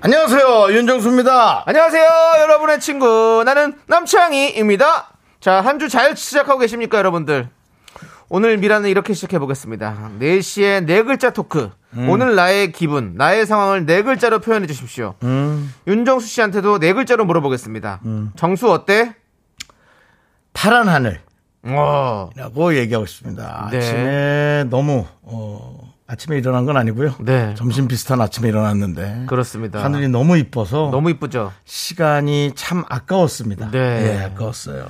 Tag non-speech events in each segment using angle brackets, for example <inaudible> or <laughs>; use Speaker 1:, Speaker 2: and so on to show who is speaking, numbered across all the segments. Speaker 1: 안녕하세요 어, 윤정수입니다.
Speaker 2: 안녕하세요, 여러분의 친구. 나는 남창희입니다. 자, 한 주 잘 시작하고 계십니까, 여러분들? 오늘 미라는 이렇게 시작해보겠습니다. 4시에 네 글자 토크.
Speaker 1: 음.
Speaker 2: 오늘 나의 기분, 나의 상황을 네 글자로 표현해 주십시오.
Speaker 1: 음.
Speaker 2: 윤정수 씨한테도 네 글자로 물어보겠습니다. 정수 어때?
Speaker 1: 파란 하늘.
Speaker 2: 어,
Speaker 1: 라고 얘기하고 있습니다.
Speaker 2: 네.
Speaker 1: 아침에 너무 어, 아침에 일어난 건 아니고요.
Speaker 2: 네.
Speaker 1: 점심 비슷한 아침에 일어났는데
Speaker 2: 그렇습니다.
Speaker 1: 하늘이 너무 이뻐서
Speaker 2: 너무 이쁘죠?
Speaker 1: 시간이 참 아까웠습니다.
Speaker 2: 네.
Speaker 1: 예, 아까웠어요.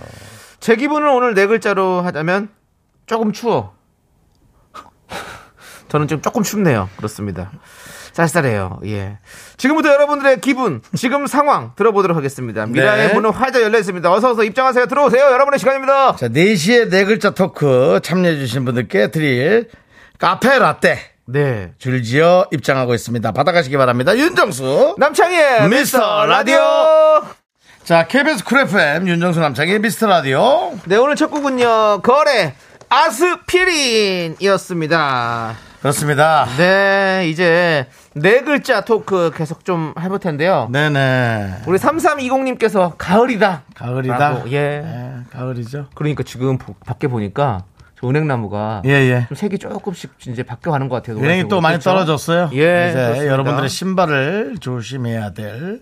Speaker 2: 제 기분을 오늘 네 글자로 하자면 조금 추워. <laughs> 저는 지금 조금 춥네요. 그렇습니다. 쌀쌀해요. 예. 지금부터 여러분들의 기분, 지금 상황 들어보도록 하겠습니다. 미라의
Speaker 1: 네.
Speaker 2: 문은 활짝 열려 있습니다. 어서 어서 입장하세요. 들어오세요. 여러분의 시간입니다.
Speaker 1: 자, 4시에 네 글자 토크 참여해주신 분들께 드릴 카페 라떼
Speaker 2: 네.
Speaker 1: 줄지어 입장하고 있습니다. 받아가시기 바랍니다. 윤정수.
Speaker 2: 남창희의 미스터
Speaker 1: 미스터
Speaker 2: 라디오.
Speaker 1: 라디오. 자, KBS 쿨 FM 윤정수 남창의 미스터 라디오.
Speaker 2: 네, 오늘 첫 곡은요. 거래 아스피린이었습니다.
Speaker 1: 그렇습니다.
Speaker 2: 네, 이제 네 글자 토크 계속 좀 해볼 텐데요.
Speaker 1: 네네.
Speaker 2: 우리 3320님께서 가을이다.
Speaker 1: 가을이다.
Speaker 2: 라고, 예.
Speaker 1: 네, 가을이죠.
Speaker 2: 그러니까 지금 보- 밖에 보니까 저 은행나무가
Speaker 1: 예, 예.
Speaker 2: 좀 색이 조금씩 이제 바뀌어가는 것 같아요.
Speaker 1: 은행이 또 많이
Speaker 2: 그렇죠?
Speaker 1: 떨어졌어요.
Speaker 2: 예,
Speaker 1: 이제
Speaker 2: 그렇습니다.
Speaker 1: 여러분들의 신발을 조심해야 될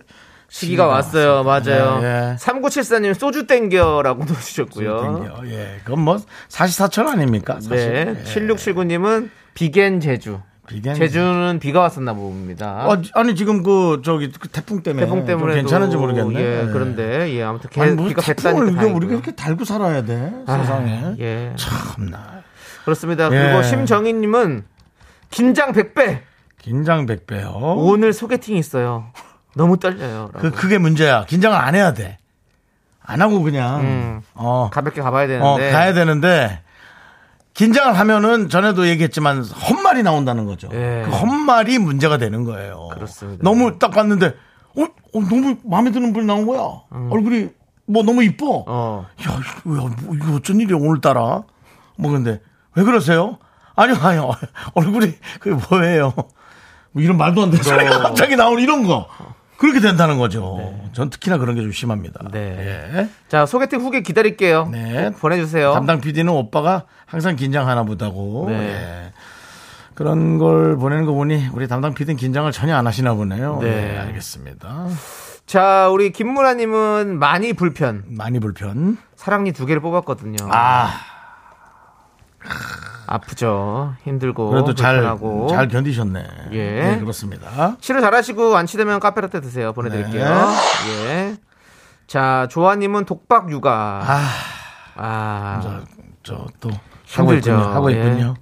Speaker 2: 시기가 왔어요. 맞아요.
Speaker 1: 예, 예.
Speaker 2: 3974님 소주 땡겨라고도 <laughs> 주셨고요.
Speaker 1: 땡겨. 예, 그건 뭐 44천 아닙니까? 사실.
Speaker 2: 네.
Speaker 1: 예.
Speaker 2: 7679님은 비겐 제주.
Speaker 1: 비겐
Speaker 2: 제주는 비가 왔었나 봅니다.
Speaker 1: 어, 아니 지금 그 저기 그 태풍 때문에
Speaker 2: 태풍 때문에
Speaker 1: 좀 괜찮은지 모르겠네.
Speaker 2: 예,
Speaker 1: 예.
Speaker 2: 그런데 예 아무튼 개,
Speaker 1: 아니 무슨
Speaker 2: 비가
Speaker 1: 태풍을
Speaker 2: 뱉다니까
Speaker 1: 우리가, 우리가
Speaker 2: 다행이고요.
Speaker 1: 이렇게 달고 살아야 돼 세상에.
Speaker 2: 예
Speaker 1: 참나
Speaker 2: 그렇습니다. 그리고
Speaker 1: 예.
Speaker 2: 심정희님은 긴장 100배
Speaker 1: 긴장 백배요.
Speaker 2: 오늘 소개팅 있어요. 너무 떨려요. 라고.
Speaker 1: 어? 그 그게 문제야. 긴장을 안 해야 돼. 안 하고 그냥
Speaker 2: 음.
Speaker 1: 어
Speaker 2: 가볍게 가봐야 되는데.
Speaker 1: 어, 가야 되는데 긴장을 하면은 전에도 얘기했지만 헛말이 나온다는 거죠.
Speaker 2: 예.
Speaker 1: 그 헛말이 문제가 되는 거예요.
Speaker 2: 그렇습니다.
Speaker 1: 너무 딱 봤는데 어, 어, 너무 마음에 드는 분이 나온 거야. 얼굴이 뭐 너무 이뻐.
Speaker 2: 음. 어.
Speaker 1: 야, 이거, 야, 뭐, 이거 어쩐 일이야 오늘따라. 뭐 근데 왜 그러세요? 아니요, 아니요. <laughs> 얼굴이 그게 뭐예요? 뭐 이런 말도 안 되는 소리가 갑자기 나오는 이런 거.
Speaker 2: 어.
Speaker 1: 그렇게 된다는 거죠. 전 특히나 그런 게 좀 심합니다.
Speaker 2: 네.
Speaker 1: 예.
Speaker 2: 자, 소개팅 후기 기다릴게요.
Speaker 1: 네.
Speaker 2: 꼭 보내주세요.
Speaker 1: 담당 PD는 오빠가 항상 긴장하나 보다고.
Speaker 2: 네.
Speaker 1: 예. 그런 걸 보내는 거 보니 우리 담당 PD는 긴장을 전혀 안 하시나 보네요.
Speaker 2: 네.
Speaker 1: 네, 알겠습니다.
Speaker 2: 자, 우리 김문아님은 많이 불편.
Speaker 1: 많이 불편.
Speaker 2: 사랑니 두 개를 뽑았거든요.
Speaker 1: 아,
Speaker 2: 아. 프죠 힘들고.
Speaker 1: 그래도 잘,
Speaker 2: 불편하고.
Speaker 1: 잘 견디셨네.
Speaker 2: 예.
Speaker 1: 네, 그렇습니다.
Speaker 2: 치료 잘하시고 완치되면 카페라떼 드세요. 보내드릴게요.
Speaker 1: 네.
Speaker 2: 예. 자, 조아님은 독박 육아.
Speaker 1: 아.
Speaker 2: 아.
Speaker 1: 저 또 하고
Speaker 2: 힘들죠.
Speaker 1: 있군요. 하고
Speaker 2: 예.
Speaker 1: 있군요.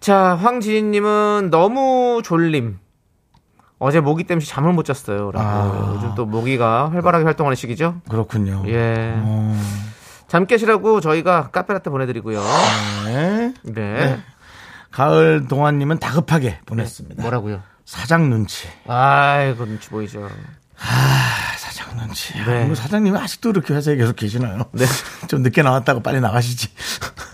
Speaker 2: 자, 황지인님은 너무 졸림. 어제 모기 때문에 잠을 못 잤어요. 라고.
Speaker 1: 아.
Speaker 2: 요즘 또 모기가 활발하게 활동하는 시기죠.
Speaker 1: 그렇군요.
Speaker 2: 예.
Speaker 1: 어,
Speaker 2: 잠 깨시라고 저희가 카페라떼 보내드리고요.
Speaker 1: 네.
Speaker 2: 네.
Speaker 1: 가을 동안님은 다급하게 보냈습니다.
Speaker 2: 뭐라고요?
Speaker 1: 사장 눈치.
Speaker 2: 아이고, 눈치 보이죠.
Speaker 1: 아, 사장 눈치. 아,
Speaker 2: 네.
Speaker 1: 이거 사장님이 아직도 이렇게 회사에 계속 계시나요? <laughs> 좀 늦게 나왔다고 빨리 나가시지.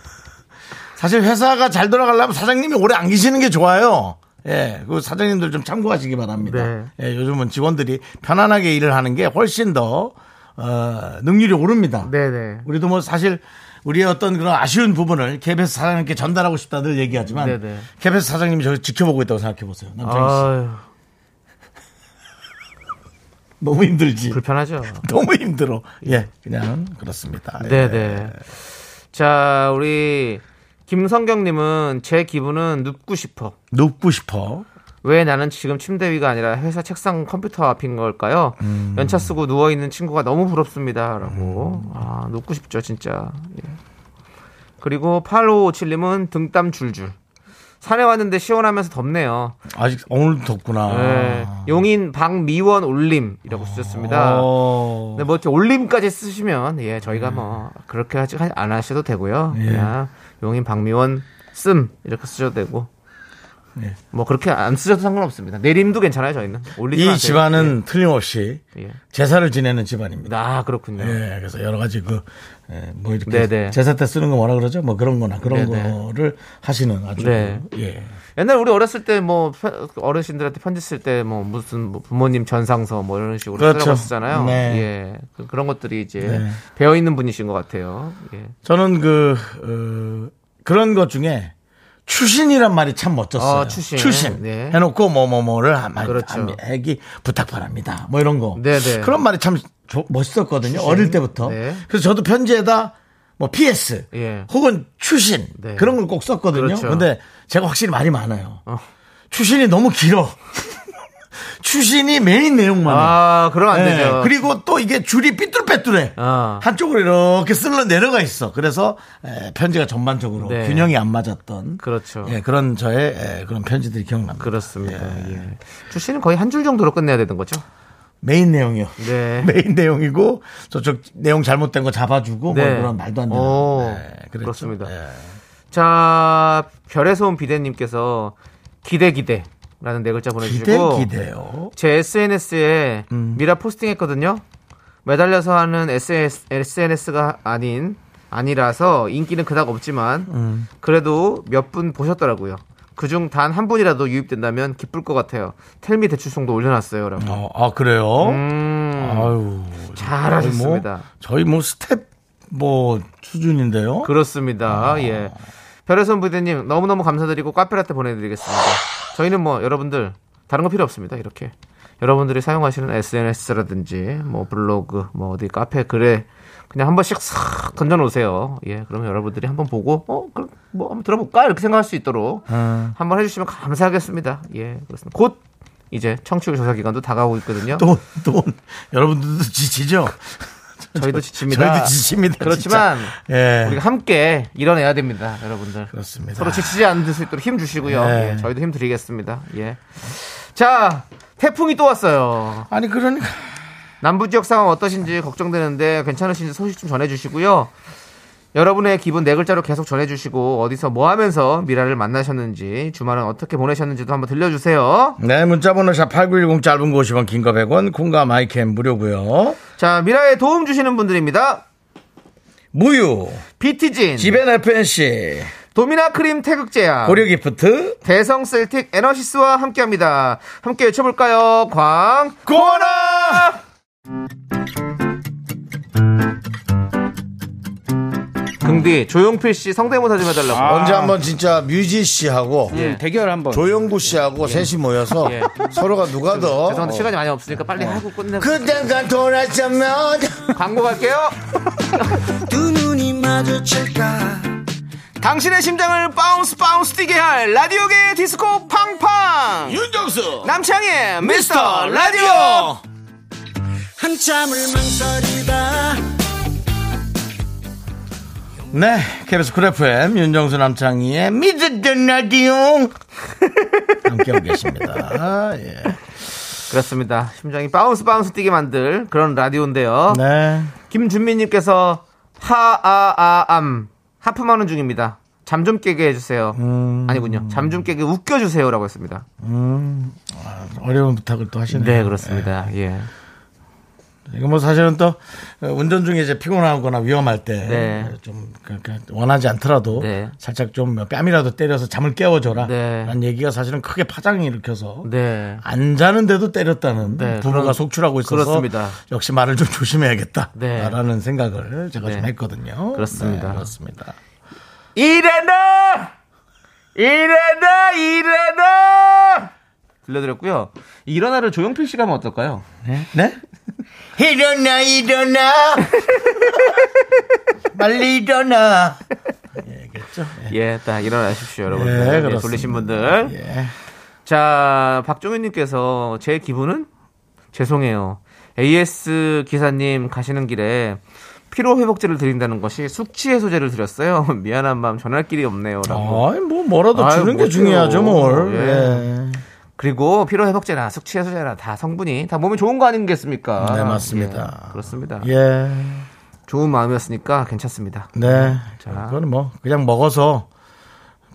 Speaker 1: <laughs> 사실 회사가 잘 돌아가려면 사장님이 오래 안 계시는 게 좋아요. 예, 그 사장님들 좀 참고하시기 바랍니다.
Speaker 2: 네.
Speaker 1: 예, 요즘은 직원들이 편안하게 일을 하는 게 훨씬 더 어, 능률이 오릅니다.
Speaker 2: 네네.
Speaker 1: 우리도 뭐 사실 우리의 어떤 그런 아쉬운 부분을 KBS 사장님께 전달하고 싶다들 얘기하지만
Speaker 2: 네네.
Speaker 1: KBS 사장님이 저를 지켜보고 있다고 생각해 보세요. 남창희 씨.
Speaker 2: 아유,
Speaker 1: 너무 힘들지.
Speaker 2: 불편하죠.
Speaker 1: <laughs> 너무 힘들어. 예, 그냥 그렇습니다. 예.
Speaker 2: 네네. 자, 우리 김성경님은 제 기분은 눕고 싶어.
Speaker 1: 눕고 싶어.
Speaker 2: 왜 나는 지금 침대 위가 아니라 회사 책상 컴퓨터 앞인 걸까요? 연차 쓰고 누워 있는 친구가 너무 부럽습니다라고. 아 눕고 싶죠 진짜. 예. 그리고 8557님은 등땀 줄줄. 산에 왔는데 시원하면서 덥네요.
Speaker 1: 아직 오늘 덥구나.
Speaker 2: 네. 용인 박미원 올림이라고 쓰셨습니다.
Speaker 1: 어.
Speaker 2: 근데 뭐 이렇게 올림까지 쓰시면 예
Speaker 1: 네.
Speaker 2: 저희가 뭐 그렇게 하지 안 하셔도 되고요.
Speaker 1: 예.
Speaker 2: 그냥 용인 박미원 씀 이렇게 쓰셔도 되고.
Speaker 1: 예.
Speaker 2: 뭐 그렇게 안 쓰셔도 상관없습니다. 내림도 괜찮아요 저희는. 올리지
Speaker 1: 이
Speaker 2: 마세요.
Speaker 1: 집안은 틀림없이
Speaker 2: 예. 예.
Speaker 1: 제사를 지내는 집안입니다.
Speaker 2: 아 그렇군요.
Speaker 1: 예, 그래서 여러 가지 그, 예, 뭐 이렇게
Speaker 2: 네네.
Speaker 1: 제사 때 쓰는 거 뭐라 그러죠? 뭐 그런 거나 그런
Speaker 2: 네네.
Speaker 1: 거를 하시는 아주.
Speaker 2: 네.
Speaker 1: 예.
Speaker 2: 옛날 우리 어렸을 때 뭐 어르신들한테 편지 쓸 때 뭐 무슨 뭐 부모님 전상서 뭐 이런 식으로
Speaker 1: 그렇죠.
Speaker 2: 쓰라고쓰잖아요
Speaker 1: 네.
Speaker 2: 예. 그- 그런 것들이 이제
Speaker 1: 네.
Speaker 2: 배어 있는 분이신 것 같아요. 예.
Speaker 1: 저는 그, 어, 그런 것 중에 추신이란 말이 참 멋졌어요.
Speaker 2: 아, 추신. 네.
Speaker 1: 해놓고 뭐뭐뭐를 하면
Speaker 2: 그렇죠.
Speaker 1: 애기 부탁 바랍니다. 뭐 이런 거.
Speaker 2: 네네.
Speaker 1: 그런 말이 참 조- 멋있었거든요.
Speaker 2: 추신.
Speaker 1: 어릴 때부터.
Speaker 2: 네.
Speaker 1: 그래서 저도 편지에다 뭐 PS
Speaker 2: 예.
Speaker 1: 혹은 추신
Speaker 2: 네.
Speaker 1: 그런 걸 꼭 썼거든요.
Speaker 2: 그렇죠.
Speaker 1: 근데 제가 확실히 말이 많아요.
Speaker 2: 어.
Speaker 1: 추신이 너무 길어. <laughs> 추신이 메인 내용만. 해요.
Speaker 2: 아 그럼 안
Speaker 1: 네.
Speaker 2: 되죠.
Speaker 1: 그리고 또 이게 줄이 삐뚤빼뚤해.
Speaker 2: 아.
Speaker 1: 한쪽으로 이렇게 쓸러 내려가 있어. 그래서 에, 편지가 전반적으로
Speaker 2: 네.
Speaker 1: 균형이 안 맞았던
Speaker 2: 그렇죠.
Speaker 1: 예, 그런 저의 에, 그런 편지들이 기억납니다.
Speaker 2: 그렇습니다.
Speaker 1: 네.
Speaker 2: 예. 출신은 거의 한 줄 정도로 끝내야 되는 거죠.
Speaker 1: 메인 내용이요.
Speaker 2: 네.
Speaker 1: <laughs> 메인 내용이고 저쪽 내용 잘못된 거 잡아주고
Speaker 2: 네.
Speaker 1: 뭐 그런 말도 안 되는. 네,
Speaker 2: 오,
Speaker 1: 그랬죠.
Speaker 2: 그렇습니다.
Speaker 1: 예.
Speaker 2: 자, 별에서 온 비대님께서 기대 기대라는 네
Speaker 1: 기대
Speaker 2: 글자 보내주시고
Speaker 1: 기대요.
Speaker 2: 제 SNS에
Speaker 1: 음.
Speaker 2: 미라 포스팅했거든요. 매달려서 하는 SNS, SNS가 아닌 아니라서 인기는 그닥 없지만
Speaker 1: 음.
Speaker 2: 그래도 몇 분 보셨더라고요. 그중 단 한 분이라도 유입된다면 기쁠 것 같아요. 텔미 대출송도 올려놨어요라고.
Speaker 1: 어, 아 그래요?
Speaker 2: 음.
Speaker 1: 아유
Speaker 2: 잘하셨습니다.
Speaker 1: 저희 뭐, 저희 뭐 스텝 뭐 수준인데요.
Speaker 2: 그렇습니다.
Speaker 1: 아.
Speaker 2: 예. 별의선 부대님 너무너무 감사드리고 카페라떼 보내드리겠습니다.
Speaker 1: 아.
Speaker 2: 저희는 뭐 여러분들 다른 거 필요 없습니다. 이렇게 여러분들이 사용하시는 SNS라든지 뭐 블로그 뭐 어디 카페 글에 그냥 한 번씩 싹 던져 놓으세요. 예, 그러면 여러분들이 한번 보고 어, 그럼 뭐 한번 들어볼까 이렇게 생각할 수 있도록
Speaker 1: 음.
Speaker 2: 한번 해주시면 감사하겠습니다. 예, 그렇습니다. 곧 이제 청취율 조사 기간도 다가오고 있거든요.
Speaker 1: 돈, 돈. 여러분들도 지치죠?
Speaker 2: 저희도 지칩니다.
Speaker 1: <laughs> 저희도 지칩니다.
Speaker 2: 그렇지만
Speaker 1: 진짜. 예.
Speaker 2: 우리가 함께 일어내야 됩니다, 여러분들.
Speaker 1: 그렇습니다.
Speaker 2: 서로 지치지 않을 수 있도록 힘 주시고요.
Speaker 1: 예.
Speaker 2: 예, 저희도 힘 드리겠습니다. 예. 자, 태풍이 또 왔어요.
Speaker 1: 아니, 그러니까.
Speaker 2: 남부 지역 상황 어떠신지 걱정되는데 괜찮으신지 소식 좀 전해주시고요. 여러분의 기분 네 글자로 계속 전해주시고 어디서 뭐 하면서 미라를 만나셨는지 주말은 어떻게 보내셨는지도 한번 들려주세요.
Speaker 1: 네, 문자번호 샵8910 짧은 거 50원, 긴 거 100원, 콩과 마이캠 무료고요
Speaker 2: 자, 미라에 도움 주시는 분들입니다.
Speaker 1: 무유,
Speaker 2: 비티진,
Speaker 1: 지벤 FNC,
Speaker 2: 도미나 크림 태극제약,
Speaker 1: 고려 기프트,
Speaker 2: 대성 셀틱 에너시스와 함께합니다. 함께 외쳐볼까요? 광.
Speaker 1: 고라!
Speaker 2: 긍디 조용필 씨 성대모사 좀 해달라고.
Speaker 1: 언제 한번 진짜 뮤지 씨하고
Speaker 2: 예.
Speaker 3: 대결 한번.
Speaker 1: 조영구 씨하고 셋이 모여서
Speaker 2: 예.
Speaker 1: 서로가 누가 더.
Speaker 2: 죄송한데 시간이 많이 없으니까 빨리 하고 끝내고
Speaker 1: 그땐가 돌아서면
Speaker 2: 광고 갈게요.
Speaker 4: 두 눈이 마주칠까
Speaker 2: 당신의 심장을 바운스 바운스 뛰게 할 라디오계 디스코 팡팡
Speaker 1: 윤정수
Speaker 2: 남창의 미스터 라디오.
Speaker 4: 한참을 망설이다
Speaker 1: 네, KBS 쿨 FM 윤정수 남창희의 미드 더 라디오 <laughs> 함께하고 계십니다. 예.
Speaker 2: 그렇습니다. 심장이 바운스 바운스 뛰게 만들 그런 라디오인데요.
Speaker 1: 네.
Speaker 2: 김준민님께서 하아아암 하품하는 중입니다. 잠 좀 깨게 해주세요. 아니군요. 잠 좀 깨게 웃겨주세요라고 했습니다.
Speaker 1: 어려운 부탁을 또 하시네요.
Speaker 2: 네 그렇습니다. 예.
Speaker 1: 예. 이거 뭐 사실은 또 어, 운전 중에 이제 피곤하거나 위험할 때
Speaker 2: 네.
Speaker 1: 좀 그, 원하지 않더라도
Speaker 2: 네.
Speaker 1: 살짝 좀 뺨이라도 때려서 잠을 깨워줘라.
Speaker 2: 네.
Speaker 1: 라는 얘기가 사실은 크게 파장이 일으켜서
Speaker 2: 네.
Speaker 1: 안 자는데도 때렸다는
Speaker 2: 네,
Speaker 1: 부모가
Speaker 2: 그런-
Speaker 1: 속출하고 있어서
Speaker 2: 그렇습니다.
Speaker 1: 역시 말을 좀
Speaker 2: 네.
Speaker 1: 조심해야겠다라는 생각을 제가
Speaker 2: 네.
Speaker 1: 좀 했거든요.
Speaker 2: 그렇습니다.
Speaker 1: 네, 그렇습니다.
Speaker 2: 일어나! 일어나! 일어나! 들려드렸고요. 일어나를 조용필 씨가 하면 어떨까요?
Speaker 1: 네? <laughs> 일어나 일어나 <laughs> 빨리 일어나 예겠죠
Speaker 2: 예, 딱 일어나십시오, 여러분.
Speaker 1: 예,
Speaker 2: 들
Speaker 1: 그렇습니다.
Speaker 2: 돌리신 분들.
Speaker 1: 예.
Speaker 2: 자, 박종윤님께서 제 기분은 죄송해요. AS 기사님 가시는 길에 피로 회복제를 드린다는 것이 숙취 해소제를 드렸어요. <laughs> 미안한 마음 전할 길이 없네요라고.
Speaker 1: 아이 뭐 뭐라도
Speaker 2: 아유,
Speaker 1: 주는 게
Speaker 2: 못해요.
Speaker 1: 중요하죠 뭘.
Speaker 2: 예.
Speaker 1: 예.
Speaker 2: 그리고 피로 회복제나 숙취 해소제나 다 성분이 다 몸에 좋은 거 아니겠습니까?
Speaker 1: 네, 맞습니다.
Speaker 2: 예, 그렇습니다.
Speaker 1: 예.
Speaker 2: 좋은 마음이었으니까 괜찮습니다.
Speaker 1: 네. 그건 뭐 그냥 먹어서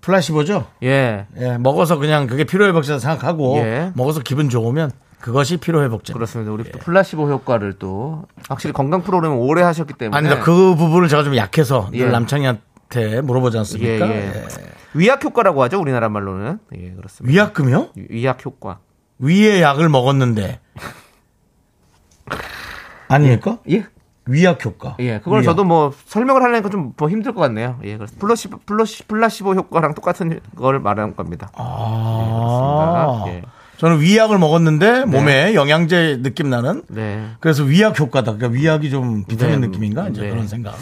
Speaker 1: 플라시보죠.
Speaker 2: 예.
Speaker 1: 예, 먹어서 그냥 그게 피로 회복제라 생각하고
Speaker 2: 예.
Speaker 1: 먹어서 기분 좋으면 그것이 피로 회복제.
Speaker 2: 그렇습니다.
Speaker 1: 예.
Speaker 2: 우리 또 플라시보 효과를 또 확실히 건강 프로그램을 오래 하셨기 때문에
Speaker 1: 아니다. 그 부분을 제가 좀 약해서 늘
Speaker 2: 네. 예.
Speaker 1: 남창희한테 물어보지
Speaker 2: 예,
Speaker 1: 않습니까?
Speaker 2: 예.
Speaker 1: 예.
Speaker 2: 위약 효과라고 하죠. 우리나라 말로는. 예, 그렇습니다.
Speaker 1: 위약금이요?
Speaker 2: 위약 효과.
Speaker 1: 위에 약을
Speaker 2: <laughs>
Speaker 1: 먹었는데 아닙니까?
Speaker 2: 예.
Speaker 1: 위약 효과.
Speaker 2: 예, 그걸
Speaker 1: 위약.
Speaker 2: 저도 뭐 설명을 하려니까 좀 뭐 힘들 것 같네요. 예, 그래서 플러시보, 플러시, 플라시보 효과랑 똑같은 걸 말하는 겁니다.
Speaker 1: 아.
Speaker 2: 예, 그렇습니다.
Speaker 1: 저는 위약을 먹었는데 몸에 영양제 느낌 나는
Speaker 2: 네.
Speaker 1: 그래서 위약 효과다. 그러니까 위약이 좀 비타민
Speaker 2: 네,
Speaker 1: 느낌인가? 이제
Speaker 2: 네.
Speaker 1: 그런 생각.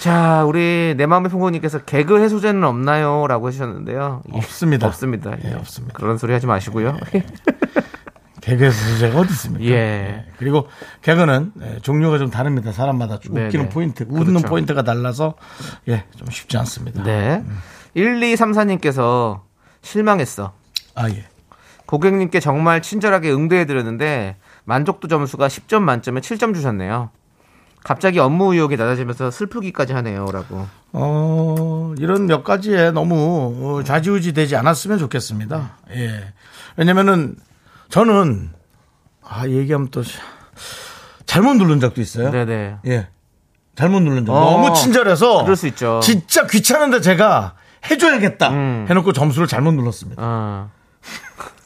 Speaker 2: 자, 우리 내 마음의 풍고님께서 개그 해소제는 없나요? 라고 해주셨는데요. 예,
Speaker 1: 없습니다.
Speaker 2: 없습니다.
Speaker 1: 예, 없습니다. 예.
Speaker 2: 그런 소리 하지 마시고요.
Speaker 1: 개그에서 소재가 어디 있습니까? 네.
Speaker 2: 예.
Speaker 1: 그리고 개그는 예, 종류가 좀 다릅니다. 사람마다 좀
Speaker 2: 네,
Speaker 1: 웃기는
Speaker 2: 네.
Speaker 1: 포인트, 웃는
Speaker 2: 그렇죠.
Speaker 1: 포인트가 달라서 예, 좀 쉽지 않습니다.
Speaker 2: 네. 1234님께서 실망했어.
Speaker 1: 아 예.
Speaker 2: 고객님께 정말 친절하게 응대해드렸는데 만족도 점수가 10점 만점에 7점 주셨네요. 갑자기 업무 의욕이 낮아지면서 슬프기까지 하네요. 라고.
Speaker 1: 어, 이런 몇 가지에 너무 어, 좌지우지 되지 않았으면 좋겠습니다. 예. 왜냐면은 저는 아, 얘기하면 또 시- 잘못 누른 적도 있어요.
Speaker 2: 네네.
Speaker 1: 예. 잘못 누른 적.
Speaker 2: 어,
Speaker 1: 너무 친절해서
Speaker 2: 그럴 수 있죠. 음.
Speaker 1: 진짜 귀찮은데 제가 해줘야겠다 해놓고 점수를 잘못 눌렀습니다.
Speaker 2: 어. <laughs>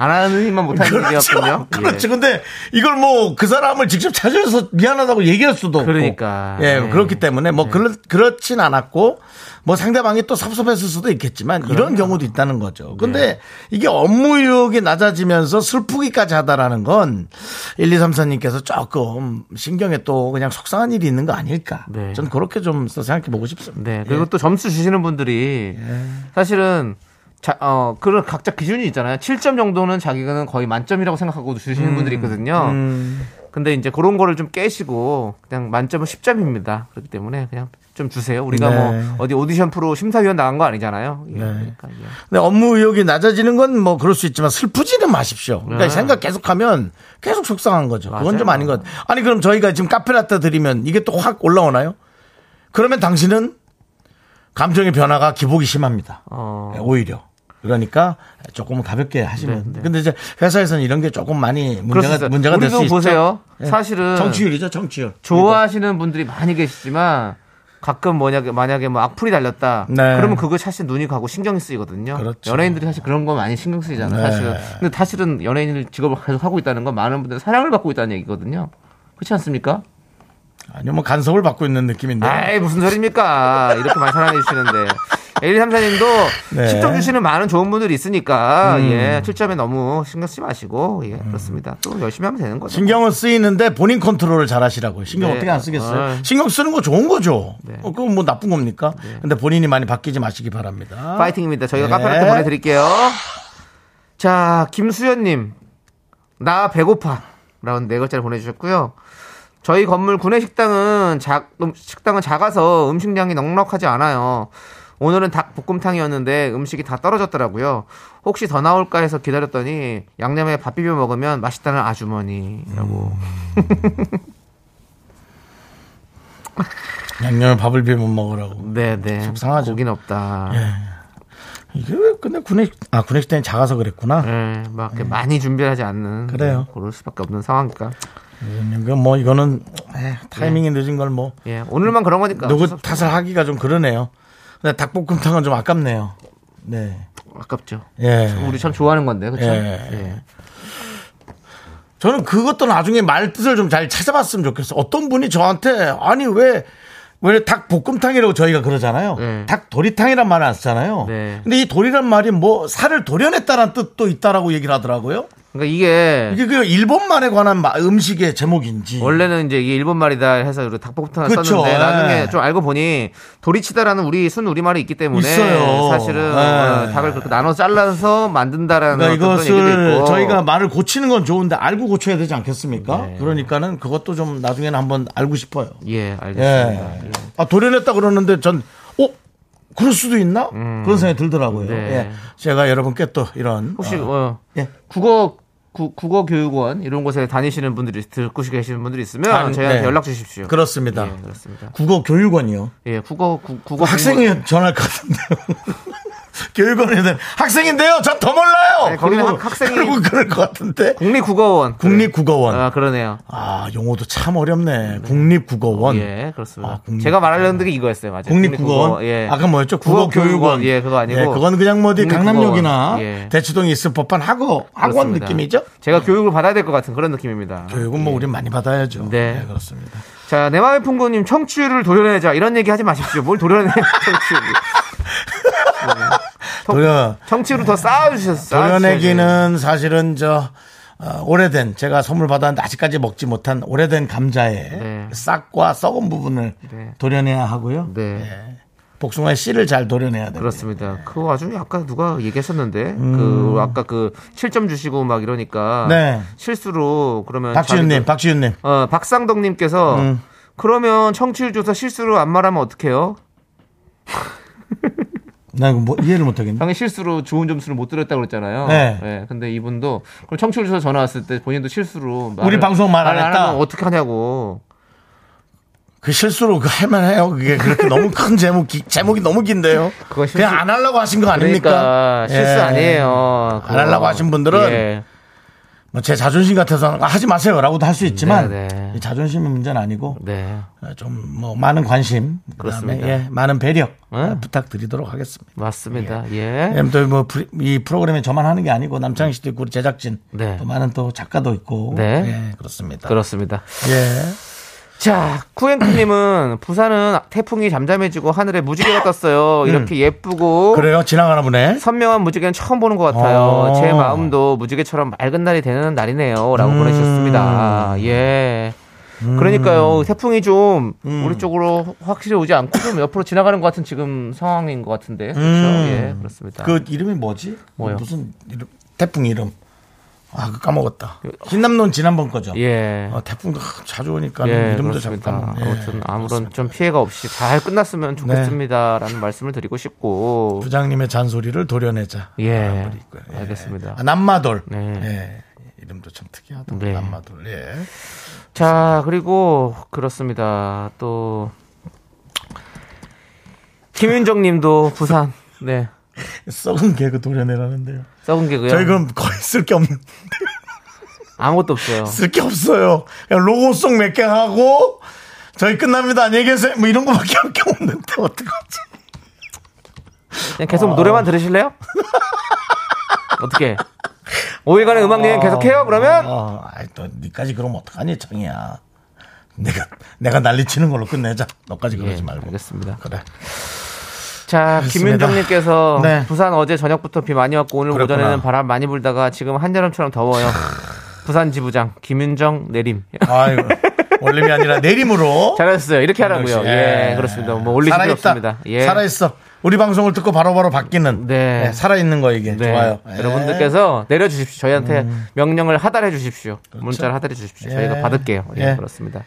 Speaker 2: 안 하는 힘만 못하는
Speaker 1: 그렇죠.
Speaker 2: 얘기였군요.
Speaker 1: <laughs>
Speaker 2: 예.
Speaker 1: 그렇죠. 근데 이걸 뭐 그 사람을 직접 찾아서 미안하다고 얘기할 수도 없고.
Speaker 2: 그러니까.
Speaker 1: 예,
Speaker 2: 네.
Speaker 1: 그렇기 때문에 뭐 그렇, 그렇진 않았고 뭐 상대방이 또 섭섭했을 수도 있겠지만 이런 경우도 있다는
Speaker 2: 네.
Speaker 1: 거죠. 근데 이게 업무 유혹이 낮아지면서 슬프기까지 하다라는 건 1, 2, 3, 4님께서 조금 신경에 또 그냥 속상한 일이 있는 거 아닐까.
Speaker 2: 예.
Speaker 1: 전 그렇게 좀 생각해 보고 싶습니다.
Speaker 2: 네. 그리고 또 점수 주시는 분들이
Speaker 1: 예.
Speaker 2: 사실은 자, 어, 그런 각자 기준이 있잖아요. 7점 정도는 자기는 거의 만점이라고 생각하고
Speaker 1: 음.
Speaker 2: 주시는 분들이 있거든요. 근데 이제 그런 거를 좀 깨시고 그냥 만점은 10점입니다. 그렇기 때문에 그냥 좀 주세요. 우리가
Speaker 1: 네.
Speaker 2: 뭐 어디 오디션 프로 심사위원 나간 거 아니잖아요. 예, 그러니까 예.
Speaker 1: 근데 업무 의욕이 낮아지는 건 뭐 그럴 수 있지만 슬프지는 마십시오. 그러니까
Speaker 2: 네.
Speaker 1: 생각 계속하면 계속 속상한 거죠. 그건 좀
Speaker 2: 맞아요.
Speaker 1: 아닌 것. 같아요. 아니 그럼 저희가 지금 카페라떼 드리면 이게 또 확 올라오나요? 그러면 당신은 감정의 변화가 기복이 심합니다.
Speaker 2: 어.
Speaker 1: 네, 오히려. 그러니까 조금은 가볍게 하시면. 근데 이제 회사에서는 이런 게 조금 많이 문제가
Speaker 2: 네, 그렇습니다.
Speaker 1: 문제가 될 수
Speaker 2: 우리도
Speaker 1: 있죠.
Speaker 2: 보세요.
Speaker 1: 네.
Speaker 2: 사실은
Speaker 1: 정치율이죠, 정치율.
Speaker 2: 좋아하시는 분들이 많이 계시지만 가끔 뭐냐게 만약에 뭐 악플이 달렸다.
Speaker 1: 네.
Speaker 2: 그러면 그거 사실 눈이 가고 신경이 쓰이거든요.
Speaker 1: 그렇죠.
Speaker 2: 연예인들이 사실 그런 거 많이 신경 쓰이잖아요.
Speaker 1: 네.
Speaker 2: 사실은. 근데 사실은 연예인 직업을 계속 하고 있다는 건 많은 분들이 사랑을 받고 있다는 얘기거든요. 그렇지 않습니까?
Speaker 1: 아니요, 뭐 간섭을 받고 있는 느낌인데.
Speaker 2: 아이 무슨 소리입니까? 이렇게 많이
Speaker 1: <laughs>
Speaker 2: 사랑해 주시는데. 에일삼사님도
Speaker 1: 네. 음.
Speaker 2: 10점 주시는 많은 좋은 분들이 있으니까 예 7점에 너무 신경 쓰지 마시고 예 그렇습니다 또 열심히 하면 되는 거죠
Speaker 1: 신경은 쓰이는데 본인 컨트롤을 잘 하시라고요. 신경
Speaker 2: 네.
Speaker 1: 어떻게 안 쓰겠어요?
Speaker 2: 아유.
Speaker 1: 신경 쓰는 거 좋은 거죠.
Speaker 2: 네.
Speaker 1: 어, 그건 뭐 나쁜 겁니까? 근데 본인이 많이 바뀌지 마시기 바랍니다.
Speaker 2: 아. 파이팅입니다. 저희가
Speaker 1: 네.
Speaker 2: 카페라떼 보내드릴게요. 자, 김수현님. 나 배고파. 라는 네 글자를 보내주셨고요. 저희 건물 구내식당은 작, 음, 식당은 작아서 음식량이 넉넉하지 않아요. 오늘은 닭볶음탕이었는데 음식이 다 떨어졌더라고요. 혹시 더 나올까 해서 기다렸더니 양념에 밥 비벼 먹으면 맛있다는 아주머니라고.
Speaker 1: 양념에 밥을 비벼 먹으라고.
Speaker 2: 네네.
Speaker 1: 음. 속상하죠. 예.
Speaker 2: 고기는 없다.
Speaker 1: 이게 왜 근데 군의 아 군의 식당이 작아서 그랬구나.
Speaker 2: 예, 막 이렇게 많이 준비하지 않는
Speaker 1: 그래요.
Speaker 2: 그럴 수밖에 없는 상황이니까.
Speaker 1: 그뭐 이거는 에, 타이밍이 늦은 걸 뭐
Speaker 2: 예, 오늘만 그런 거니까. 어쩔 수
Speaker 1: 누구
Speaker 2: 없죠.
Speaker 1: 탓을 하기가 좀 그러네요. 근데 닭볶음탕은 좀 아깝네요. 네.
Speaker 2: 아깝죠.
Speaker 1: 예.
Speaker 2: 우리 참 좋아하는 건데, 그렇죠?
Speaker 1: 예. 저는 그것도 나중에 말뜻을 좀 잘 찾아봤으면 좋겠어. 요 어떤 분이 저한테 아니 왜 왜 닭 볶음탕이라고 저희가 그러잖아요.
Speaker 2: 네.
Speaker 1: 닭 도리탕이란 말을 안 쓰잖아요.
Speaker 2: 네.
Speaker 1: 근데 이 도리란 말이 뭐 살을 도려냈다는 뜻도 있다라고 얘기를 하더라고요.
Speaker 2: 그러니까 이게,
Speaker 1: 이게 그 일본만에 관한 마- 음식의 제목인지.
Speaker 2: 원래는 이제 이게 일본 말이다 해서 우리 닭볶음탕 을
Speaker 1: 그쵸,
Speaker 2: 썼는데
Speaker 1: 예.
Speaker 2: 나중에 좀 알고 보니 도리치다라는 우리 순 우리말이 있기 때문에
Speaker 1: 있어요.
Speaker 2: 사실은
Speaker 1: 예.
Speaker 2: 어, 닭을 그렇게 나눠 잘라서 만든다라는
Speaker 1: 그러니까
Speaker 2: 어떤 그런 얘기도
Speaker 1: 이것을
Speaker 2: 있고
Speaker 1: 저희가 말을 고치는 건 좋은데 알고 고쳐야 되지 않겠습니까?
Speaker 2: 네.
Speaker 1: 그러니까는 그것도 좀 나중에는 한번 알고 싶어요.
Speaker 2: 예 알겠습니다.
Speaker 1: 예. 아, 도련했다 그러는데 전, 어? 그럴 수도 있나? 그런 생각이 들더라고요.
Speaker 2: 음. 네.
Speaker 1: 예. 제가 여러분께 또 이런.
Speaker 2: 혹시
Speaker 1: 어,
Speaker 2: 어,
Speaker 1: 예.
Speaker 2: 국어 구, 국어 교육원 이런 곳에 다니시는 분들이 듣고 계시는 분들이 있으면
Speaker 1: 아니,
Speaker 2: 저희한테
Speaker 1: 네.
Speaker 2: 연락 주십시오.
Speaker 1: 그렇습니다.
Speaker 2: 예, 그렇습니다.
Speaker 1: 국어 교육원이요.
Speaker 2: 예, 국어 구, 국어 공부-
Speaker 1: 학생이 전화할 것 같은데요. <laughs> 교육원에는 학생인데요. 전 더 몰라요.
Speaker 2: 아니, 네, 거기는 학- 학생이-
Speaker 1: 그리고 그럴 것 같은데.
Speaker 2: 국립국어원
Speaker 1: 국립국어원.
Speaker 2: 아 그러네요.
Speaker 1: 아, 용어도 참 어렵네. 국립국어원.
Speaker 2: 예, 그렇습니다.
Speaker 1: 아, 국립-
Speaker 2: 제가 말하려는 게 이거였어요, 맞아요.
Speaker 1: 국립국어원.
Speaker 2: 국립국어, 예.
Speaker 1: 아까 뭐였죠?
Speaker 2: 국어교육원.
Speaker 1: 국어교육원.
Speaker 2: 예, 그거 아니고.
Speaker 1: 예, 그건 그냥 뭐 어디
Speaker 2: 국립국어원.
Speaker 1: 강남역이나
Speaker 2: 예.
Speaker 1: 대치동에 있을 법한 학원, 학원
Speaker 2: 그렇습니다.
Speaker 1: 느낌이죠?
Speaker 2: 제가 교육을 받아야 될 것 같은 그런 느낌입니다.
Speaker 1: 교육은 뭐 우린 많이 받아야죠.
Speaker 2: 예. 네.
Speaker 1: 네, 그렇습니다.
Speaker 2: 자, 내 마음의 풍구님 청취율을 도려내자 이런 얘기 하지 마십시오. 뭘 도려내? <laughs> 청취율을.
Speaker 1: 도려,
Speaker 2: 청취율을 더 쌓아주셨어요.
Speaker 1: 도려내기는 사실은 저 어, 오래된 제가 선물 받았는데 아직까지 먹지 못한 오래된 감자의
Speaker 2: 네.
Speaker 1: 싹과 썩은 부분을
Speaker 2: 네.
Speaker 1: 도려내야 하고요.
Speaker 2: 네.
Speaker 1: 예. 복숭아의 씨를 잘 도려내야 돼요.
Speaker 2: 그렇습니다. 그 와중에 아까 누가 얘기했었는데 그 아까 그 7점 주시고 막 이러니까
Speaker 1: 음. 네.
Speaker 2: 실수로 그러면
Speaker 1: 박지윤님,
Speaker 2: 자기도-
Speaker 1: 박지윤님.
Speaker 2: 어, 박상덕님께서
Speaker 1: 음.
Speaker 2: 그러면 청취율 조사 실수로 안 말하면 어떡해요?
Speaker 1: 나 이거 뭐 이해를 못하겠네.
Speaker 2: 당연히 실수로 좋은 점수를 못 들었다고 그랬잖아요.
Speaker 1: 네.
Speaker 2: 예, 근데 이분도 그럼 청취율 조사 전화 왔을 때 본인도 실수로 말을-
Speaker 1: 우리 방송 말안
Speaker 2: 말을
Speaker 1: 했다.
Speaker 2: 하면 어떻게 하냐고.
Speaker 1: 그 실수로 그 할만해요. 그게 그렇게 너무 큰 제목, 기- 제목이 너무 긴데요.
Speaker 2: 그거 실수-
Speaker 1: 그냥 안 하려고 하신 거 아닙니까?
Speaker 2: 그러니까 실수
Speaker 1: 예.
Speaker 2: 아니에요. 예.
Speaker 1: 안 하려고 하신 분들은 뭐제 자존심 같아서 하는 거 하지 마세요라고도 할 수 있지만
Speaker 2: 네, 네.
Speaker 1: 이 자존심의 문제는 아니고
Speaker 2: 네.
Speaker 1: 좀 뭐 많은 관심, 그다음에
Speaker 2: 그렇습니다.
Speaker 1: 예, 많은 배려
Speaker 2: 네.
Speaker 1: 예, 부탁드리도록 하겠습니다.
Speaker 2: 맞습니다. 예.
Speaker 1: 또뭐이 프로그램에 저만 하는 게 아니고 남창희 씨도 있고 우리 제작진
Speaker 2: 네.
Speaker 1: 또 많은 또 작가도 있고
Speaker 2: 네.
Speaker 1: 예, 그렇습니다.
Speaker 2: 그렇습니다.
Speaker 1: 예.
Speaker 2: 자, 쿠엔크님은 부산은 태풍이 잠잠해지고 하늘에 무지개가 떴어요. 이렇게 예쁘고
Speaker 1: 음. 그래요. 지나가나 보네.
Speaker 2: 선명한 무지개는 처음 보는 것 같아요.
Speaker 1: 어.
Speaker 2: 제 마음도 무지개처럼 맑은 날이 되는 날이네요.라고
Speaker 1: 음.
Speaker 2: 보내셨습니다. 예. 그러니까요 태풍이 좀
Speaker 1: 음.
Speaker 2: 우리 쪽으로 확실히 오지 않고 좀 옆으로 지나가는 것 같은 지금 상황인 것 같은데 그렇죠? 예 그렇습니다.
Speaker 1: 그 이름이 뭐지?
Speaker 2: 뭐요?
Speaker 1: 무슨 이름? 태풍 이름. 아, 그 까먹었다. 흰남노는 지난번 거죠.
Speaker 2: 예.
Speaker 1: 아, 태풍도 자주 오니까
Speaker 2: 예,
Speaker 1: 이름도
Speaker 2: 그렇습니다.
Speaker 1: 잠깐.
Speaker 2: 아무튼 아무런 좀 피해가 없이 잘 끝났으면 좋겠습니다라는 말씀을 드리고 싶고
Speaker 1: 네. 부장님의 잔소리를 도려내자.
Speaker 2: 예
Speaker 1: 있고요. 예.
Speaker 2: 알겠습니다.
Speaker 1: 아, 남마돌.
Speaker 2: 네.
Speaker 1: 예. 이름도 참 특이하다.
Speaker 2: 네.
Speaker 1: 남마돌. 예.
Speaker 2: 자, 그리고 그렇습니다. 또 김윤정 님도 부산. 네.
Speaker 1: 썩은 개그 도려내라는데요.
Speaker 2: 썩은 개그요.
Speaker 1: 저희 그럼 거의 쓸 게 없는
Speaker 2: 아무것도 없어요.
Speaker 1: 쓸 게 없어요. 그냥 로고송 몇 개 하고 저희 끝납니다. 안녕히 계세요. 뭐 이런 거밖에 할게 없는데 어떡하지?
Speaker 2: 그냥
Speaker 1: 어.
Speaker 2: 계속 노래만 들으실래요? 어떻게? 5일간의 음악 여행 계속 해요. 그러면
Speaker 1: 어, 아이 또 니까지 그러면 어떡하니 정이야. 내가 내가 난리 치는 걸로 끝내자. 너까지 그러지
Speaker 2: 예,
Speaker 1: 말고.
Speaker 2: 알겠습니다.
Speaker 1: 그래.
Speaker 2: 자,
Speaker 1: 알겠습니다.
Speaker 2: 김윤정 님께서
Speaker 1: 네.
Speaker 2: 부산 어제 저녁부터 비 많이 왔고 오늘
Speaker 1: 그랬구나.
Speaker 2: 오전에는 바람 많이 불다가 지금 한여름처럼 더워요. 부산 지부장 김윤정 내림. <laughs>
Speaker 1: 아이고. 올림이 아니라 내림으로.
Speaker 2: 잘하셨어요. 이렇게 하라고요.
Speaker 1: 역시,
Speaker 2: 예, 그렇습니다. 뭐 올리실 필요 없습니다. 예.
Speaker 1: 살아있어. 우리 방송을 듣고 바로바로 바뀌는.
Speaker 2: 네.
Speaker 1: 네, 살아있는 거 이게.
Speaker 2: 네.
Speaker 1: 좋아요. 예. 음.
Speaker 2: 여러분들께서 내려주십시오. 저희한테 명령을 하달해 주십시오. 문자를 하달해 주십시오.
Speaker 1: 예.
Speaker 2: 저희가 받을게요. 예,
Speaker 1: 예.
Speaker 2: 그렇습니다.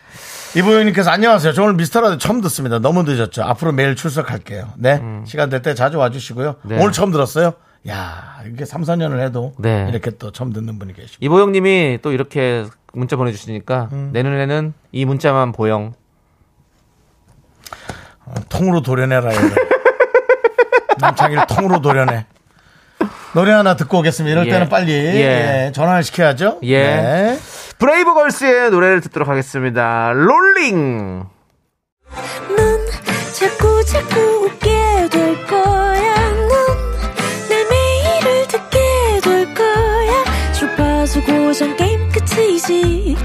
Speaker 1: 이보영님께서 안녕하세요. 저 오늘 미스터라도 처음 듣습니다. 너무 늦었죠. 앞으로 매일 출석할게요. 네. 시간 될 때 자주 와주시고요.
Speaker 2: 음. 네.
Speaker 1: 오늘 처음 들었어요. 야 이렇게 3, 4년을 해도
Speaker 2: 네.
Speaker 1: 이렇게 또 처음 듣는 분이 계시고.
Speaker 2: 이보영 님이 또 이렇게 문자 보내주시니까
Speaker 1: 음.
Speaker 2: 내 눈에는 이 문자만 보영.
Speaker 1: 통으로 도려내라 <laughs> 이거. 남창일 통으로 도려내. 노래 하나 듣고 오겠습니다. 이럴
Speaker 2: 예.
Speaker 1: 때는 빨리
Speaker 2: 예.
Speaker 1: 예, 전화를 시켜야죠.
Speaker 2: 예.
Speaker 1: 네.
Speaker 2: 브레이브 걸스의 노래를 듣도록 하겠습니다. 롤링!
Speaker 3: 넌 자꾸 자꾸 웃게 될 거야. 넌내 매일을 듣게 될 거야. 주파수 고정 게임 끝이지.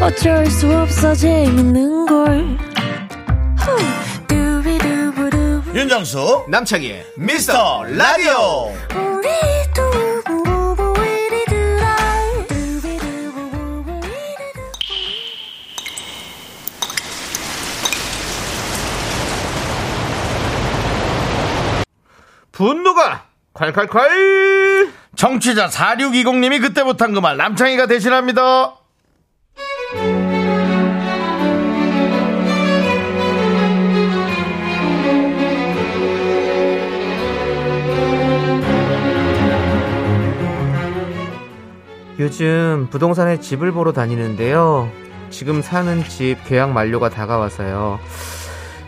Speaker 3: 어쩔 수 없어 재밌는 걸. 후. 두비두부두.
Speaker 1: 윤정수 남창희 미스터 라디오
Speaker 3: 우리 두부부부 우리
Speaker 2: 분노가 콸콸콸!
Speaker 1: 정취자 4620님이 그때 못한 그 말 남창희가 대신합니다.
Speaker 2: 요즘 부동산에 집을 보러 다니는데요. 지금 사는 집 계약 만료가 다가와서요.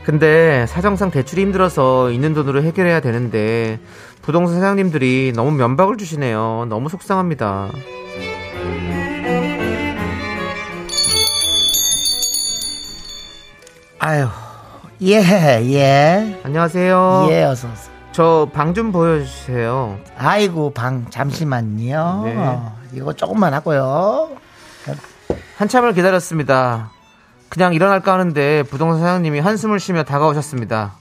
Speaker 2: 근데 사정상 대출이 힘들어서 있는 돈으로 해결해야 되는데 부동산 사장님들이 너무 면박을 주시네요. 너무 속상합니다.
Speaker 1: 아유 예, 예예
Speaker 2: 안녕하세요.
Speaker 1: 어서 오세요.
Speaker 2: 저 방 좀 보여주세요.
Speaker 1: 아이고 방 잠시만요. 이거 조금만 하고요.
Speaker 2: 한참을 기다렸습니다. 그냥 일어날까 하는데 부동산 사장님이 한숨을 쉬며 다가오셨습니다.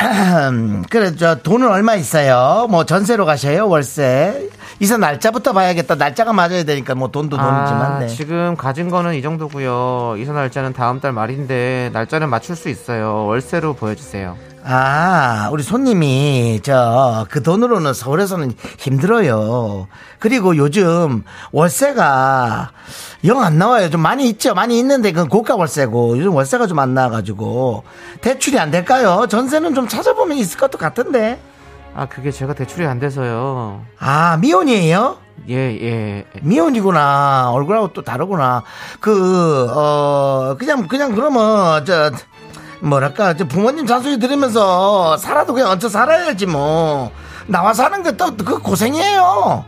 Speaker 1: 음, 그래 저 돈은 얼마 있어요? 뭐 전세로 가셔요? 월세? 이사 날짜부터 봐야겠다. 날짜가 맞아야 되니까 뭐 돈도 돈이지만.
Speaker 2: 아,
Speaker 1: 네.
Speaker 2: 지금 가진 거는 이 정도고요. 이사 날짜는 다음 달 말인데 날짜는 맞출 수 있어요. 월세로 보여주세요.
Speaker 1: 아, 우리 손님이 저 그 돈으로는 서울에서는 힘들어요. 그리고 요즘 월세가 영 안 나와요. 좀 많이 있죠. 많이 있는데 그건 고가 월세고 요즘 월세가 좀 안 나와가지고 대출이 안 될까요? 전세는 좀 찾아보면 있을 것도 같은데.
Speaker 2: 아 그게 제가 대출이 안 돼서요.
Speaker 1: 아, 미혼이에요?
Speaker 2: 예 예.
Speaker 1: 미혼이구나. 얼굴하고 또 다르구나. 그, 어, 그냥, 그냥 그러면, 저, 뭐랄까, 저 부모님 잔소리 들으면서 살아도 그냥 얹혀 살아야지 뭐. 나와 사는 것또그 고생이에요.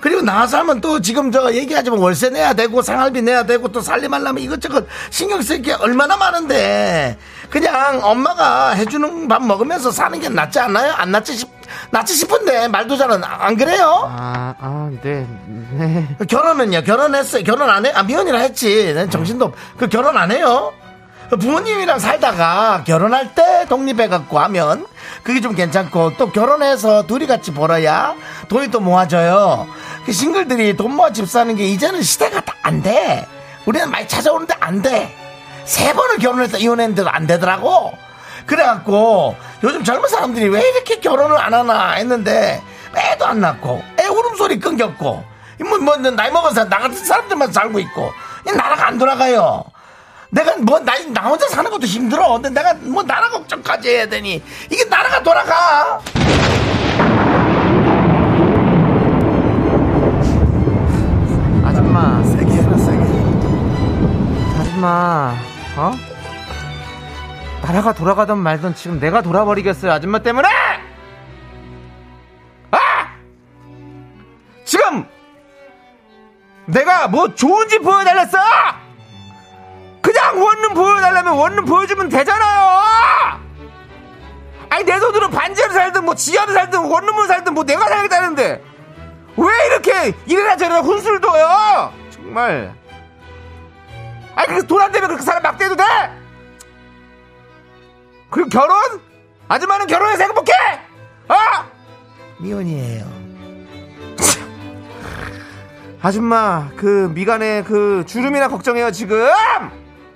Speaker 1: 그리고 나와서 하면 또 지금 저 얘기하지만 월세 내야 되고 생활비 내야 되고 또 살림하려면 이것저것 신경 쓸 게 얼마나 많은데 그냥 엄마가 해주는 밥 먹으면서 사는 게 낫지 않나요? 안 낫지 싶, 낫지 싶은데 말도 잘안 안 그래요?
Speaker 2: 아아네 네.
Speaker 1: 결혼은요? 결혼했어요? 결혼 안 해? 아, 미혼이라 했지. 난 정신도 없. 그 결혼 안 해요? 부모님이랑 살다가 결혼할 때 독립해갖고 하면 그게 좀 괜찮고 또 결혼해서 둘이 같이 벌어야 돈이 또 모아져요. 그 싱글들이 돈 모아 집 사는 게 이제는 시대가 다 안 돼. 우리는 많이 찾아오는데 안 돼. 세 번을 결혼해서 이혼했는데도 안 되더라고. 그래갖고 요즘 젊은 사람들이 왜 이렇게 결혼을 안 하나 했는데 애도 안 낳고 애 울음소리 끊겼고 뭐, 뭐 나이 먹은 사람 나 같은 사람들만 살고 있고 이 나라가 안 돌아가요. 내가 뭐 나이 나 혼자 사는 것도 힘들어. 근데 내가 뭐 나라 걱정까지 해야 되니 이게 나라가 돌아가.
Speaker 2: 아줌마
Speaker 1: 세게 해라 세게.
Speaker 2: 아줌마 어? 나라가 돌아가던 말던 지금 내가 돌아버리겠어요 아줌마 때문에 아 지금 내가 뭐 좋은지 보여달랬어 그냥 원룸 보여달라면 원룸 보여주면 되잖아요 아니 내 돈으로 반지하로 살든 뭐 지하로 살든 원룸을 살든 뭐 내가 살겠다는데 왜 이렇게 이래라 저래라 혼술 둬요 정말 아니 그래서 돈안 되면 그렇게 사람 막대도 돼? 그리고 결혼? 아줌마는 결혼해서 행복해! 어?
Speaker 1: 미혼이에요.
Speaker 2: 아줌마 그 미간에 그 주름이나 걱정해요 지금!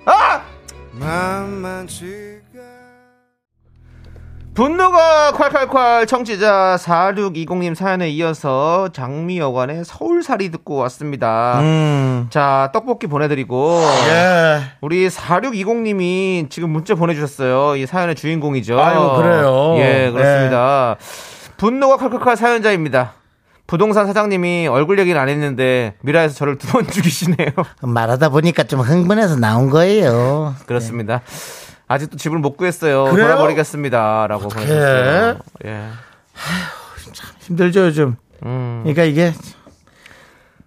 Speaker 2: 어? 분노가 콸콸콸 청취자 4620님 사연에 이어서 장미여관의 서울살이 듣고 왔습니다
Speaker 1: 음.
Speaker 2: 자 떡볶이 보내드리고
Speaker 1: 예.
Speaker 2: 우리 4620님이 지금 문자 보내주셨어요. 이 사연의 주인공이죠.
Speaker 1: 아유, 그래요. 네.
Speaker 2: 예, 그렇습니다. 분노가 칼칼칼 사연자입니다. 부동산 사장님이 얼굴 얘기는 안 했는데 미라에서 저를 두 번 <laughs> 죽이시네요.
Speaker 1: 말하다 보니까 좀 흥분해서 나온 거예요.
Speaker 2: 그렇습니다. 아직도 집을 못 구했어요.
Speaker 1: 네. 그래요?
Speaker 2: 돌아버리겠습니다라고 보내주셨어요. 예.
Speaker 1: 힘들죠 요즘.
Speaker 2: 음,
Speaker 1: 그러니까 이게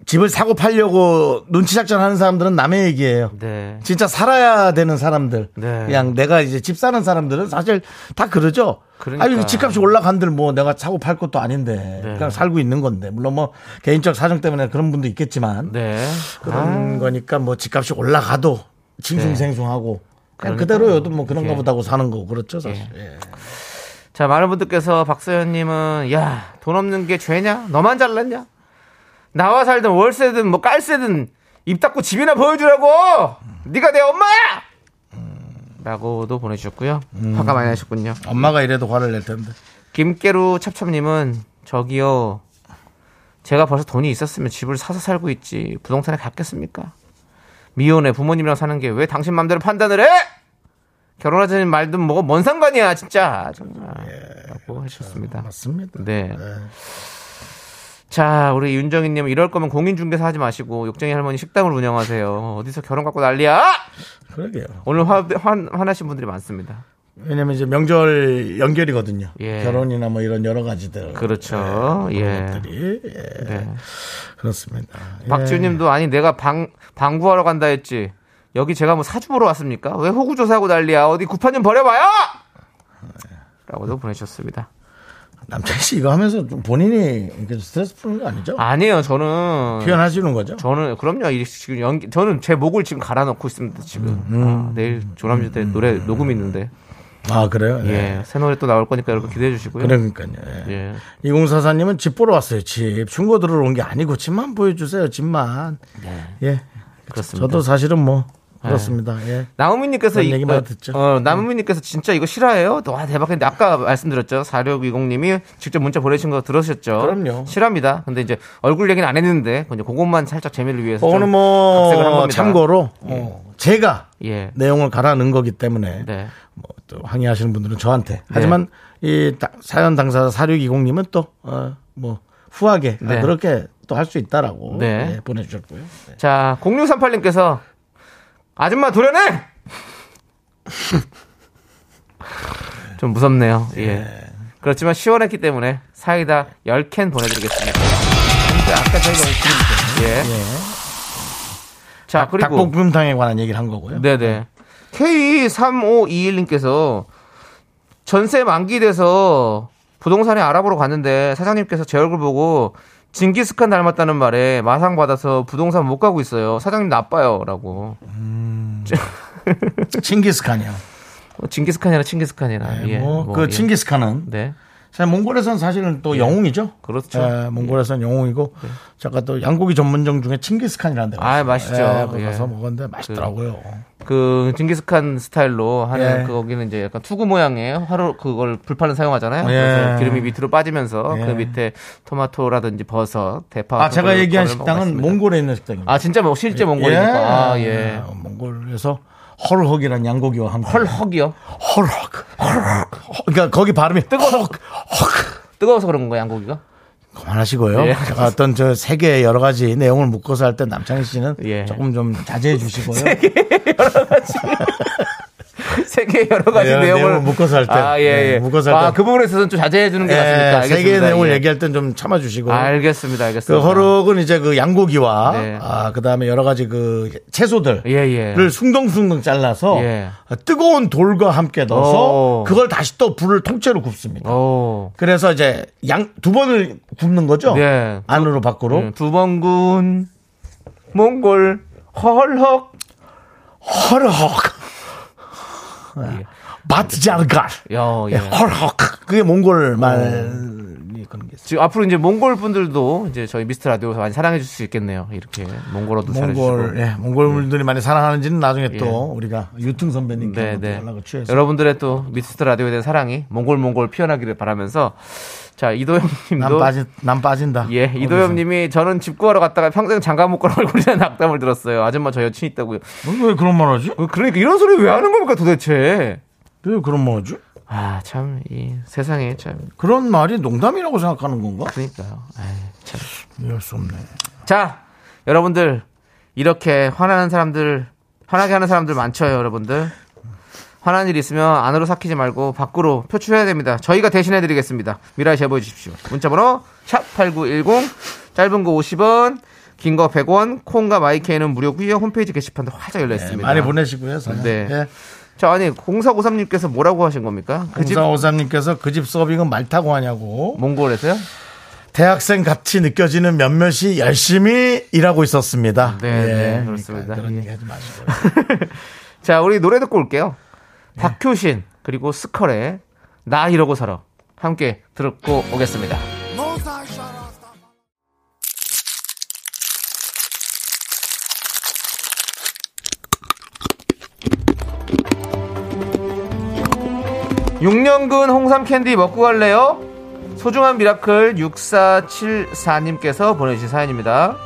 Speaker 1: 집을 사고 팔려고 눈치 작전하는 사람들은 남의 얘기예요.
Speaker 2: 네.
Speaker 1: 진짜 살아야 되는 사람들.
Speaker 2: 네.
Speaker 1: 그냥 내가 이제 집 사는 사람들은 사실 다 그러죠.
Speaker 2: 그러니까. 네.
Speaker 1: 아니, 집값이 올라간들 뭐 내가 사고 팔 것도 아닌데. 그냥 살고 있는 건데. 물론 뭐 개인적 사정 때문에 그런 분도 있겠지만.
Speaker 2: 네.
Speaker 1: 그런 거니까 뭐 집값이 올라가도 징숭생숭하고. 그냥
Speaker 2: 그러니까요.
Speaker 1: 그대로여도 뭐 그런가
Speaker 2: 예.
Speaker 1: 보다 하고 사는 거. 그렇죠, 사실. 예.
Speaker 2: 자, 많은 분들께서 박서연님은 야 돈 없는 게 죄냐? 너만 잘났냐? 나와 살든 월세든 뭐 깔세든 입 닫고 집이나 보여주라고. 네가 내 엄마야. 라고도 보내주셨고요. 화가 많이 나셨군요.
Speaker 1: 엄마가 이래도 화를 낼 텐데.
Speaker 2: 김깨루 찹찹님은 저기요. 제가 벌써 돈이 있었으면 집을 사서 살고 있지 부동산에 갔겠습니까? 미혼에 부모님이랑 사는 게 왜 당신 맘대로 판단을 해? 결혼하자는 말든 뭐가 뭔 상관이야 진짜 정말 라고 하셨습니다.
Speaker 1: 맞습니다.
Speaker 2: 네. 자, 우리 윤정희님 이럴 거면 공인중개사 하지 마시고 욕쟁이 할머니 식당을 운영하세요. 어디서 결혼 갖고 난리야?
Speaker 1: 그러게요.
Speaker 2: 오늘 화, 화, 화나신 분들이 많습니다.
Speaker 1: 왜냐면 이제 명절 연결이거든요.
Speaker 2: 예.
Speaker 1: 결혼이나 뭐 이런 여러 가지들.
Speaker 2: 그렇죠.
Speaker 1: 네,
Speaker 2: 예.
Speaker 1: 것들이. 예.
Speaker 2: 네.
Speaker 1: 그렇습니다. 예.
Speaker 2: 박지훈님도 아니 내가 방 방구하러 간다 했지. 여기 제가 뭐 사주 보러 왔습니까? 왜 호구 조사하고 난리야? 어디 구판 좀 버려봐요. 라고도 보내셨습니다.
Speaker 1: 남창희 씨 이거 하면서 좀 본인이 이렇게 스트레스 푸는 거 아니죠?
Speaker 2: 아니에요, 저는
Speaker 1: 표현하시는 거죠?
Speaker 2: 저는 그럼요. 이 지금 연기 저는 제 목을 지금 갈아 넣고 있습니다. 지금 아, 내일 조남지 대 노래 녹음 있는데
Speaker 1: 아, 그래요? 예.
Speaker 2: 예, 새 노래 또 나올 거니까 여러분 기대해 주시고요.
Speaker 1: 그러니까요. 예.
Speaker 2: 예.
Speaker 1: 2044님은 집 보러 왔어요. 집. 충고 들으러 온 게 아니고 집만 보여주세요. 집만.
Speaker 2: 네.
Speaker 1: 예.
Speaker 2: 그렇습니다.
Speaker 1: 저도 사실은 뭐 그렇습니다. 예.
Speaker 2: 나우미님께서
Speaker 1: 그런 얘기 많이 듣죠. 네.
Speaker 2: 어, 나우미님께서 진짜 이거 싫어해요? 와 대박인데 아까 말씀드렸죠. 4620님이 직접 문자 보내신 거 들으셨죠?
Speaker 1: 그럼요.
Speaker 2: 싫합니다. 근데 이제 얼굴 얘기는 안 했는데 그냥 그것만 살짝 재미를 위해서 좀
Speaker 1: 오늘
Speaker 2: 각색을 한
Speaker 1: 뭐
Speaker 2: 겁니다.
Speaker 1: 참고로 어, 제가
Speaker 2: 예.
Speaker 1: 내용을 갈아 넣은 거기 때문에
Speaker 2: 네.
Speaker 1: 뭐 또 항의하시는 분들은 저한테 하지만 이 다- 사연 당사자 4620님은 또뭐 후하게
Speaker 2: 네.
Speaker 1: 아, 그렇게 또 할 수 있다라고
Speaker 2: 네.
Speaker 1: 예, 보내주셨고요. 네.
Speaker 2: 자, 0638님께서 아줌마 도련해! <laughs> 좀 무섭네요. 예. 그렇지만 시원했기 때문에 사이다 10캔 보내드리겠습니다. 아까 저희가 예. 자,
Speaker 1: 네.
Speaker 2: 그리고
Speaker 1: 닭볶음탕에 관한 얘기를 한 거고요.
Speaker 2: 네네. K3521님께서 전세 만기 돼서 부동산에 알아보러 갔는데 사장님께서 제 얼굴 보고 징기스칸 닮았다는 말에 마상 받아서 부동산 못 가고 있어요. 사장님 나빠요라고.
Speaker 1: 칭기스칸이요.
Speaker 2: 뭐 징기스칸이나 칭기스칸이나. 예,
Speaker 1: 뭐
Speaker 2: 뭐,
Speaker 1: 그
Speaker 2: 예.
Speaker 1: 칭기스칸은
Speaker 2: 네. 예.
Speaker 1: 사실 몽골에선 사실은 또 영웅이죠.
Speaker 2: 그렇죠. 네.
Speaker 1: 예, 몽골에선 영웅이고 잠깐 또 양고기 전문점 중에 칭기스칸이라는 데가
Speaker 2: 아,
Speaker 1: 있어요.
Speaker 2: 맛있죠.
Speaker 1: 예, 거기
Speaker 2: 예.
Speaker 1: 가서 먹었는데 맛있더라고요.
Speaker 2: 그 징기스칸 스타일로 하는
Speaker 1: 예.
Speaker 2: 그 거기는 이제 약간 투구 모양의 화로 그걸 불판을 사용하잖아요. 그래서
Speaker 1: 예.
Speaker 2: 기름이 밑으로 빠지면서
Speaker 1: 예.
Speaker 2: 그 밑에 토마토라든지 버섯, 대파.
Speaker 1: 아
Speaker 2: 같은
Speaker 1: 제가
Speaker 2: 걸
Speaker 1: 얘기한
Speaker 2: 걸어
Speaker 1: 식당은
Speaker 2: 먹었습니다.
Speaker 1: 몽골에 있는 식당입니다.
Speaker 2: 아 진짜 뭐 실제 몽골이니까 아, 예.
Speaker 1: 아, 몽골에서 헐헉이라는 양고기와 함께
Speaker 2: 헐헉이요?
Speaker 1: 헐헉 헐헉 허- 그러니까 거기 발음이 헉 헉.
Speaker 2: 뜨거워서 그런 거야 양고기가? <laughs>
Speaker 1: 그만하시고요.
Speaker 2: 예.
Speaker 1: 제가 어떤 저 세계 여러 가지 내용을 묶어서 할 때 남창희 씨는
Speaker 2: 예.
Speaker 1: 조금 좀 자제해
Speaker 2: <laughs>
Speaker 1: 주시고요.
Speaker 2: 세계 여러 가지
Speaker 1: 예,
Speaker 2: 내용을
Speaker 1: 내용을 묶어서 할 때.
Speaker 2: 아, 예,
Speaker 1: 예,
Speaker 2: 예.
Speaker 1: 묶어서 할
Speaker 2: 아,
Speaker 1: 때.
Speaker 2: 그 부분에 있어서는 좀 자제해 주는 게 맞습니까?
Speaker 1: 예,
Speaker 2: 알겠습니다.
Speaker 1: 세계의 내용을
Speaker 2: 예.
Speaker 1: 얘기할 땐 좀 참아주시고.
Speaker 2: 알겠습니다.
Speaker 1: 그
Speaker 2: 알겠습니다.
Speaker 1: 허럭은 이제 그 양고기와
Speaker 2: 네.
Speaker 1: 아, 그다음에 여러 가지 그 채소들
Speaker 2: 예, 예.
Speaker 1: 를 숭덩숭덩 잘라서
Speaker 2: 예.
Speaker 1: 뜨거운 돌과 함께 넣어서
Speaker 2: 오.
Speaker 1: 그걸 다시 또 불을 통째로 굽습니다.
Speaker 2: 오.
Speaker 1: 그래서 이제 양 두 번을 굽는 거죠.
Speaker 2: 네.
Speaker 1: 안으로 밖으로
Speaker 2: 두번군 몽골 헐헉
Speaker 1: 허럭 바트장갈
Speaker 2: 야, 예.
Speaker 1: 허럭 네. 그게 몽골
Speaker 2: 음.
Speaker 1: 말이 그런 게 있어요.
Speaker 2: 지금 앞으로 이제 몽골 분들도 이제 저희 미스터 라디오 많이 사랑해 주실 수 있겠네요. 이렇게 몽골어도 잘해주시고. 예.
Speaker 1: 몽골 예, 몽골 분들이 많이 사랑하는지는 나중에 또 우리가 유퉁 선배님께
Speaker 2: 네,
Speaker 1: 또
Speaker 2: 네.
Speaker 1: 아, 연락을 취해서
Speaker 2: 여러분들의 또 미스터 라디오에 대한 사랑이 몽골몽골 피어나기를 바라면서 자
Speaker 1: 난 어,
Speaker 2: 이도현님도
Speaker 1: 빠진 난 빠진다.
Speaker 2: 예 이도현님이 저는 집 구하러 갔다가 평생 장가 못 갈 얼굴이라는 <laughs> 악담을 들었어요. 아줌마 저 여친 있다고요.
Speaker 1: 어디서? 왜 그런 말하지?
Speaker 2: 어, 그러니까 이런 소리 왜 하는 겁니까 도대체?
Speaker 1: 왜 그런 말하지?
Speaker 2: 아 참 이 세상에 참
Speaker 1: 그런 말이 농담이라고 생각하는 건가?
Speaker 2: 그러니까요. 에이, 참.
Speaker 1: 이해할 수 없네.
Speaker 2: 자 여러분들 이렇게 화나는 사람들 화나게 하는 사람들 많죠 여러분들. 화난 일 있으면 안으로 삭히지 말고 밖으로 표출해야 됩니다. 저희가 대신해 드리겠습니다. 미라에 제보해 주십시오. 문자번호 샵8910 짧은 거 50원 긴 거 100원 콩과 마이케이는 무료고요. 홈페이지 게시판도 활짝 열려 있습니다.
Speaker 1: 네, 많이 보내시고요. 사연.
Speaker 2: 네.
Speaker 1: 예.
Speaker 2: 자 아니 0453님께서 뭐라고 하신 겁니까? 그 집
Speaker 1: 공사오삼님께서 그 집 서빙은 말 타고 하냐고
Speaker 2: 몽골에서요?
Speaker 1: 대학생 같이 느껴지는 몇몇이 열심히 일하고 있었습니다. 그러니까
Speaker 2: 네, 네, 그렇습니다.
Speaker 1: 그런
Speaker 2: 예.
Speaker 1: 얘기 하지 마시고요. <laughs>
Speaker 2: 자 우리 노래 듣고 올게요. 박효신 그리고 스컬의 나 이러고 살아 함께 들고 오겠습니다. 6년근 홍삼 캔디 먹고 갈래요? 소중한 미라클 6474님께서 보내주신 사연입니다.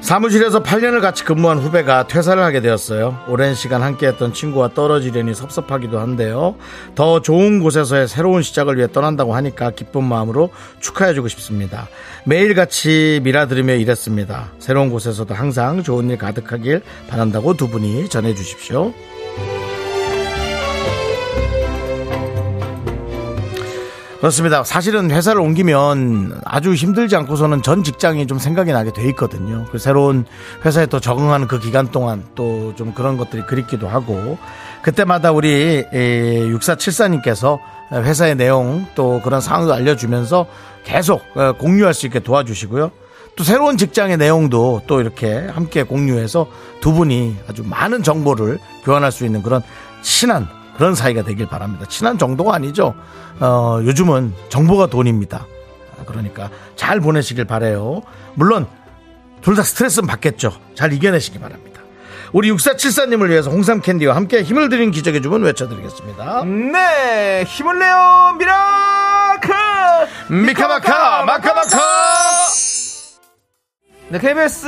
Speaker 1: 사무실에서 8년을 같이 근무한 후배가 퇴사를 하게 되었어요. 오랜 시간 함께했던 친구와 떨어지려니 섭섭하기도 한데요. 더 좋은 곳에서의 새로운 시작을 위해 떠난다고 하니까 기쁜 마음으로 축하해주고 싶습니다. 매일같이 미라 들으며 일했습니다. 새로운 곳에서도 항상 좋은 일 가득하길 바란다고 두 분이 전해주십시오. 그렇습니다. 사실은 회사를 옮기면 아주 힘들지 않고서는 전 직장이 좀 생각이 나게 돼 있거든요. 그 새로운 회사에 또 적응하는 그 기간 동안 또 좀 그런 것들이 그립기도 하고 그때마다 우리 6474님께서 회사의 내용 또 그런 상황도 알려주면서 계속 에, 공유할 수 있게 도와주시고요. 또 새로운 직장의 내용도 또 이렇게 함께 공유해서 두 분이 아주 많은 정보를 교환할 수 있는 그런 친한 그런 사이가 되길 바랍니다. 친한 정도가 아니죠. 어, 요즘은 정보가 돈입니다. 아, 그러니까 잘 보내시길 바래요. 물론 둘 다 스트레스는 받겠죠. 잘 이겨내시기 바랍니다. 우리 6474님을 위해서 홍삼 캔디와 함께 힘을 드린 기적의 주문 외쳐드리겠습니다.
Speaker 2: 네, 힘을 내요 미라클
Speaker 1: 미카마카 마카마카
Speaker 2: 네, KBS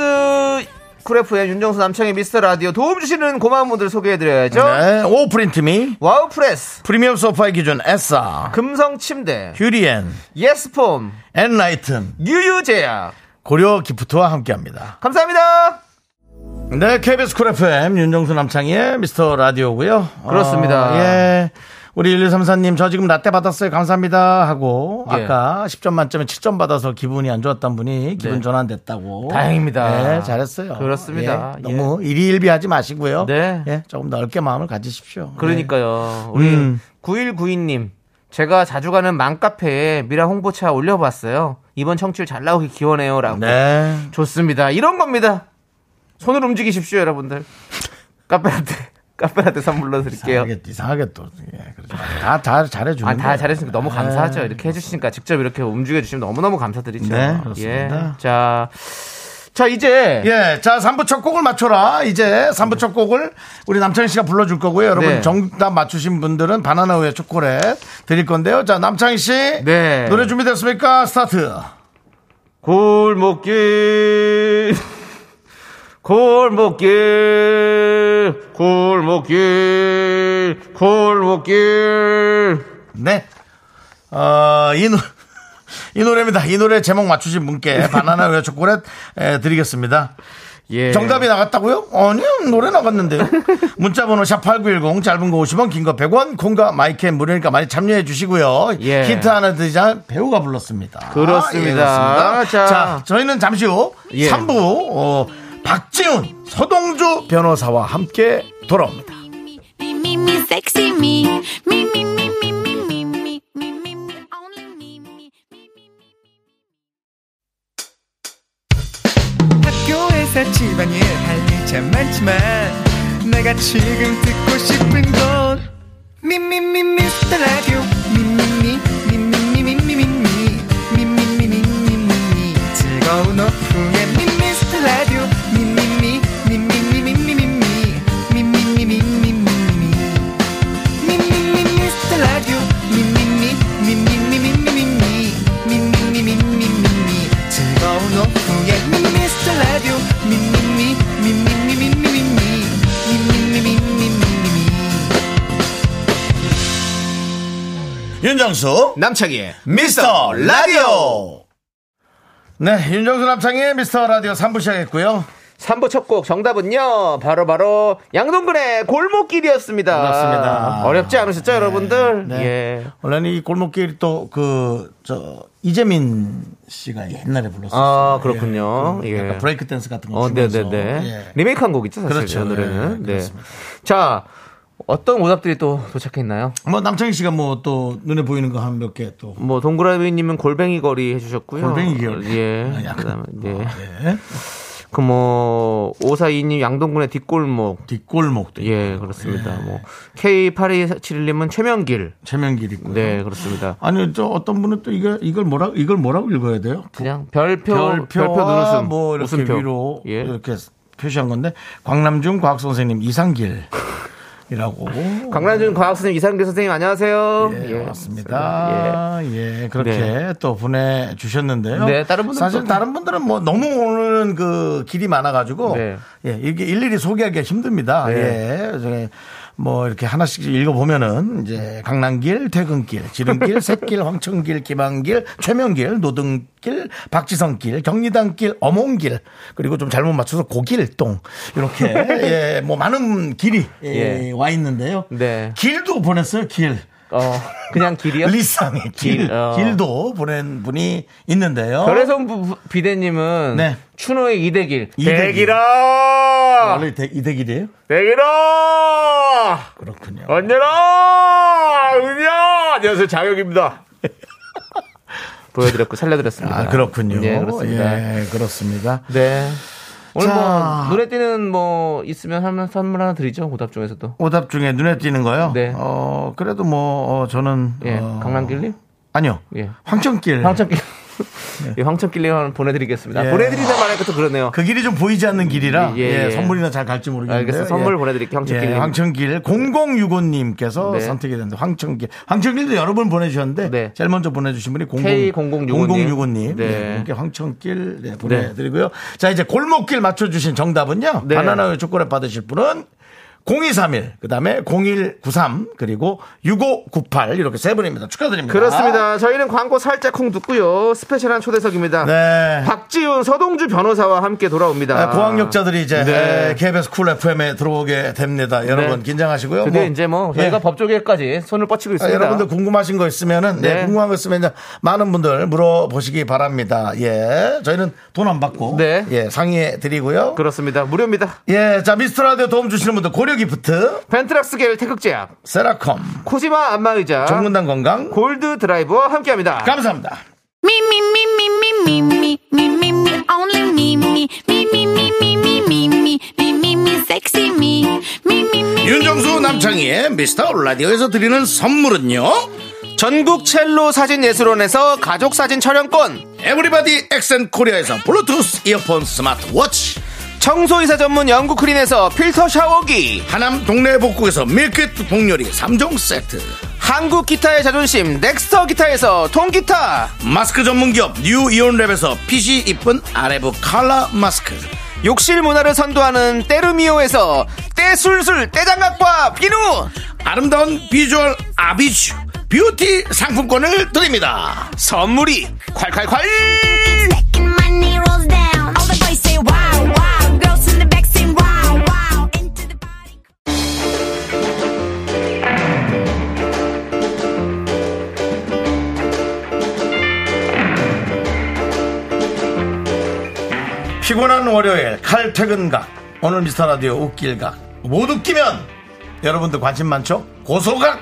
Speaker 2: 쿨 FM의 윤정수 남창의 미스터 라디오 도움 주시는 고마운 분들 소개해드려야죠.
Speaker 1: 네, 오프린트미
Speaker 2: 와우프레스,
Speaker 1: 프리미엄 소파의 기준 에싸
Speaker 2: 금성침대,
Speaker 1: 휴리엔
Speaker 2: 예스폼,
Speaker 1: 엔라이튼
Speaker 2: 유유제약.
Speaker 1: 고려 기프트와 함께합니다.
Speaker 2: 감사합니다.
Speaker 1: 네, KBS 쿨 FM 윤정수 남창희의 미스터 라디오고요.
Speaker 2: 그렇습니다.
Speaker 1: 어, 예. 우리 1134님 저 지금 라떼 받았어요. 감사합니다 하고
Speaker 2: 예.
Speaker 1: 아까 10점 만점에 7점 받아서 기분이 안 좋았던 분이 기분
Speaker 2: 네.
Speaker 1: 전환됐다고.
Speaker 2: 다행입니다.
Speaker 1: 예, 잘했어요.
Speaker 2: 그렇습니다.
Speaker 1: 예, 너무 일희일비하지 마시고요.
Speaker 2: 네.
Speaker 1: 예, 조금 넓게 마음을 가지십시오. 예.
Speaker 2: 그러니까요. 우리
Speaker 1: 음.
Speaker 2: 9192님. 제가 자주 가는 맘카페에 미라 홍보차 올려봤어요. 이번 청취율 잘 나오길 기원해요. 라고.
Speaker 1: 예. 네.
Speaker 2: 좋습니다. 이런 겁니다. 손을 움직이십시오, 여러분들. 카페라떼, 카페라떼 선물로 드릴게요.
Speaker 1: 이상하게, 이상하게 또 예, 그러지 마세요. 다, 다 잘해주는
Speaker 2: 아, 다 잘했으니까 너무 감사하죠. 이렇게 해주시니까 직접 이렇게 움직여주시면 너무너무 감사드리죠.
Speaker 1: 네, 그렇습니다.
Speaker 2: 예. 자, 자, 이제.
Speaker 1: 예, 자, 3부 첫 곡을 맞춰라. 이제 3부 첫 곡을 우리 남창희 씨가 불러줄 거고요. 여러분
Speaker 2: 네.
Speaker 1: 정답 맞추신 분들은 바나나 우유 초콜릿 드릴 건데요. 자, 남창희 씨.
Speaker 2: 네.
Speaker 1: 노래 준비됐습니까? 스타트.
Speaker 2: 골목길 골목길 골목길 골목길
Speaker 1: 네. 어, 이, 노, <laughs> 이 노래입니다. 이 노래 제목 맞추신 분께 바나나 우유 초콜릿 에, 드리겠습니다.
Speaker 2: 예.
Speaker 1: 정답이 나갔다고요? 아니요, 노래
Speaker 2: <laughs>
Speaker 1: 나갔는데요. 문자번호 샵8910, 짧은 거 50원, 긴 거 100원, 콩과 마이캔 무료니까 많이 참여해 주시고요.
Speaker 2: 예.
Speaker 1: 힌트 하나 드리자 배우가 불렀습니다.
Speaker 2: 그렇습니다.
Speaker 1: 예, 그렇습니다. 자.
Speaker 2: 자.
Speaker 1: 저희는 잠시 후
Speaker 2: 예.
Speaker 1: 3부, 어, 박지훈, 서동주 변호사와 함께 돌아옵니다.
Speaker 3: Me, me, me, sexy me. Me, me, me, me, me, me, me, me, me, me, only me, me, me, me.
Speaker 5: 학교에서 집안일 할 일 참 많지만 내가 지금 듣고 싶은 건 미미미 미스터 라디오 미미미 미미미미미미 미미미미미미 즐거운 오후에 미스터 라디오 미미미 미미미미미미 미미미미미미 미미미 미스터 라디오 미미미 미미미미미미 미미미미미미 즐거운 오후에 미스터 라디오 미미미 미미미미미미 미미미미미미
Speaker 1: 윤정수,
Speaker 2: 남창희의
Speaker 1: 미스터 라디오! 네, 윤정수 남창의 미스터 라디오 3부 시작했고요.
Speaker 2: 3부 첫 곡 정답은요 바로바로 양동근의 골목길이었습니다
Speaker 1: 그렇습니다.
Speaker 2: 어렵지 않으셨죠 여러분들
Speaker 1: 네.
Speaker 2: 예.
Speaker 1: 원래는 이 골목길 또 그 저 이재민 씨가 옛날에 불렀어요.
Speaker 2: 아 그렇군요 예.
Speaker 1: 약간 브레이크 댄스 같은 거
Speaker 2: 어,
Speaker 1: 추면서.
Speaker 2: 네네네.
Speaker 1: 예.
Speaker 2: 리메이크한 곡이죠, 사실
Speaker 1: 그렇죠.
Speaker 2: 이 노래는.
Speaker 1: 예,
Speaker 2: 네.
Speaker 1: 그렇습니다.
Speaker 2: 자, 어떤 오답들이 또 도착했나요?
Speaker 1: 뭐 남창희 씨가 뭐 또 눈에 보이는 거 한 몇 개 또.
Speaker 2: 뭐 동그라미님은 골뱅이 거리 해주셨고요.
Speaker 1: 골뱅이 기억.
Speaker 2: 예.
Speaker 1: 아, 약간.
Speaker 2: 그다음에 예.
Speaker 1: 예.
Speaker 2: 그뭐 오사이님 양동근의 뒷골목.
Speaker 1: 뒷골목도 있고.
Speaker 2: 예,
Speaker 1: 네.
Speaker 2: 그렇습니다. 뭐 K 8271님은 최명길.
Speaker 1: 최명길 있고.
Speaker 2: 네, 그렇습니다.
Speaker 1: 아니 저 어떤 분은 또 이걸 이걸 뭐라 이걸 뭐라고 읽어야 돼요?
Speaker 2: 그냥 별표 별표,
Speaker 1: 별표와
Speaker 2: 눈웃음
Speaker 1: 뭐 이렇게
Speaker 2: 웃음표.
Speaker 1: 위로
Speaker 2: 예.
Speaker 1: 이렇게 표시한 건데 광남중 과학 선생님
Speaker 2: <laughs>
Speaker 1: 이상길이라고
Speaker 2: 강란준 과학선생님 이상규 선생님 안녕하세요.
Speaker 1: 예,
Speaker 2: 예, 맞습니다.
Speaker 1: 맞습니다. 예, 그렇게
Speaker 2: 네.
Speaker 1: 또 보내주셨는데요.
Speaker 2: 네, 다른 분들은
Speaker 1: 사실
Speaker 2: 또-
Speaker 1: 다른 분들은 뭐 너무 오늘은 그 길이 많아가지고
Speaker 2: 네.
Speaker 1: 예, 이게 일일이 소개하기가 힘듭니다.
Speaker 2: 네.
Speaker 1: 예, 저기 뭐 이렇게 하나씩 읽어보면은 이제 강남길, 퇴근길, 지름길, <laughs> 샛길, 황천길, 기만길, 최명길, 노등길, 박지성길, 경리단길, 어몽길 그리고 좀 잘못 맞춰서 고길동
Speaker 2: <laughs>
Speaker 1: 이렇게 예, 뭐 많은 길이 예,
Speaker 2: 예.
Speaker 1: 와 있는데요.
Speaker 2: 네.
Speaker 1: 길도 보냈어요. 길.
Speaker 2: 예. 어, 그냥 길이요?
Speaker 1: 리쌍의 길,
Speaker 2: 길, 어.
Speaker 1: 길도 보낸 분이 있는데요.
Speaker 2: 별에서 비대님은
Speaker 1: 네.
Speaker 2: 추노의 이대길.
Speaker 1: 이대길.
Speaker 2: 대길아!
Speaker 1: 원래 대- 이대길이에요?
Speaker 2: 대길아!
Speaker 1: 그렇군요.
Speaker 2: 어, 언제나! 은야! 안녕하세요, 장혁입니다. <laughs> 보여드렸고, 살려드렸습니다.
Speaker 1: 아 그렇군요.
Speaker 2: 예, 그렇습니다.
Speaker 1: 예, 그렇습니다.
Speaker 2: 네. 오늘
Speaker 1: 자.
Speaker 2: 뭐, 눈에 띄는 뭐, 있으면 한- 선물 하나 드리죠, 오답 중에서도.
Speaker 1: 오답 중에 눈에 띄는 거요.
Speaker 2: 네.
Speaker 1: 어 그래도 뭐 어, 저는
Speaker 2: 예,
Speaker 1: 어,
Speaker 2: 강남길님?
Speaker 1: 아니요.
Speaker 2: 예.
Speaker 1: 황천길.
Speaker 2: 황천길. 예, 황천길님 하나 보내드리겠습니다.
Speaker 1: 네. 예.
Speaker 2: 보내드리는 말에 또 그러네요.
Speaker 1: 그 길이 좀 보이지 않는 길이라
Speaker 2: 예,
Speaker 1: 예,
Speaker 2: 예.
Speaker 1: 선물이나 잘 갈지 모르겠는데
Speaker 2: 알겠어요. 선물 보내드릴게요, 황천길님.
Speaker 1: 황천길 0065님께서
Speaker 2: 네.
Speaker 1: 선택이 됐는데 황천길 황천길도 여러 분 보내주셨는데
Speaker 2: 네.
Speaker 1: 제일 먼저 보내주신 분이 00,
Speaker 2: K0065 님.
Speaker 1: 0065님
Speaker 2: 네.
Speaker 1: 네. 이렇게 황천길 네, 보내드리고요. 자 이제 골목길 맞춰주신 정답은요.
Speaker 2: 네.
Speaker 1: 바나나의 초콜릿 받으실 분은 0231, 그 다음에 0193, 그리고 6598, 이렇게 세 분입니다. 축하드립니다.
Speaker 2: 그렇습니다. 저희는 광고 살짝 콩 듣고요. 스페셜한 초대석입니다.
Speaker 1: 네.
Speaker 2: 박지훈, 서동주 변호사와 함께 돌아옵니다.
Speaker 1: 네, 고학력자들이 이제
Speaker 2: 네.
Speaker 1: 에, KBS 쿨 FM에 들어오게 됩니다. 여러분
Speaker 2: 네.
Speaker 1: 긴장하시고요.
Speaker 2: 드디어 이제 뭐 저희가
Speaker 1: 예.
Speaker 2: 법조계까지 손을 뻗치고
Speaker 1: 아,
Speaker 2: 있습니다.
Speaker 1: 여러분들 궁금하신 거 있으면은 네,
Speaker 2: 네.
Speaker 1: 궁금한 거 있으면 이제 많은 분들 물어보시기 바랍니다. 예, 저희는 돈 안 받고
Speaker 2: 네.
Speaker 1: 예 상의해 드리고요.
Speaker 2: 그렇습니다. 무료입니다.
Speaker 1: 예, 자 미스터라디오 도움 주시는 분들 고려기프트,
Speaker 2: 벤트락스겔 태극제약,
Speaker 1: 세라컴,
Speaker 2: 코지마 안마의자,
Speaker 1: 정문당 건강,
Speaker 2: 골드 드라이브와 함께합니다.
Speaker 1: 감사합니다.
Speaker 3: Me, me, me, me, me, me, me, me, me, me, only me, me, me, me, me, me, me, me, me, me, me, me, sexy me, me, me, me.
Speaker 1: 윤정수 남창희의 미스터 라디오에서 드리는 선물은요.
Speaker 2: 전국 첼로 사진 예술원에서 가족 사진 촬영권,
Speaker 1: 에브리바디 엑센 코리아에서 블루투스 이어폰 스마트워치.
Speaker 2: 청소이사 전문 영국 크린에서 필터 샤워기,
Speaker 1: 하남 동네 복국에서 밀키트 복요리 3종 세트
Speaker 2: 한국 기타의 자존심 넥스터 기타에서 통기타,
Speaker 1: 마스크 전문기업 뉴 이온랩에서 핏이 이쁜 아레브 칼라 마스크
Speaker 2: 욕실 문화를 선도하는 때르미오에서 때술술 때장갑과 비누
Speaker 1: 아름다운 비주얼 아비쥬 뷰티 상품권을 드립니다
Speaker 2: 선물이 콸콸콸
Speaker 3: Second money rolls down. All the boys say wow, wow. Girls in the back say wow, wow. Into the party.
Speaker 1: 피곤한 월요일 칼퇴근각 오늘 미스터라디오 웃길각 못 웃기면 여러분들 관심 많죠? 고소각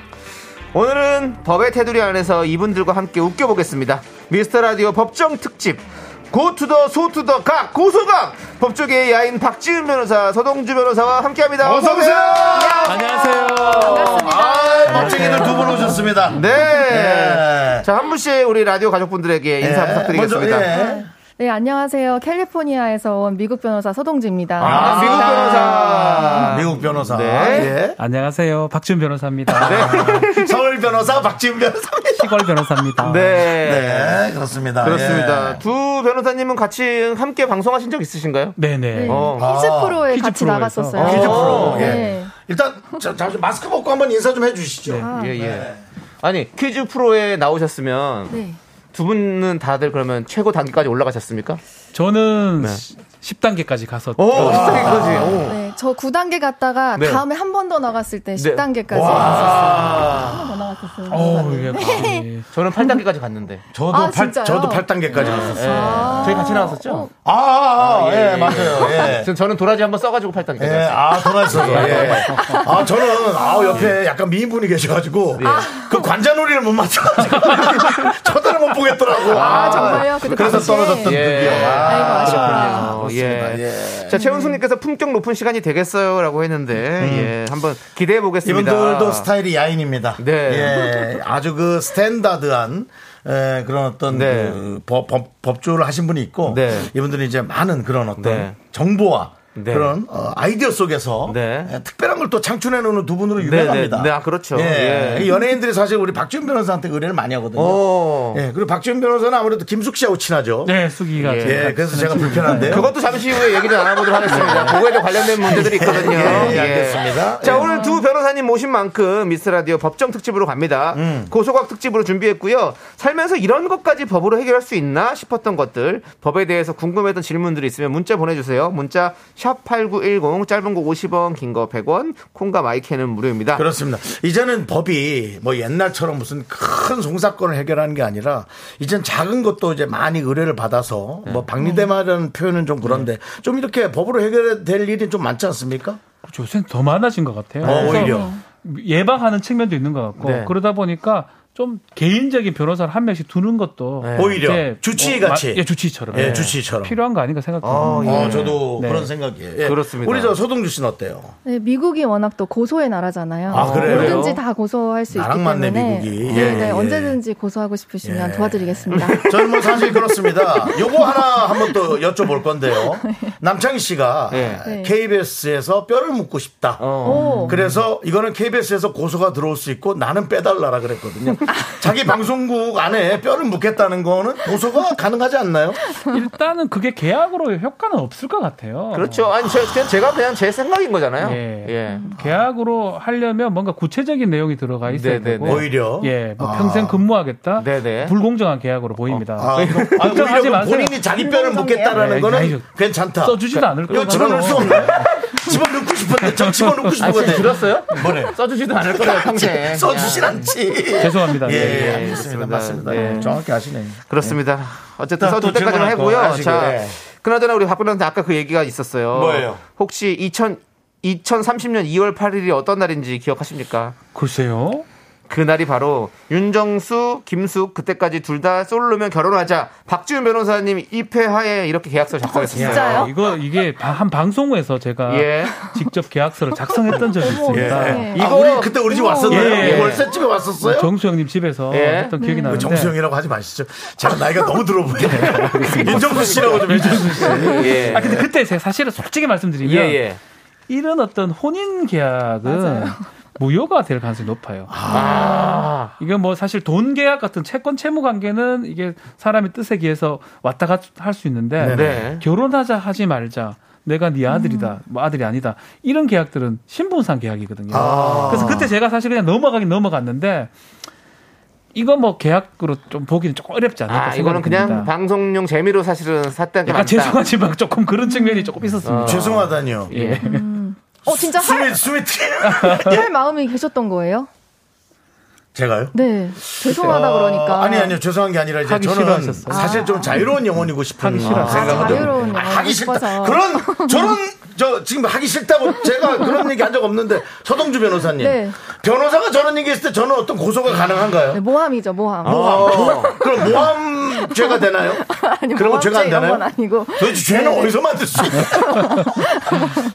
Speaker 2: 오늘은 법의 테두리 안에서 이분들과 함께 웃겨보겠습니다 미스터 라디오 법정 특집 고투더 소투더 각 고소각 법조계의 야인 박지은 변호사 서동주 변호사와 함께합니다
Speaker 1: 어서오세요
Speaker 6: 안녕하세요.
Speaker 1: 아, 멋쟁이들 두 분 오셨습니다 예.
Speaker 2: 네. 네자한 분씩 우리 라디오 가족분들에게 인사
Speaker 1: 예,
Speaker 2: 부탁드리겠습니다
Speaker 1: 먼저, 예.
Speaker 7: 네, 안녕하세요. 캘리포니아에서 온 미국 변호사 서동지입니다.
Speaker 2: 아, 미국 변호사
Speaker 1: 아, 미국 변호사
Speaker 2: 네.
Speaker 6: 안녕하세요. 박준 변호사입니다.
Speaker 1: 예. <laughs> 서울 변호사 박지훈 변호사
Speaker 6: 시골 변호사입니다.
Speaker 2: 네.
Speaker 1: 네, 그렇습니다.
Speaker 2: 그렇습니다.
Speaker 1: 예. 음.
Speaker 2: 두 변호사님은 같이 함께 방송하신 적 있으신가요?
Speaker 6: 네네.
Speaker 2: 어.
Speaker 7: 퀴즈 프로에
Speaker 6: 퀴즈
Speaker 7: 같이
Speaker 6: 프로에서.
Speaker 7: 나갔었어요.
Speaker 1: 아, 퀴즈 프로.
Speaker 2: 어,
Speaker 1: 예.
Speaker 7: 네.
Speaker 1: 일단 자, 잠시 마스크 벗고 한번 인사 좀 해주시죠.
Speaker 2: 예, 예.
Speaker 1: 네.
Speaker 2: 아니, 퀴즈 프로에 나오셨으면
Speaker 7: 네.
Speaker 2: 두 분은 다들 그러면 최고 단계까지 올라가셨습니까?
Speaker 6: 저는 10단계까지 가서
Speaker 2: 오, 10단계까지.
Speaker 7: 네, 저 9단계 갔다가
Speaker 2: 네.
Speaker 7: 다음에 한 번 더 나갔을
Speaker 1: 네.
Speaker 7: 때
Speaker 2: 아.
Speaker 7: 10단계까지
Speaker 1: 와.
Speaker 7: 더 나갔었어요.
Speaker 6: 어우, 이게 감이.
Speaker 2: 저는 8단계까지 갔는데.
Speaker 1: 저도
Speaker 7: 아,
Speaker 1: 팔
Speaker 7: 진짜요?
Speaker 1: 저도 8단계까지 갔었어요.
Speaker 2: 예.
Speaker 7: 네.
Speaker 2: 저희 같이 나왔었죠?
Speaker 1: 네. 아, 아, 아, 예, 맞아요. 예.
Speaker 2: 지금 저는 도라지 한번 써가지고 8단계까지.
Speaker 1: 예, 아, 돌아있어서, 예. 아, 저는, 아, 옆에 약간 미인분이 계셔가지고, 그 관자놀이를 못 맞춰가지고, <laughs> 쳐다를 못 보겠더라고.
Speaker 7: 아, 정말요? 그때
Speaker 1: 그래서
Speaker 7: 당시에.
Speaker 1: 떨어졌던
Speaker 2: 예.
Speaker 1: 드디어. 아,
Speaker 7: 아이고, 아쉽구나.
Speaker 2: 어,
Speaker 1: 그렇습니다.
Speaker 2: 예.
Speaker 1: 예.
Speaker 2: 자, 최은숙님께서 품격 높은 시간이 되겠어요라고 했는데, 예, 한번 기대해 보겠습니다.
Speaker 1: 이분들도 스타일이 야인입니다.
Speaker 2: 네.
Speaker 1: 예, 아주 그 스탠다드한 에, 그런 어떤
Speaker 2: 네.
Speaker 1: 그 법, 법, 법조를 하신 분이 있고
Speaker 2: 네.
Speaker 1: 이분들은 이제 많은 그런 어떤
Speaker 2: 네.
Speaker 1: 정보와
Speaker 2: 네.
Speaker 1: 그런 어, 아이디어 속에서
Speaker 2: 네.
Speaker 1: 예, 특별한 걸 또 창출해 놓는 두 분으로 유명합니다.
Speaker 2: 네, 네, 네, 아, 그렇죠.
Speaker 1: 예,
Speaker 2: 예. 어.
Speaker 1: 연예인들이 사실 우리 박지훈 변호사한테 의뢰를 많이 하거든요.
Speaker 2: 오.
Speaker 1: 예, 그리고 박지훈 변호사는 아무래도 김숙 씨하고 친하죠.
Speaker 8: 네, 수기가.
Speaker 1: 예, 그래서 제가 불편한데요.
Speaker 2: 그것도 잠시 후에 얘기를 나눠보도록 하겠습니다. 그거에 대해 관련된 문제들이 있거든요.
Speaker 1: 예, 예,
Speaker 2: 예.
Speaker 1: 알겠습니다.
Speaker 2: 자,
Speaker 1: 예.
Speaker 2: 오늘 두 변호사님 모신 만큼 미스라디오 법정 특집으로 갑니다.
Speaker 1: 음.
Speaker 2: 고소각 특집으로 준비했고요. 살면서 이런 것까지 법으로 해결할 수 있나 싶었던 것들, 법에 대해서 궁금했던 질문들이 있으면 문자 보내주세요. 문자 샵8910, 짧은 거 50원, 긴 거 100원, 콩과 마이크는 무료입니다.
Speaker 1: 그렇습니다. 이제는 법이 뭐 옛날처럼 무슨 큰 송사건을 해결하는 게 아니라 이젠 작은 것도 이제 많이 의뢰를 받아서 뭐 박리대마라는 표현은 좀 그런데 좀 이렇게 법으로 해결될 일이 좀 많지 않습니까?
Speaker 8: 요새는 더 많아진 것 같아요.
Speaker 1: 어,
Speaker 8: 그래서
Speaker 1: 오히려.
Speaker 8: 예방하는 측면도 있는 것 같고
Speaker 2: 네.
Speaker 8: 그러다 보니까 좀 개인적인 변호사를 한 명씩 두는 것도
Speaker 1: 오히려
Speaker 8: 이제
Speaker 1: 주치의
Speaker 8: 뭐 마-
Speaker 1: 같이.
Speaker 8: 예, 주치처럼
Speaker 1: 예, 주치처럼.
Speaker 8: 필요한 거 아닌가 생각해요.
Speaker 2: 어, 예.
Speaker 1: 어, 저도
Speaker 8: 네.
Speaker 1: 그런 생각이에요. 예.
Speaker 2: 그렇습니다.
Speaker 1: 우리 저 서동주 씨는 어때요?
Speaker 7: 네, 미국이 워낙 또 고소의 나라잖아요.
Speaker 1: 아, 그래요?
Speaker 7: 뭐든지 다 고소할 수 있기
Speaker 1: 나랑 맞네,
Speaker 7: 때문에
Speaker 1: 미국이.
Speaker 7: 네,
Speaker 1: 예,
Speaker 7: 네,
Speaker 1: 예, 예.
Speaker 7: 언제든지 고소하고 싶으시면
Speaker 1: <laughs>
Speaker 7: 도와드리겠습니다.
Speaker 1: 저는 뭐 사실 그렇습니다. 요거 하나 한번 또 여쭤볼 <laughs> 건데요. 남창희 씨가
Speaker 2: 네.
Speaker 1: KBS에서 뼈를 묻고 싶다.
Speaker 2: 어,
Speaker 7: 오.
Speaker 1: 어, 그래서 이거는 KBS에서 고소가 들어올 수 있고 나는 빼달라라 그랬거든요. 자기 방송국 안에 뼈를 묻겠다는 거는 고소가 가능하지 않나요?
Speaker 8: 일단은 그게 계약으로 효과는 없을 것
Speaker 1: 어.
Speaker 8: 같아요.
Speaker 2: 그렇죠. 아니, 제, 그냥 제가 그냥 제 생각인 거잖아요.
Speaker 8: 예.
Speaker 2: 예.
Speaker 8: 계약으로 하려면 뭔가 구체적인 내용이 들어가 있어야
Speaker 2: 네네네.
Speaker 8: 되고
Speaker 1: 오히려.
Speaker 8: 예, 뭐
Speaker 1: 아.
Speaker 8: 평생 근무하겠다.
Speaker 2: 네네.
Speaker 8: 불공정한 계약으로 보입니다.
Speaker 1: 아, 그럼- 아,
Speaker 8: 걱정하지
Speaker 1: 오히려 그럼
Speaker 8: 마세요.
Speaker 1: 본인이 자기 뼈를 묻겠다라는
Speaker 8: 네,
Speaker 1: 거는
Speaker 8: 아니,
Speaker 1: 괜찮다.
Speaker 8: 써주지도 않을
Speaker 1: 이거
Speaker 8: 거예요.
Speaker 1: 집어넣을 수그 없나요? <laughs> 집어넣고 싶은데 저 집어넣고 싶은데
Speaker 2: 들었어요?
Speaker 1: 뭐래?
Speaker 2: 써주지도 않을 거예요,
Speaker 1: <laughs>
Speaker 2: 평생.
Speaker 1: 써주진 않지.
Speaker 8: 죄송합니다.
Speaker 1: 예,
Speaker 8: 예.
Speaker 1: 예,
Speaker 2: 예,
Speaker 1: 알겠습니다.
Speaker 2: 그렇습니다.
Speaker 1: 맞습니다.
Speaker 2: 네.
Speaker 1: 정확히 아시네.
Speaker 2: 그렇습니다. 어쨌든
Speaker 1: 자,
Speaker 2: 써줄
Speaker 1: 또
Speaker 2: 때까지는
Speaker 1: 질문할 거
Speaker 2: 하고요.
Speaker 1: 하시고,
Speaker 2: 자,
Speaker 1: 예.
Speaker 2: 그나저나 우리 박 변호사한테 아까 그 얘기가 있었어요.
Speaker 1: 뭐예요?
Speaker 2: 혹시 2000, 2030년 2월 8일이 어떤 날인지 기억하십니까?
Speaker 8: 글쎄요.
Speaker 2: 그날이 바로 윤정수, 김숙 그때까지 둘 다 솔로면 결혼하자 박지훈 변호사님 입회하에 이렇게 계약서 작성했었어요.
Speaker 7: 진짜요?
Speaker 8: 이거 이게 바- 한 방송에서 제가
Speaker 2: 예.
Speaker 8: 직접 계약서를 작성했던 적이
Speaker 1: 예.
Speaker 8: 있습니다.
Speaker 7: 네.
Speaker 1: 아, 우리 그때 우리 집 왔었나요?
Speaker 8: 예, 예.
Speaker 1: 월세 집에 왔었어요?
Speaker 8: 정수 형님 집에서
Speaker 2: 예.
Speaker 8: 했던 기억이 나는데
Speaker 1: 음. 정수 형이라고 하지 마시죠. 제가 나이가 너무 들어보게. <laughs> 윤정수 씨라고 좀 해주세요.
Speaker 2: 예.
Speaker 8: 아 근데 그때 제가 사실은 솔직히 말씀드리면
Speaker 2: 예, 예.
Speaker 8: 이런 어떤 혼인 계약은 무효가 될 가능성이 높아요. 이건 뭐 사실 돈 계약 같은 채권 채무 관계는 이게 사람의 뜻에 기해서 왔다 갔다 할 수 있는데
Speaker 2: 네.
Speaker 8: 결혼하자 하지 말자. 내가 네 아들이다, 뭐 아들이 아니다. 이런 계약들은 신분상 계약이거든요.
Speaker 2: 아.
Speaker 8: 그래서 그때 제가 사실 그냥 넘어가긴 넘어갔는데 이거 뭐 계약으로 좀 보기는 조금 어렵지 않을까
Speaker 2: 아,
Speaker 8: 생각이
Speaker 2: 이거는 그냥
Speaker 8: 듭니다.
Speaker 2: 방송용 재미로 사실은 샀던 게
Speaker 8: 약간
Speaker 2: 맞다.
Speaker 8: 죄송하지만 조금 그런 측면이 조금 있었습니다.
Speaker 1: 죄송하다니요.
Speaker 8: 예.
Speaker 7: 어, 진짜 할,
Speaker 1: 스윗, 스윗.
Speaker 2: <laughs>
Speaker 7: 할 마음이 계셨던 거예요?
Speaker 1: 제가요?
Speaker 7: 네. 죄송하다 그러니까. 아.
Speaker 1: 어, 아니, 아니요. 죄송한 게 아니라 이제
Speaker 8: 하기
Speaker 1: 저는
Speaker 8: 싫어하셨어요.
Speaker 1: 사실 좀 자유로운 영혼이고 싶은
Speaker 8: 싫어하셨어요.
Speaker 1: 생각을 좀-
Speaker 7: 자유로운
Speaker 1: 아,
Speaker 7: 영혼이고
Speaker 1: 하기 싫다.
Speaker 7: 싶어서. <laughs>
Speaker 1: 그런, 저런, 저 지금 하기 싫다고 제가 그런 얘기 한 적 없는데 서동주 변호사님.
Speaker 7: 네.
Speaker 1: 변호사가 저런 얘기 했을 때 저는 어떤 고소가 가능한가요?
Speaker 7: 네, 모함이죠, 모함.
Speaker 1: 모함. 그럼 모함 죄가
Speaker 7: <laughs>
Speaker 1: 되나요?
Speaker 7: 아니,
Speaker 1: 그런 거 죄가 안
Speaker 7: 모함죄 이런 건
Speaker 1: 되나요?
Speaker 7: 아니고.
Speaker 1: 도대체 죄는
Speaker 7: 네.
Speaker 1: 어디서 만들 수 있는 <laughs>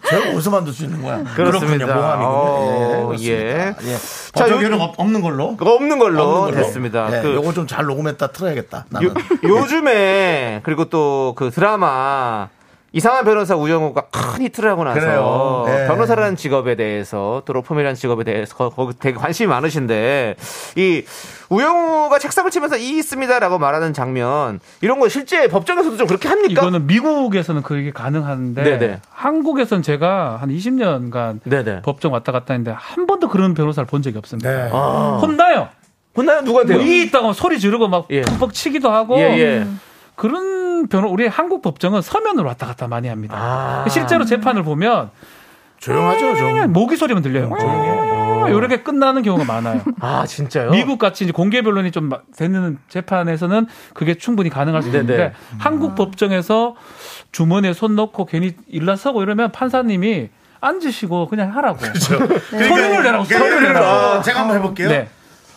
Speaker 1: 죄는 어디서 만들 수 있는 거야?
Speaker 2: 그렇습니다.
Speaker 1: 그렇군요.
Speaker 2: 어,
Speaker 1: 모함이군요. 예.
Speaker 2: 예.
Speaker 1: 자,
Speaker 2: 자,
Speaker 1: 여기는 없는 걸로.
Speaker 2: 그거 없는 걸로
Speaker 1: 없는 걸로.
Speaker 2: 됐습니다.
Speaker 1: 예,
Speaker 2: 그-
Speaker 1: 요거 좀 잘 녹음했다 틀어야겠다. 나는.
Speaker 2: <laughs> 요,
Speaker 8: 네.
Speaker 2: 요즘에 그리고 또 그 드라마 이상한 변호사 우영우가 큰 히트를 하고
Speaker 1: 그래요.
Speaker 2: 나서
Speaker 1: 네.
Speaker 2: 변호사라는 직업에 대해서 또 로펌이라는 직업에 대해서 거- 거기 되게 관심이 많으신데 이 우영우가 책상을 치면서 이 있습니다라고 말하는 장면 이런 거 실제 법정에서도 좀 그렇게 합니까?
Speaker 8: 이거는 미국에서는 그게 가능한데
Speaker 2: 그러니까 네네.
Speaker 8: 한국에선 제가 한 20년간
Speaker 2: 네네.
Speaker 8: 법정 왔다 갔다 했는데 한 번도 그런 변호사를 본 적이 없습니다.
Speaker 1: 네.
Speaker 8: 혼나요.
Speaker 2: 아. 혼나요 누구한테요?
Speaker 8: 뭐 이 있다고 소리 지르고 막
Speaker 2: 네. 예.
Speaker 8: 벅벅 치기도 하고
Speaker 2: 예, 예.
Speaker 8: 그런 변호 우리 한국 법정은 서면으로 왔다 갔다 많이 합니다. 실제로 재판을 보면 네,
Speaker 1: 조용하죠, 좀.
Speaker 8: 모기 소리만 들려요. 이렇게 끝나는 경우가 많아요.
Speaker 2: 아 진짜요?
Speaker 8: 미국 같이 이제 공개 변론이 좀 마- 되는 재판에서는 그게 충분히 가능할 수 있는데
Speaker 2: 네네.
Speaker 8: 한국 법정에서 주머니에 손 넣고 괜히 일어서고 이러면 판사님이 앉으시고 그냥 하라고.
Speaker 2: 그러니까
Speaker 8: 소리를 내라고, 소리를
Speaker 1: 소리를
Speaker 2: 어,
Speaker 8: 내라고.
Speaker 1: 어, 제가 한번 해볼게요.
Speaker 8: 네.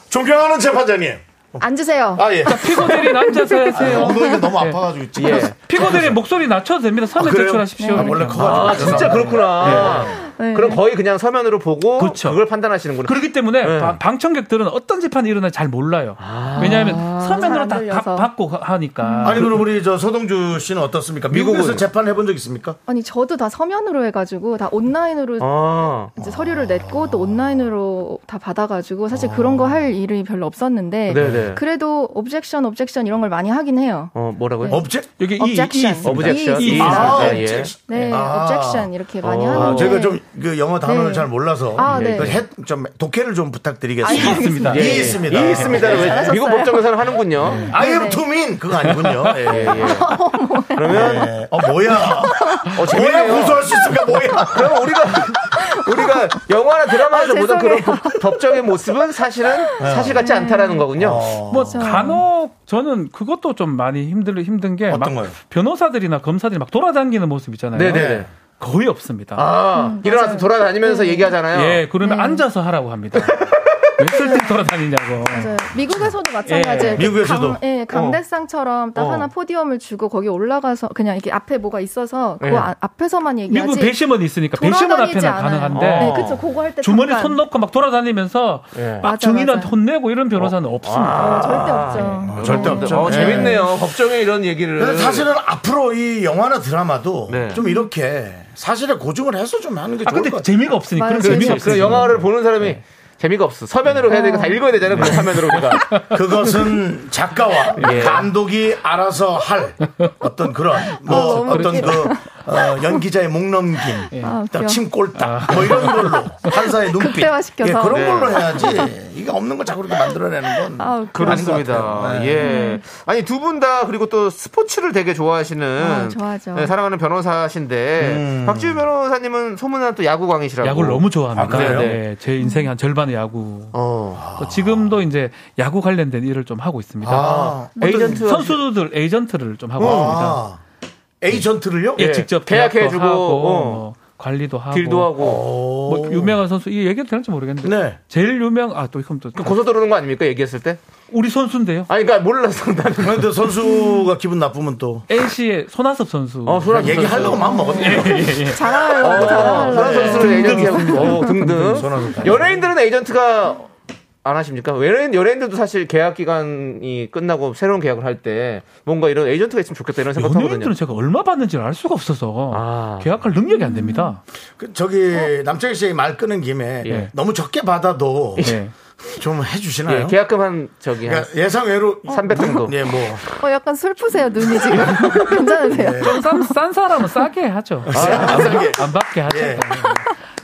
Speaker 1: 존경하는 재판장님.
Speaker 7: 앉으세요.
Speaker 1: 아, 예.
Speaker 8: 피고들이 앉아서 하세요.
Speaker 1: 엉덩이가 너무
Speaker 8: 예.
Speaker 1: 아파가지고. 찍혔어요.
Speaker 2: 네. 예.
Speaker 8: 피고들이 목소리 낮춰도 됩니다. 서면
Speaker 1: 그래요?
Speaker 8: 제출하십시오.
Speaker 1: 아, 원래
Speaker 8: 그러니까.
Speaker 1: 커가지고.
Speaker 2: 아 진짜 그렇구나.
Speaker 7: 네.
Speaker 2: 그럼 거의 그냥 서면으로 보고
Speaker 6: 그렇죠.
Speaker 2: 그걸 판단하시는구나.
Speaker 6: 그렇기 때문에
Speaker 2: 네. 아.
Speaker 6: 방- 방청객들은 어떤 재판이 일어나 잘 몰라요. 왜냐하면
Speaker 7: 잘
Speaker 6: 서면으로 다
Speaker 7: 안
Speaker 6: 가-
Speaker 7: 들려서. 음.
Speaker 6: 받고 하- 하니까.
Speaker 1: 아니 그럼 우리 저 서동주 씨는 어떻습니까? 미국에서
Speaker 2: 미국은-
Speaker 1: 재판 해본 적 있습니까?
Speaker 7: 아니 저도 다 서면으로 해가지고 다 온라인으로
Speaker 2: 아.
Speaker 7: 이제 서류를 냈고 또 온라인으로 다 받아가지고 사실 그런 거 할 일이 별로 없었는데
Speaker 2: 네네.
Speaker 7: 그래도 옵젝션 옵젝션 이런 걸 많이 하긴 해요.
Speaker 2: 어 뭐라고요?
Speaker 1: 업체?
Speaker 6: 여기 이- 이,
Speaker 7: Objection.
Speaker 6: 있습니다.
Speaker 2: 어브젝션.
Speaker 6: 이-
Speaker 2: 이-
Speaker 1: 아,
Speaker 2: 아, 예.
Speaker 1: 업체.
Speaker 7: 네,
Speaker 1: 아.
Speaker 7: 옵젝션 이렇게 많이
Speaker 2: 어.
Speaker 1: 아,
Speaker 7: 하는데
Speaker 1: 제가 좀 그 영어 단어를
Speaker 7: 네.
Speaker 1: 잘 몰라서
Speaker 7: 아, 네.
Speaker 1: 그 해- 좀 독해를 좀 부탁드리겠습니다.
Speaker 7: 아,
Speaker 6: 있습니다.
Speaker 1: 이
Speaker 2: 예, 예.
Speaker 1: 있습니다.
Speaker 2: 이 있습니다.
Speaker 1: 예.
Speaker 2: 왜 미국 법정에서는 하는군요.
Speaker 1: I am
Speaker 7: 네.
Speaker 1: to mean 그거 아니군요. 예.
Speaker 7: <laughs>
Speaker 2: 예, 예. 그러면
Speaker 1: 예. 어 뭐야?
Speaker 2: 네. 어
Speaker 1: 뭐야
Speaker 2: 재밌네요.
Speaker 1: 고소할 수 있을까 뭐야?
Speaker 2: 그럼 우리가 <laughs> 우리가 영화나 드라마에서
Speaker 7: 아,
Speaker 2: 보던 그런
Speaker 7: 죄송해요.
Speaker 2: 법- 법정의 모습은 사실은 사실 같지 않다라는 거군요.
Speaker 6: 뭐 간혹 저는 그것도 좀 많이 힘들 힘든 게 막
Speaker 1: 어떤 거요?
Speaker 6: 변호사들이나 검사들이 막 돌아다니는 모습 있잖아요.
Speaker 2: 네네네.
Speaker 6: 거의 없습니다.
Speaker 7: 음,
Speaker 2: 아 일어나서
Speaker 7: 네.
Speaker 2: 돌아다니면서 얘기하잖아요.
Speaker 6: 예, 그러면 앉아서
Speaker 2: <laughs>
Speaker 6: 하라고 합니다. 왜 쓸데 돌아다니냐고.
Speaker 7: 맞아요. 미국에서도 마찬가지예요.
Speaker 6: 예.
Speaker 1: 미국에서도?
Speaker 7: 강, 예, 강대상처럼 딱
Speaker 2: 어.
Speaker 7: 하나 포디엄을 주고 거기 올라가서 그냥 이렇게 앞에 뭐가 있어서 그거
Speaker 2: 예.
Speaker 7: 아- 앞에서만 얘기하지.
Speaker 6: 미국은 배심원 있으니까 배심원
Speaker 7: 돌아다니지
Speaker 6: 앞에는
Speaker 7: 않아요.
Speaker 6: 가능한데
Speaker 2: 어.
Speaker 7: 네, 그쵸. 그거 할 때
Speaker 6: 주머니
Speaker 7: 잠깐.
Speaker 6: 손 넣고 막 돌아다니면서
Speaker 2: 예.
Speaker 6: 막
Speaker 7: 맞아,
Speaker 6: 증인한테
Speaker 7: 맞아.
Speaker 6: 혼내고 이런 변호사는 없습니다.
Speaker 7: 어, 절대 없죠.
Speaker 1: 어, 절대 없죠.
Speaker 2: 어,
Speaker 1: 예.
Speaker 2: 재밌네요. 법정에 이런 얘기를.
Speaker 1: 근데 사실은 앞으로 이 영화나 드라마도
Speaker 2: 네.
Speaker 1: 좀 이렇게 사실에 고증을 해서 좀 하는 게
Speaker 6: 아
Speaker 1: 좋을
Speaker 6: 근데
Speaker 1: 것 같아요.
Speaker 6: 재미가 없으니까
Speaker 7: 맞아요.
Speaker 6: 그런
Speaker 7: 재미가
Speaker 6: 재미가
Speaker 2: 그렇지. 네. 그
Speaker 6: 없어요.
Speaker 2: 영화를 보는 사람이 재미가 없어. 서면으로 해야 되니까 다 읽어야 되잖아요. 그 서면으로 <laughs> 우리가.
Speaker 1: 그것은 작가와
Speaker 2: 예.
Speaker 1: 감독이 알아서 할 어떤 그런 뭐
Speaker 7: 너무
Speaker 1: 어, 떤
Speaker 7: 웃기다.
Speaker 1: 그 어, 연기자의 목 넘김,
Speaker 7: 아,
Speaker 1: 딱
Speaker 7: 웃겨.
Speaker 1: 침꼴딱 뭐 이런 걸로 판사의 눈빛
Speaker 7: 극대화시켜서.
Speaker 1: 예, 그런
Speaker 2: 네.
Speaker 1: 걸로 해야지 이게 없는 거 자꾸 이렇게 만들어내는 건
Speaker 7: 아, 웃겨.
Speaker 2: 그렇습니다.
Speaker 1: 네.
Speaker 2: 예. 아니 두 분 다 그리고 또 스포츠를 되게 좋아하시는
Speaker 7: 아, 좋아하죠.
Speaker 2: 네, 사랑하는 변호사신데 박지우 변호사님은 소문난 또 야구광이시라고.
Speaker 6: 음. 야구를 너무 좋아합니다.
Speaker 1: 아, 그래요?
Speaker 6: 네, 제 인생의 한 절반의 야구.
Speaker 2: 어.
Speaker 6: 또 지금도 이제 야구 관련된 일을 좀 하고 있습니다.
Speaker 1: 아,
Speaker 2: 에이전트
Speaker 6: 선수들 에이전트를 좀
Speaker 5: 음.
Speaker 6: 하고 있습니다.
Speaker 1: 아, 에이전트를요?
Speaker 6: 예,
Speaker 2: 예,
Speaker 6: 직접
Speaker 2: 계약해
Speaker 6: 계약도
Speaker 2: 주고,
Speaker 6: 하고
Speaker 2: 어.
Speaker 6: 뭐 관리도 하고
Speaker 2: 딜도 하고
Speaker 6: 뭐 유명한 선수 이 얘기도 될지 모르겠는데
Speaker 1: 네.
Speaker 6: 제일 유명 아또 그럼 또
Speaker 2: 그 고소 들어오는 거 아닙니까 얘기했을 때?
Speaker 6: 우리 선수인데요.
Speaker 2: 아니 그러니까 몰라서 나는.
Speaker 1: 그런데 선수가 기분 나쁘면 또
Speaker 6: NC의 손아섭 선수. 어, 네.
Speaker 2: 어, 소라
Speaker 1: 얘기하려고 마음 먹었네요.
Speaker 2: 예.
Speaker 7: 자랑하려고, 자랑하려고.
Speaker 2: 소라 선수를 에이전트 해봤고 어,
Speaker 1: 손아섭
Speaker 2: 등등. 연예인들은 에이전트가 안 하십니까? 연예인 연예인들도 사실 계약 기간이 끝나고 새로운 계약을 할 때 뭔가 이런 에이전트가 있으면 좋겠다 이런 생각 하거든요.
Speaker 6: 연예인들은 제가 얼마 받는지를 알 수가 없어서
Speaker 2: 아.
Speaker 6: 계약할 능력이 안
Speaker 7: 음.
Speaker 6: 됩니다.
Speaker 1: 그 저기 남창희 씨의 말 끄는 김에
Speaker 6: 예.
Speaker 1: 너무 적게 받아도
Speaker 6: 예.
Speaker 1: 좀 해주시나요?
Speaker 2: 예, 계약금 한 저기 한
Speaker 1: 그러니까 예상외로
Speaker 2: 300 정도.
Speaker 1: 예, 뭐
Speaker 7: 어, 약간 슬프세요, 눈이 지금.
Speaker 1: 네.
Speaker 7: <laughs> 괜찮으세요?
Speaker 2: 어.
Speaker 6: 싼, 싼 사람은 싸게 하죠. 안, 받- 안 받게 하죠.
Speaker 1: 예.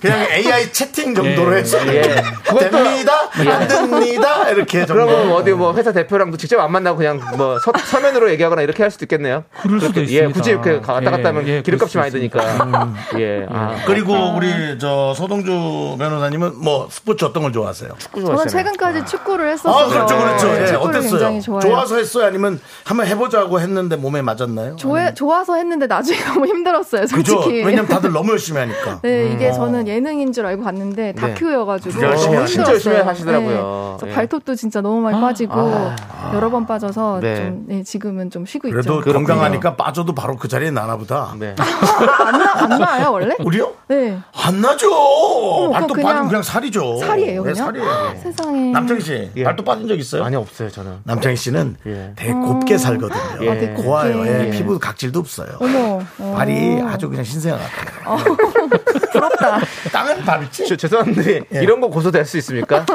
Speaker 1: 그냥 AI 채팅 정도로
Speaker 6: 예,
Speaker 1: 해서
Speaker 2: 예. 그것도- 예.
Speaker 1: 됩니다, 안 됩니다 이렇게
Speaker 2: 그러면
Speaker 1: 정도.
Speaker 2: 어디 뭐 회사 대표랑도 직접 안 만나고 그냥 뭐 서, <laughs> 서면으로 얘기하거나 이렇게 할 수도 있겠네요.
Speaker 6: 그럴 수도
Speaker 2: 그렇게,
Speaker 6: 있습니다.
Speaker 2: 예, 굳이 이렇게 가- 왔다
Speaker 6: 예,
Speaker 2: 갔다 하면
Speaker 6: 예,
Speaker 2: 기름값이
Speaker 6: 그럴 음.
Speaker 2: 많이
Speaker 6: 수
Speaker 2: 드니까. <laughs> 예. 아,
Speaker 1: 그리고 우리 저 서동주 변호사님은 뭐 스포츠 어떤 걸 좋아하세요?
Speaker 2: 축구
Speaker 7: 저는
Speaker 2: 좋아하시잖아요.
Speaker 7: 최근까지 축구를 했었어요.
Speaker 1: 네. 아 그렇죠 그렇죠.
Speaker 7: 네,
Speaker 1: 예,
Speaker 7: 축구를
Speaker 1: 어땠어요?
Speaker 7: 굉장히 좋아해요.
Speaker 1: 좋아서 했어요? 아니면 한번 해보자고 했는데 몸에 맞았나요?
Speaker 7: 좋아, 좋아서 했는데 나중에 <laughs> 너무 힘들었어요,
Speaker 1: 음. 그죠?
Speaker 7: 솔직히.
Speaker 1: 왜냐면 다들 너무 열심히 하니까.
Speaker 7: <laughs> 네, 이게 저는 예능인 줄 알고 갔는데 다큐여가지고
Speaker 1: 네. 열심히 아,
Speaker 7: 너무
Speaker 1: 하시네.
Speaker 7: 힘들었어요.
Speaker 2: 진짜 열심히 하시더라고요.
Speaker 7: 저
Speaker 2: 예.
Speaker 7: 발톱도 진짜 너무 많이 빠지고 여러 번 빠져서
Speaker 2: 네.
Speaker 7: 좀 네, 지금은 좀 쉬고
Speaker 1: 아. 그래도
Speaker 7: 있죠.
Speaker 1: 건강하니까 빠져도 바로 그 자리에 나나보다.
Speaker 2: 그렇죠.
Speaker 6: 예.
Speaker 2: 네.
Speaker 7: 안나안 나요 원래?
Speaker 1: 우리요?
Speaker 7: 네,
Speaker 1: 안 나죠. 발톱
Speaker 7: 어, 그거 그냥
Speaker 1: 빠지면 그냥 살이죠.
Speaker 7: 살이에요
Speaker 1: 네,
Speaker 7: 그냥. 아.
Speaker 1: 살이에요.
Speaker 7: 세상에.
Speaker 1: 남창희 씨
Speaker 2: 예.
Speaker 1: 발톱 빠진 적 있어요?
Speaker 2: 아니 없어요 저는.
Speaker 1: 남창희 씨는
Speaker 2: 예.
Speaker 1: 되게 곱게 살거든요.
Speaker 2: 예. 아, 되게
Speaker 1: 고와요. 예.
Speaker 2: 곱게.
Speaker 1: 피부 각질도 없어요.
Speaker 7: 어머, 어.
Speaker 1: 발이 아주 그냥 신생아같아요
Speaker 7: <laughs> 부럽다.
Speaker 1: 땅은 밟지? 예.
Speaker 2: 저, 죄송한데 예. 이런 거 고소될 수 <laughs> 있습니까?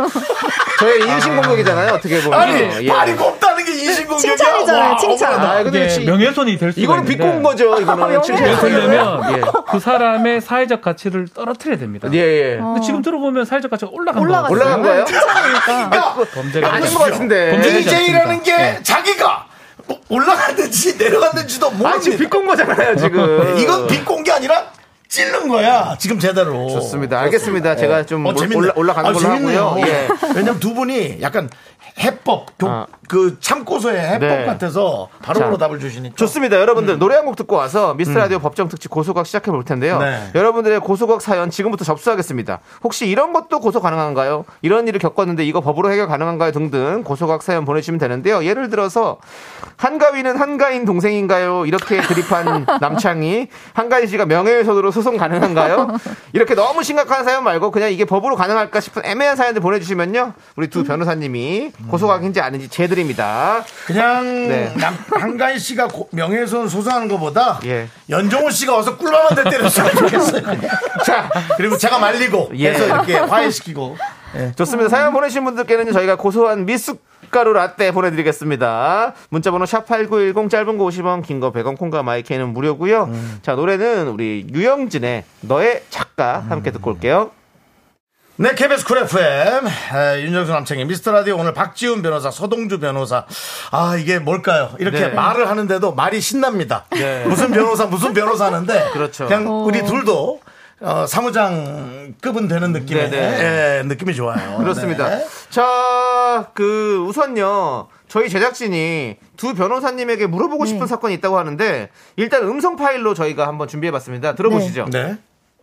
Speaker 2: 저의 인신공격이잖아요 어떻게 보면.
Speaker 1: 아니
Speaker 2: 예.
Speaker 1: 발이 곱다는 게 인신공격이야.
Speaker 7: 칭찬이잖아요,
Speaker 1: 와,
Speaker 7: 칭찬.
Speaker 1: 어머나.
Speaker 2: 아 근데
Speaker 6: 이게
Speaker 2: 지-
Speaker 6: 명예훼손이 될 수가
Speaker 2: 이거는
Speaker 6: 있는데 아,
Speaker 2: 비꼬은 거죠 이거는.
Speaker 6: 명예훼손이면
Speaker 2: 예.
Speaker 6: 그 사람의 사회적 가치를 떨어뜨려야 됩니다.
Speaker 2: 예 예.
Speaker 5: 아,
Speaker 6: 근데 지금 들어보면 사회적 가치가 올라간
Speaker 7: 올라갔어요.
Speaker 6: 거예요.
Speaker 2: 올라간 거예요?
Speaker 7: 칭찬이니까.
Speaker 6: 범죄가
Speaker 2: 아닌
Speaker 6: 아니죠.
Speaker 2: 것 같은데.
Speaker 6: 범죄-
Speaker 1: DJ라는 게 자기가 뭐 올라갔는지 내려갔는지도
Speaker 2: 예. 아 지금 어.
Speaker 1: 모르는
Speaker 2: 비꼬은 거잖아요 지금.
Speaker 1: 이건 비꼰 게 아니라 찔른 거야. 지금 제대로.
Speaker 2: 좋습니다. 알겠습니다. 제가 좀
Speaker 1: 어,
Speaker 2: 올-
Speaker 1: 재밌네.
Speaker 2: 올라, 올라가는
Speaker 1: 아,
Speaker 2: 걸로 예.
Speaker 1: 재밌네요.
Speaker 2: 하고요. 예.
Speaker 1: 왜냐면 두 분이 약간 해법 교-
Speaker 2: 아.
Speaker 1: 그 참고서의 해법
Speaker 2: 네.
Speaker 1: 같아서 바로바로
Speaker 2: 자,
Speaker 1: 답을 주시니까
Speaker 2: 좋습니다. 여러분들 노래 한 곡 듣고 와서 미스터 라디오 법정 특집 고소각 시작해 볼 텐데요.
Speaker 1: 네.
Speaker 2: 여러분들의 고소각 사연 지금부터 접수하겠습니다. 혹시 이런 것도 고소 가능한가요? 이런 일을 겪었는데 이거 법으로 해결 가능한가요? 등등 고소각 사연 보내주시면 되는데요. 예를 들어서 한가위는 한가인 동생인가요? 이렇게 드립한 남창이 한가인 씨가 명예훼손으로 소송 가능한가요? 이렇게 너무 심각한 사연 말고 그냥 이게 법으로 가능할까 싶은 애매한 사연들 보내주시면요. 우리 두 변호사님이 고소각인지 아닌지 재드립니다.
Speaker 1: 그냥
Speaker 2: 네.
Speaker 1: 남, 한가인 씨가 고- 명예훼손 소송하는 것보다
Speaker 2: 예.
Speaker 1: 연종호 씨가 와서 <laughs> 꿀밤 한대 때렸으면 좋겠어요. 자 그리고 제가 말리고
Speaker 2: 예.
Speaker 1: 해서 이렇게 화해시키고
Speaker 2: 좋습니다. 사연 보내신 분들께는 저희가 고소한 미숫가루 라떼 보내드리겠습니다. 문자번호 샵8910 짧은 거 50원, 긴 거 100원, 콩과 마이크는 무료고요.
Speaker 1: 음.
Speaker 2: 자 노래는 우리 유영진의 너의 작가 함께
Speaker 1: 음.
Speaker 2: 듣고 올게요.
Speaker 1: 네, KBS 쿨 FM. 에, 윤정수 남창의 미스터 라디오 오늘 박지훈 변호사, 서동주 변호사. 아, 이게 뭘까요? 이렇게
Speaker 2: 네.
Speaker 1: 말을 하는데도 말이 신납니다.
Speaker 2: 네.
Speaker 1: 무슨 변호사, 무슨 변호사는데.
Speaker 2: 그렇죠.
Speaker 1: 냥 우리 둘도 어, 사무장급은 되는 느낌의
Speaker 2: 네, 네.
Speaker 1: 예, 느낌이 좋아요.
Speaker 2: 그렇습니다.
Speaker 1: 네.
Speaker 2: 자, 그 우선요. 저희 제작진이 두 변호사님에게 물어보고
Speaker 1: 네.
Speaker 2: 싶은 사건이 있다고 하는데 일단 음성 파일로 저희가 한번 준비해봤습니다. 들어보시죠.
Speaker 1: 네.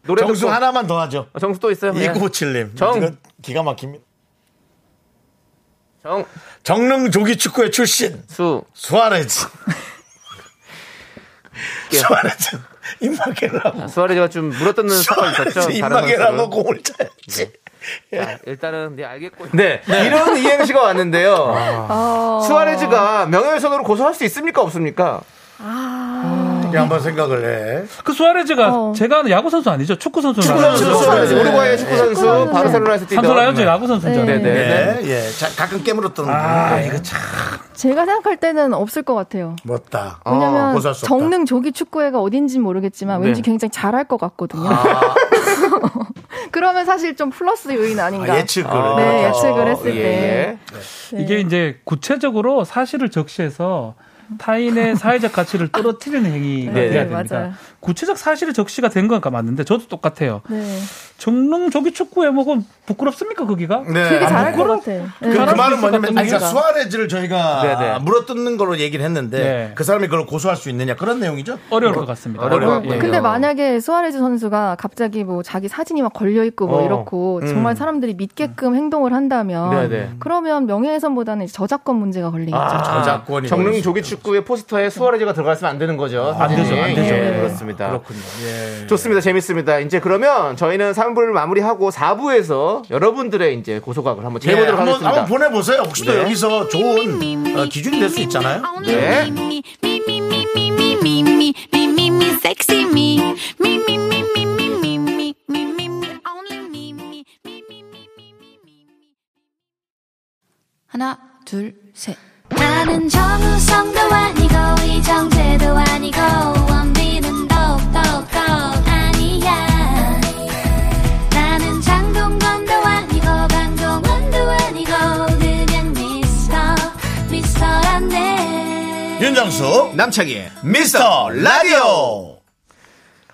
Speaker 2: 노래
Speaker 1: 정수
Speaker 2: 듣고-
Speaker 1: 하나만 더 하죠.
Speaker 2: 어, 정수 또 있어요? 예.
Speaker 1: 2957님.
Speaker 2: 정.
Speaker 1: 이건 기가 막힙니다.
Speaker 2: 정,
Speaker 1: 정릉 조기 축구의 출신
Speaker 2: 수, <laughs>
Speaker 1: 수아레즈. 수아레즈 임마겔라고.
Speaker 2: 수아레즈가 좀
Speaker 1: <laughs>
Speaker 2: 물어뜯는 사건이 있었죠.
Speaker 1: 수아레즈
Speaker 2: 다른 선수들은. 네.
Speaker 1: 임마겔라고 공을 차야지.
Speaker 2: 자, 일단은 네 알겠고. 네. 이런 이행시가 왔는데요.
Speaker 7: 아.
Speaker 2: 수아레즈가 명예훼손으로 고소할 수 있습니까 없습니까?
Speaker 7: 아.
Speaker 1: 이게 한번 생각을 해.
Speaker 6: 그 수아레즈가
Speaker 7: 어.
Speaker 6: 제가 아는 야구 선수 아니죠? 축구 선수.
Speaker 1: 선수.
Speaker 6: 산소
Speaker 1: 수아레즈.
Speaker 2: 우루과이 축구 선수
Speaker 7: 축구 선수.
Speaker 2: 바르셀로나에서 뛰던. 음.
Speaker 6: 라이온즈 야구 선수죠.
Speaker 7: 네.
Speaker 2: 네네.
Speaker 1: 예, 예. 자, 가끔 깨물었던. 아, 이거 참.
Speaker 7: 제가 생각할 때는 없을 것 같아요.
Speaker 1: 멋다.
Speaker 7: 왜냐면
Speaker 1: 고소할 수 없다.
Speaker 7: 정릉 조기 축구회가 어딘지는 모르겠지만 왠지
Speaker 2: 네.
Speaker 7: 굉장히 잘할 것 같거든요. <laughs> 그러면 사실 좀 플러스 요인 아닌가.
Speaker 1: 아, 예측을.
Speaker 7: 네, 예측을 했을
Speaker 2: 예, 예.
Speaker 7: 때. 네.
Speaker 6: 이게 이제 구체적으로 사실을 적시해서
Speaker 7: <laughs>
Speaker 6: 타인의 사회적 가치를 떨어뜨리는 행위가
Speaker 2: 네,
Speaker 6: 돼야
Speaker 7: 네,
Speaker 6: 됩니다.
Speaker 7: 맞아요.
Speaker 6: 구체적 사실이 적시가 된 거니까 맞는데 저도 똑같아요.
Speaker 7: 네.
Speaker 6: 정릉 조기 축구 해먹은 부끄럽습니까 거기가?
Speaker 1: 네.
Speaker 7: 되게
Speaker 1: 안
Speaker 7: 잘할
Speaker 1: 부끄러-
Speaker 7: 것 같아. 요 네.
Speaker 1: 그, 그 말은 뭐냐면, 아니,
Speaker 7: 뭔가.
Speaker 1: 그러니까 수아레즈를 저희가
Speaker 2: 네, 네.
Speaker 1: 물어뜯는 걸로 얘기를 했는데,
Speaker 6: 네.
Speaker 1: 그 사람이 그걸 고소할 수 있느냐, 그런 내용이죠?
Speaker 6: 어려울 것 같습니다.
Speaker 2: 어려울 것 같아요.
Speaker 7: 근데 만약에 수아레즈 선수가 갑자기 뭐 자기 사진이 막 걸려 있고 뭐
Speaker 2: 어.
Speaker 7: 이렇고 정말 사람들이 믿게끔 행동을 한다면
Speaker 2: 네네. 아.
Speaker 7: 그러면 명예훼손보다는 이제 저작권 문제가 걸리겠죠.
Speaker 1: 저작권이
Speaker 2: 정릉 조기 축구의 포스터에 수아레즈가 들어갔으면 안 되는 거죠.
Speaker 6: 안 되죠, 안 되죠.
Speaker 2: 예,
Speaker 6: 네.
Speaker 2: 그렇습니다. 그렇군요. 좋습니다. 재밌습니다. 이제 그러면 저희는 3부를 마무리하고 4부에서 여러분들의 이제 고소각을 한번
Speaker 1: 예,
Speaker 2: 재보도록
Speaker 1: 한번,
Speaker 2: 하겠습니다.
Speaker 1: 한번 보내보세요. 혹시 또
Speaker 2: 네.
Speaker 1: 여기서 좋은 어, 기준이 될 수 있잖아요.
Speaker 2: 네.
Speaker 9: 하나, 둘, 셋.
Speaker 3: 나는 정우성도 아니고 이정재도 아니고 원빈은 더욱더 아니야 나는 장동건도 아니고 강동원도 아니고 그냥 미스터 미스터란데
Speaker 1: 윤정수, 남창희의 미스터 라디오!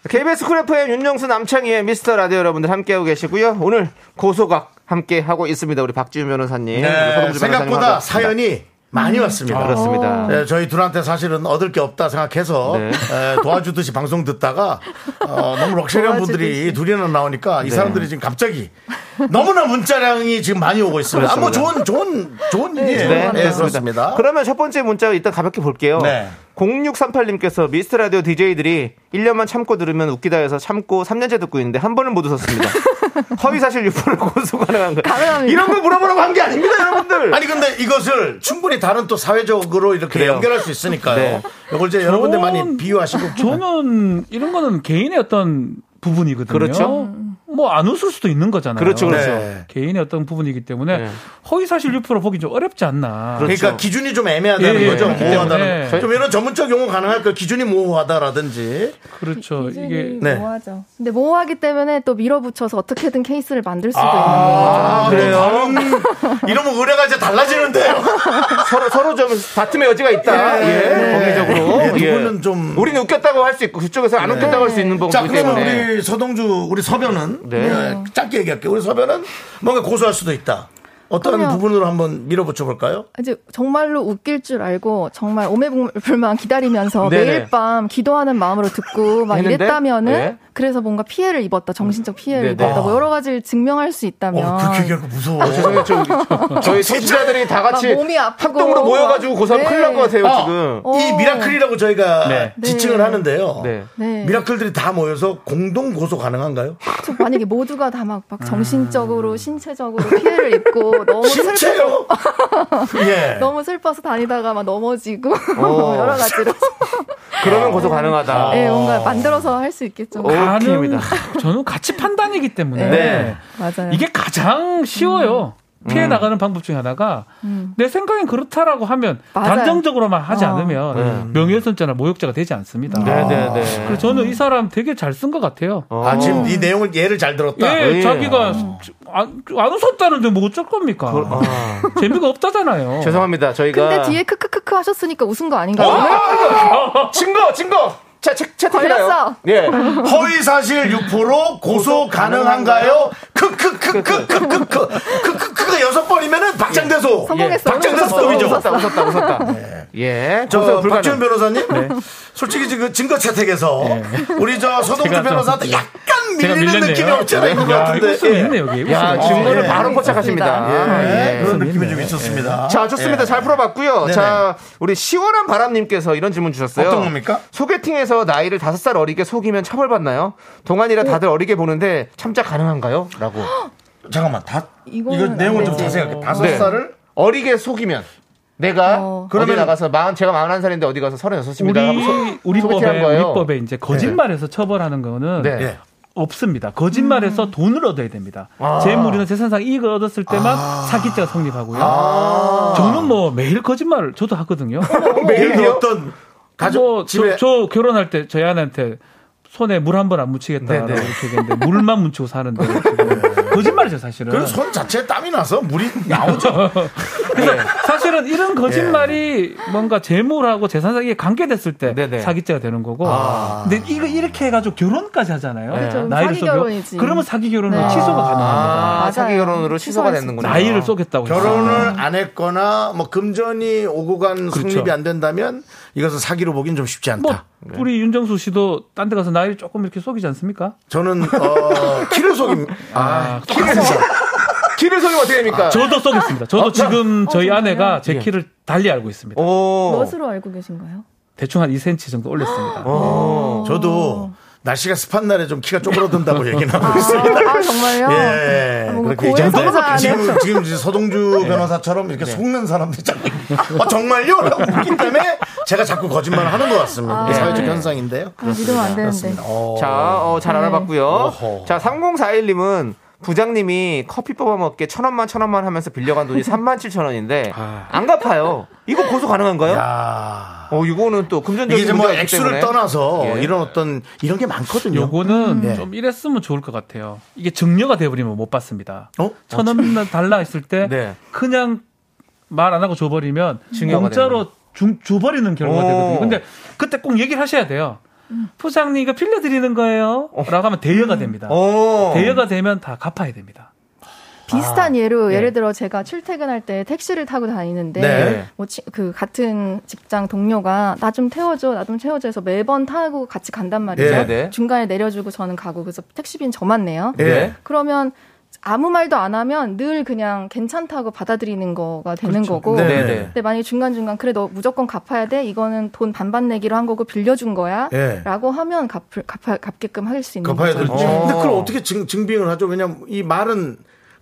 Speaker 2: KBS 쿨 FM 윤정수 남창희의 미스터 라디오 여러분들 함께하고 계시고요. 오늘 고소각 함께하고 있습니다. 우리 박지훈 변호사님. 그리고
Speaker 1: 네,
Speaker 2: 서동주 변호사님
Speaker 1: 생각보다
Speaker 2: 하고
Speaker 1: 사연이 많이 왔습니다.
Speaker 2: 그렇습니다.
Speaker 1: 예, 저희 둘한테 사실은 얻을 게 없다 생각해서
Speaker 2: 네.
Speaker 1: 예, 도와주듯이 방송 듣다가 어, 너무 럭셔리한
Speaker 7: 도와주듯이.
Speaker 1: 분들이 둘이나 나오니까
Speaker 2: 네.
Speaker 1: 이 사람들이 지금 갑자기 너무나 문자량이 지금 많이 오고 있습니다. 아, 뭐 좋은
Speaker 2: 그렇습니다.
Speaker 1: 좋은 좋은 일이에요.
Speaker 2: 네,
Speaker 1: 예,
Speaker 2: 그렇습니다.
Speaker 1: 그렇습니다.
Speaker 2: 그러면 첫 번째 문자 일단 가볍게 볼게요.
Speaker 1: 네.
Speaker 2: 0638님께서 미스터 라디오 DJ들이 1년만 참고 들으면 웃기다 해서 참고 3년째 듣고 있는데 한 번은 못 <laughs> 웃었습니다. 허위사실 유포를 고소 가능한 거예요.
Speaker 7: 가능합니다.
Speaker 2: 이런 걸 물어보라고 한 게 아닙니다, 여러분들.
Speaker 1: 아니 근데 이것을 충분히 다른 또 사회적으로 이렇게
Speaker 2: 그래요.
Speaker 1: 연결할 수 있으니까요.
Speaker 2: 네.
Speaker 1: 이걸 이제 여러분들 많이
Speaker 6: 저는-
Speaker 1: 비유하시고
Speaker 6: 저는 이런 거는 개인의 어떤 부분이거든요.
Speaker 2: 그렇죠.
Speaker 6: 뭐 안 웃을 수도 있는 거잖아요.
Speaker 2: 그렇죠, 그렇죠.
Speaker 1: 네.
Speaker 6: 개인의 어떤 부분이기 때문에
Speaker 2: 네.
Speaker 6: 허위사실 유포로 보기 좀 어렵지 않나.
Speaker 2: 그렇죠.
Speaker 1: 그러니까 기준이 좀 애매하다는
Speaker 6: 예, 예,
Speaker 1: 거죠.
Speaker 6: 그렇기
Speaker 1: 모호하다는.
Speaker 6: 때문에.
Speaker 2: 네.
Speaker 1: 거. 좀 이런 전문적 용어 가능할까요? 기준이 모호하다라든지.
Speaker 6: 그렇죠. 이게
Speaker 1: 네.
Speaker 7: 모호하죠. 근데 뭐 모호하기 때문에 또 밀어붙여서 어떻게든 케이스를 만들 수도
Speaker 1: 아,
Speaker 2: 그래요?
Speaker 1: 그래요? 이러면 의뢰가 이제 달라지는데요.
Speaker 2: 서로 서로 좀 다툼의 여지가 있다.
Speaker 1: 예.
Speaker 2: 예, 법리적으로.
Speaker 1: 예, 두
Speaker 2: 예.
Speaker 1: 분은 좀-
Speaker 2: 우리는 웃겼다고 할 수 있고 그쪽에서 안 웃겼다고 할 수 있는
Speaker 1: 자,
Speaker 2: 법이기
Speaker 1: 그러면
Speaker 2: 때문에.
Speaker 1: 우리 서동주, 우리 서변은
Speaker 2: 네.
Speaker 1: 예, 짧게 얘기할게요. 우리 서변은 뭔가 고소할 수도 있다. 어떤
Speaker 7: 그럼요.
Speaker 1: 부분으로 한번 밀어붙여 볼까요?
Speaker 7: 이제 정말로 웃길 줄 알고 정말 오매불만 기다리면서
Speaker 2: 네네.
Speaker 7: 매일 밤 기도하는 마음으로 듣고 막
Speaker 2: 했는데?
Speaker 7: 이랬다면은
Speaker 2: 네.
Speaker 7: 그래서 뭔가 피해를 입었다 정신적 피해를
Speaker 2: 네네.
Speaker 7: 입었다 뭐 여러 가지를 증명할 수 있다면
Speaker 1: 어, 그렇게 얘기하니까 무서워.
Speaker 2: 아, 죄송해요. <laughs> 저- 저희 청취자들이 다 같이
Speaker 7: 막 몸이 아프고
Speaker 2: 합동으로 모여가지고 고삼
Speaker 7: 네.
Speaker 2: 큰일 난 것 같아요,
Speaker 1: 아.
Speaker 2: 지금.
Speaker 7: 어.
Speaker 1: 이 미라클이라고 저희가
Speaker 6: 네.
Speaker 1: 지칭을
Speaker 7: 네.
Speaker 1: 하는데요.
Speaker 2: 네.
Speaker 1: <laughs>
Speaker 7: 네. 아,
Speaker 1: 미라클들이 다 모여서 공동 고소 가능한가요?
Speaker 7: 저 만약에 모두가 다 막 막 정신적으로 신체적으로 피해를 입고 너무 슬퍼 <laughs>
Speaker 1: 신체요? 예.
Speaker 7: 너무 슬퍼서 다니다가 막 넘어지고 <laughs> 뭐
Speaker 2: 오.
Speaker 7: 여러 가지로
Speaker 2: 그러면 고소 가능하다.
Speaker 7: 네, 뭔가 만들어서 할 수 있겠죠.
Speaker 2: 오. 오케이입니다.
Speaker 6: <laughs> 저는 같이 판단이기 때문에
Speaker 2: 네.
Speaker 7: 맞아요.
Speaker 6: 이게 가장 쉬워요.
Speaker 2: 음.
Speaker 6: 피해 나가는 방법 중에 하나가
Speaker 7: 음.
Speaker 6: 내 생각엔 그렇다라고 하면
Speaker 7: 맞아요.
Speaker 6: 단정적으로만 하지
Speaker 7: 어. 음.
Speaker 6: 않으면
Speaker 2: 음.
Speaker 6: 명예훼손죄나 모욕죄가 되지 않습니다. 그렇죠.
Speaker 2: 네네네.
Speaker 6: 그래서 저는 이 사람 되게 잘 쓴 것 같아요.
Speaker 2: 어.
Speaker 1: 아, 지금 이 내용을 예를 잘 들었다.
Speaker 6: 예,
Speaker 2: 예.
Speaker 6: 자기가 안, 안 웃었다는데 뭐 어쩔 겁니까?
Speaker 2: 아,
Speaker 6: <laughs> 재미가 없다잖아요.
Speaker 2: 죄송합니다. 저희가.
Speaker 7: 근데 뒤에 크크크크 하셨으니까 웃은 거 아닌가요?
Speaker 2: 아, 증거, 증거! 자, 채, 채택해요.
Speaker 7: 걸렸어.
Speaker 2: 예.
Speaker 1: 허위 사실 유포로 고소 가능한가요? 크크크크크크크 크크크가 여섯 번이면은 박장대소.
Speaker 7: 성공했어.
Speaker 1: 박장대소
Speaker 7: 웃었어.
Speaker 1: 소리죠.
Speaker 7: 웃었어.
Speaker 2: 웃었다, 웃었다, 웃었다. 예. 고소
Speaker 1: 저
Speaker 2: 불가능.
Speaker 1: 박지훈 변호사님, 솔직히 지금 증거 채택에서 우리 저 서동주
Speaker 6: 제가 좀-
Speaker 1: 변호사한테 약간
Speaker 6: 제가
Speaker 1: 밀리는
Speaker 6: 밀렸네요.
Speaker 1: 느낌이 없지 않아 있는 것
Speaker 6: 야,
Speaker 1: 같은데.
Speaker 6: 웃음이
Speaker 1: 예.
Speaker 6: 있네, 여기.
Speaker 2: 야,
Speaker 6: 웃음이.
Speaker 2: 증거를
Speaker 1: 예.
Speaker 2: 바로 포착하십니다.
Speaker 1: 예,
Speaker 2: 예.
Speaker 1: 그런 느낌이
Speaker 6: 있네.
Speaker 1: 좀 있었습니다.
Speaker 2: 자, 좋습니다.
Speaker 1: 예.
Speaker 2: 잘 풀어봤고요.
Speaker 1: 네네.
Speaker 2: 자, 우리 시원한 바람님께서 이런 질문 주셨어요.
Speaker 1: 어떤 겁니까?
Speaker 2: 소개팅에서 나이를 다섯 살 어리게 속이면 처벌받나요? 동안이라 다들 어리게 보는데 참자 가능한가요? 라고.
Speaker 1: 잠깐만, 다 이거
Speaker 7: 이거는 안
Speaker 1: 내용을 좀
Speaker 7: 되지.
Speaker 1: 자세히 할게. 다섯
Speaker 2: 네.
Speaker 1: 살을
Speaker 2: 어리게 속이면 내가
Speaker 7: 어.
Speaker 2: 그러면
Speaker 1: 그러면-
Speaker 2: 나가서 마흔 제가 마흔한 살인데 어디 가서 서른여섯입니다. 하고
Speaker 6: 우리
Speaker 2: 소-
Speaker 6: 우리
Speaker 2: 소개팅 한
Speaker 6: 법에
Speaker 2: 거예요.
Speaker 6: 우리 법에 이제 거짓말해서 처벌하는 거는
Speaker 2: 네.
Speaker 1: 예.
Speaker 6: 없습니다. 거짓말해서 돈을 얻어야 됩니다.
Speaker 2: 아.
Speaker 6: 재물이나 재산상 이익을 얻었을 때만 사기죄가 성립하고요. 저는 뭐 매일 거짓말을 저도 하거든요.
Speaker 1: 예를 들어
Speaker 2: 매일요?
Speaker 1: 어떤 가족
Speaker 6: 뭐
Speaker 1: 집에
Speaker 6: 저, 저 결혼할 때 저희 아내한테 손에 물 한 번 안 묻히겠다라고
Speaker 1: 네네.
Speaker 6: 이렇게 얘기했는데 물만 묻히고 사는데 거짓말이죠 사실은.
Speaker 1: 그래서 손 자체에 땀이 나서 물이 나오죠.
Speaker 6: 사실은 이런 거짓말이 뭔가 재물하고 재산 사이에 관계됐을 때
Speaker 2: 네네.
Speaker 6: 사기죄가 되는 거고. 근데 이거 이렇게 해가지고 결혼까지 하잖아요.
Speaker 1: 네,
Speaker 7: 그렇죠.
Speaker 6: 나이를
Speaker 7: 사기
Speaker 6: 속여.
Speaker 7: 결혼이지.
Speaker 6: 그러면 사기 결혼은
Speaker 1: 아,
Speaker 7: 네.
Speaker 6: 취소가 가능합니다.
Speaker 2: 아, 사기
Speaker 7: 맞아요.
Speaker 2: 결혼으로 취소가
Speaker 7: 취소할 수
Speaker 2: 되는군요.
Speaker 6: 나이를 쏘겠다고.
Speaker 1: 결혼을 안 했거나 뭐 금전이 오고 간
Speaker 6: 아. 그렇죠.
Speaker 1: 성립이 안 된다면 이것은 사기로 보긴 좀 쉽지 않다.
Speaker 6: 뭐 우리 윤정수 씨도 딴 데 가서 나이를 조금 이렇게 속이지 않습니까?
Speaker 1: 저는 어, <laughs> 키를 속임.
Speaker 6: 아,
Speaker 2: 키를 소 키를 소면 어떻게 됩니까?
Speaker 6: 저도 쏘겠습니다. 저도 지금 저희
Speaker 7: 정말요?
Speaker 6: 아내가 제 키를 달리 알고 있습니다.
Speaker 2: 오.
Speaker 7: 무엇으로 알고 계신가요?
Speaker 6: 대충 한 2cm 정도 올렸습니다.
Speaker 2: 어.
Speaker 7: 어.
Speaker 1: 저도 날씨가 습한 날에 좀 키가 <laughs>
Speaker 6: <laughs>
Speaker 1: 쪼그러든다고 얘기는 하고
Speaker 7: 아,
Speaker 1: 있어요.
Speaker 7: 아, 정말요? 아,
Speaker 1: 예,
Speaker 7: 뭔가
Speaker 1: 그렇게 얘기하는
Speaker 7: 고해성사
Speaker 1: 거예요.
Speaker 7: 안에-
Speaker 1: 지금 지금 이제 서동주
Speaker 6: 네.
Speaker 1: 변호사처럼 이렇게 속는 사람들이 자꾸 있- 아, 정말요? 라고 웃기 때문에 제가 자꾸 거짓말을 하는 것 같습니다. 이게 사회적 현상인데요.
Speaker 7: 아, 믿으면 안 되는데.
Speaker 1: 그렇습니다. 어.
Speaker 2: 자, 어, 잘
Speaker 7: 네.
Speaker 2: 알아봤고요.
Speaker 1: 어허.
Speaker 2: 자, 3041님은 부장님이 커피 뽑아먹게 천 원만 천 원만 하면서 빌려간 <laughs> 돈이 3만 7천 원인데 안 갚아요. 이거 고소 가능한가요?
Speaker 1: 야.
Speaker 2: 어, 이거는 또 금전적인
Speaker 1: 이게 이제 뭐
Speaker 2: 문제가 있기
Speaker 1: 액수를
Speaker 2: 때문에.
Speaker 1: 떠나서
Speaker 2: 예.
Speaker 1: 이런 어떤 이런 게 많거든요.
Speaker 6: 요거는 좀 이랬으면 좋을 것 같아요. 이게 증여가 돼버리면 못 받습니다.
Speaker 1: 어?
Speaker 6: 천 원 달라 했을 때
Speaker 2: 아, 네.
Speaker 6: 그냥 말 안 하고 줘버리면
Speaker 2: 증여가
Speaker 6: 공짜로 중- 줘버리는 결과가
Speaker 2: 오.
Speaker 6: 되거든요. 근데 그때 꼭 얘기를 하셔야 돼요. 부장님 이거 빌려드리는 거예요. 라고 하면 대여가 됩니다.
Speaker 2: 어. 오.
Speaker 6: 대여가 되면 다 갚아야 됩니다.
Speaker 1: 아,
Speaker 7: 비슷한 예로 예를 들어 제가 출퇴근할 때 택시를 타고 다니는데
Speaker 1: 네.
Speaker 7: 뭐 그 같은 직장 동료가 나 좀 태워줘 나 좀 태워줘 해서 매번 타고 같이 간단 말이죠.
Speaker 1: 네,
Speaker 2: 네.
Speaker 7: 중간에 내려주고 저는 가고 그래서 택시비는 저만 내요.
Speaker 1: 예.
Speaker 2: 네.
Speaker 7: 그러면 아무 말도 안 하면 늘 그냥 괜찮다고 받아들이는 거가 되는 거고
Speaker 1: 네.
Speaker 2: 네, 네.
Speaker 7: 근데 만약에 중간중간 그래 너 무조건 갚아야 돼 이거는 돈 반반 내기로 한 거고 빌려준 거야
Speaker 1: 예.
Speaker 7: 라고 하면 갚을, 갚아, 갚게끔 할 수 있는
Speaker 1: 갚아야
Speaker 7: 거죠
Speaker 1: 되죠.
Speaker 2: 어.
Speaker 1: 근데 그걸 어떻게 증, 증빙을 하죠? 왜냐면 이 말은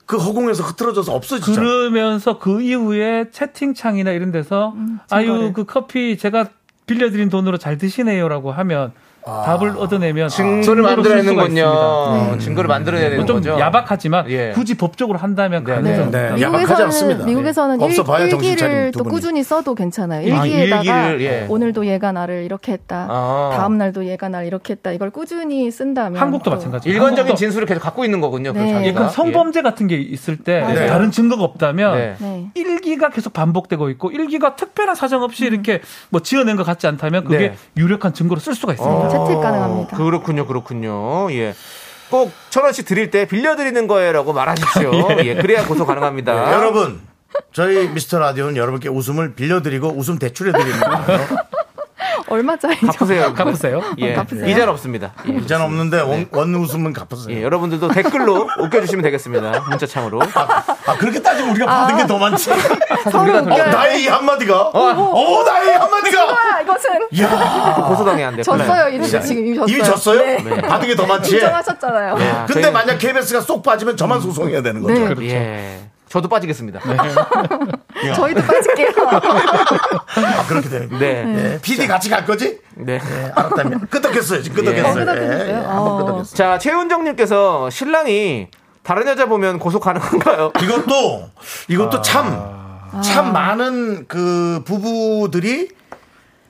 Speaker 1: 그 허공에서 흐트러져서 없어지잖아요.
Speaker 6: 그러면서 그 이후에 채팅창이나 이런 데서
Speaker 2: 음,
Speaker 6: 아유
Speaker 7: 증거를.
Speaker 6: 그 커피 제가 빌려드린 돈으로 잘 드시네요라고 하면
Speaker 2: 아.
Speaker 6: 답을 얻어내면
Speaker 2: 증거를
Speaker 6: 아, 증거로 쓸 수가 있습니다.
Speaker 2: 만들어내는군요. 증거를 만들어내야 되는
Speaker 6: 좀
Speaker 2: 거죠.
Speaker 6: 야박하지만
Speaker 2: 예.
Speaker 6: 굳이 법적으로 한다면
Speaker 2: 네,
Speaker 6: 가능성.
Speaker 1: 네.
Speaker 6: 네.
Speaker 1: 야박하지 않습니다.
Speaker 7: 미국에서는 미국에서는
Speaker 1: 예. 없어 봐야
Speaker 7: 일,
Speaker 1: 정신 차린
Speaker 7: 일기를
Speaker 1: 두
Speaker 7: 또
Speaker 1: 분이.
Speaker 7: 꾸준히 써도 괜찮아요.
Speaker 2: 아,
Speaker 7: 일기에다가
Speaker 2: 일기를, 예.
Speaker 7: 오늘도 얘가 나를 이렇게 했다.
Speaker 2: 아.
Speaker 7: 다음 날도 얘가 나를 이렇게 했다. 이걸 꾸준히 쓴다면
Speaker 6: 한국도
Speaker 7: 또-
Speaker 6: 마찬가지.
Speaker 2: 일관적인
Speaker 6: 한국도
Speaker 2: 진술을 계속 갖고 있는 거군요.
Speaker 7: 네.
Speaker 2: 그 자기가.
Speaker 6: 예, 그 성범죄 같은 게 있을 때
Speaker 1: 네.
Speaker 6: 다른 증거가
Speaker 2: 예.
Speaker 6: 없다면
Speaker 2: 네.
Speaker 7: 네.
Speaker 6: 일기가 계속 반복되고 있고 일기가 특별한 사정 없이
Speaker 7: 네.
Speaker 6: 이렇게 뭐 지어낸 것 같지 않다면 그게
Speaker 2: 네.
Speaker 6: 유력한 증거로 쓸 수가 있습니다.
Speaker 7: 채택 가능합니다.
Speaker 2: 그렇군요, 그렇군요. 예. 꼭 천 원씩 드릴 때 빌려드리는 거예요라고
Speaker 6: <laughs>
Speaker 2: 말하십시오. 예, 그래야 고소
Speaker 6: 예,
Speaker 2: 가능합니다.
Speaker 1: 여러분, 저희 미스터 라디오는 여러분께 웃음을 빌려드리고 웃음 대출해드리는 거예요.
Speaker 7: 얼마짜리죠? 어,
Speaker 2: 갚으세요.
Speaker 6: 갚으세요.
Speaker 2: 예,
Speaker 7: 갚으세요.
Speaker 2: 이자는 없습니다. 예.
Speaker 1: 이자는 없는데 원, 원 웃음은 갚았어요.
Speaker 2: 예, 여러분들도 댓글로 웃겨주시면 되겠습니다. 문자 창으로.
Speaker 1: 아, 그렇게 따지면 우리가 받은 게 더 많지.
Speaker 7: 서로
Speaker 1: 어, 나의 이 한마디가. 어, 나의 이 한마디가.
Speaker 7: 아, 이것은
Speaker 1: 이야.
Speaker 2: 고소당해야
Speaker 6: 네.
Speaker 2: 안 돼요. 큰일 나요.
Speaker 7: 졌어요. 이래서 지금 이미 졌어요.
Speaker 1: 이미 졌어요? 예.
Speaker 7: 네.
Speaker 1: 받은 게 더 많지.
Speaker 7: 인정하셨잖아요.
Speaker 2: 네. 아,
Speaker 1: 근데
Speaker 2: 저희는-
Speaker 1: 만약 KBS가 쏙 빠지면 저만 소송해야 되는 거죠.
Speaker 7: 네.
Speaker 2: 예. 저도 빠지겠습니다.
Speaker 6: 네.
Speaker 1: 예.
Speaker 7: 저희도 빠질게요.
Speaker 1: <laughs> 아, 그렇게 되는 거죠.
Speaker 2: 네. 네.
Speaker 1: 네. PD 같이 갈 거지? 네, 알았다면. <laughs> 끄덕했어요, 지금
Speaker 7: 어,
Speaker 1: 끄덕했어요.
Speaker 7: 끄덕했는데요?
Speaker 1: 한번
Speaker 7: 어.
Speaker 1: 끄덕했어요.
Speaker 2: 자, 최은정님께서 신랑이 다른 여자 보면 고소 가능한가요?
Speaker 1: 이것도, 이것도
Speaker 6: 아.
Speaker 1: 참, 참 많은 그 부부들이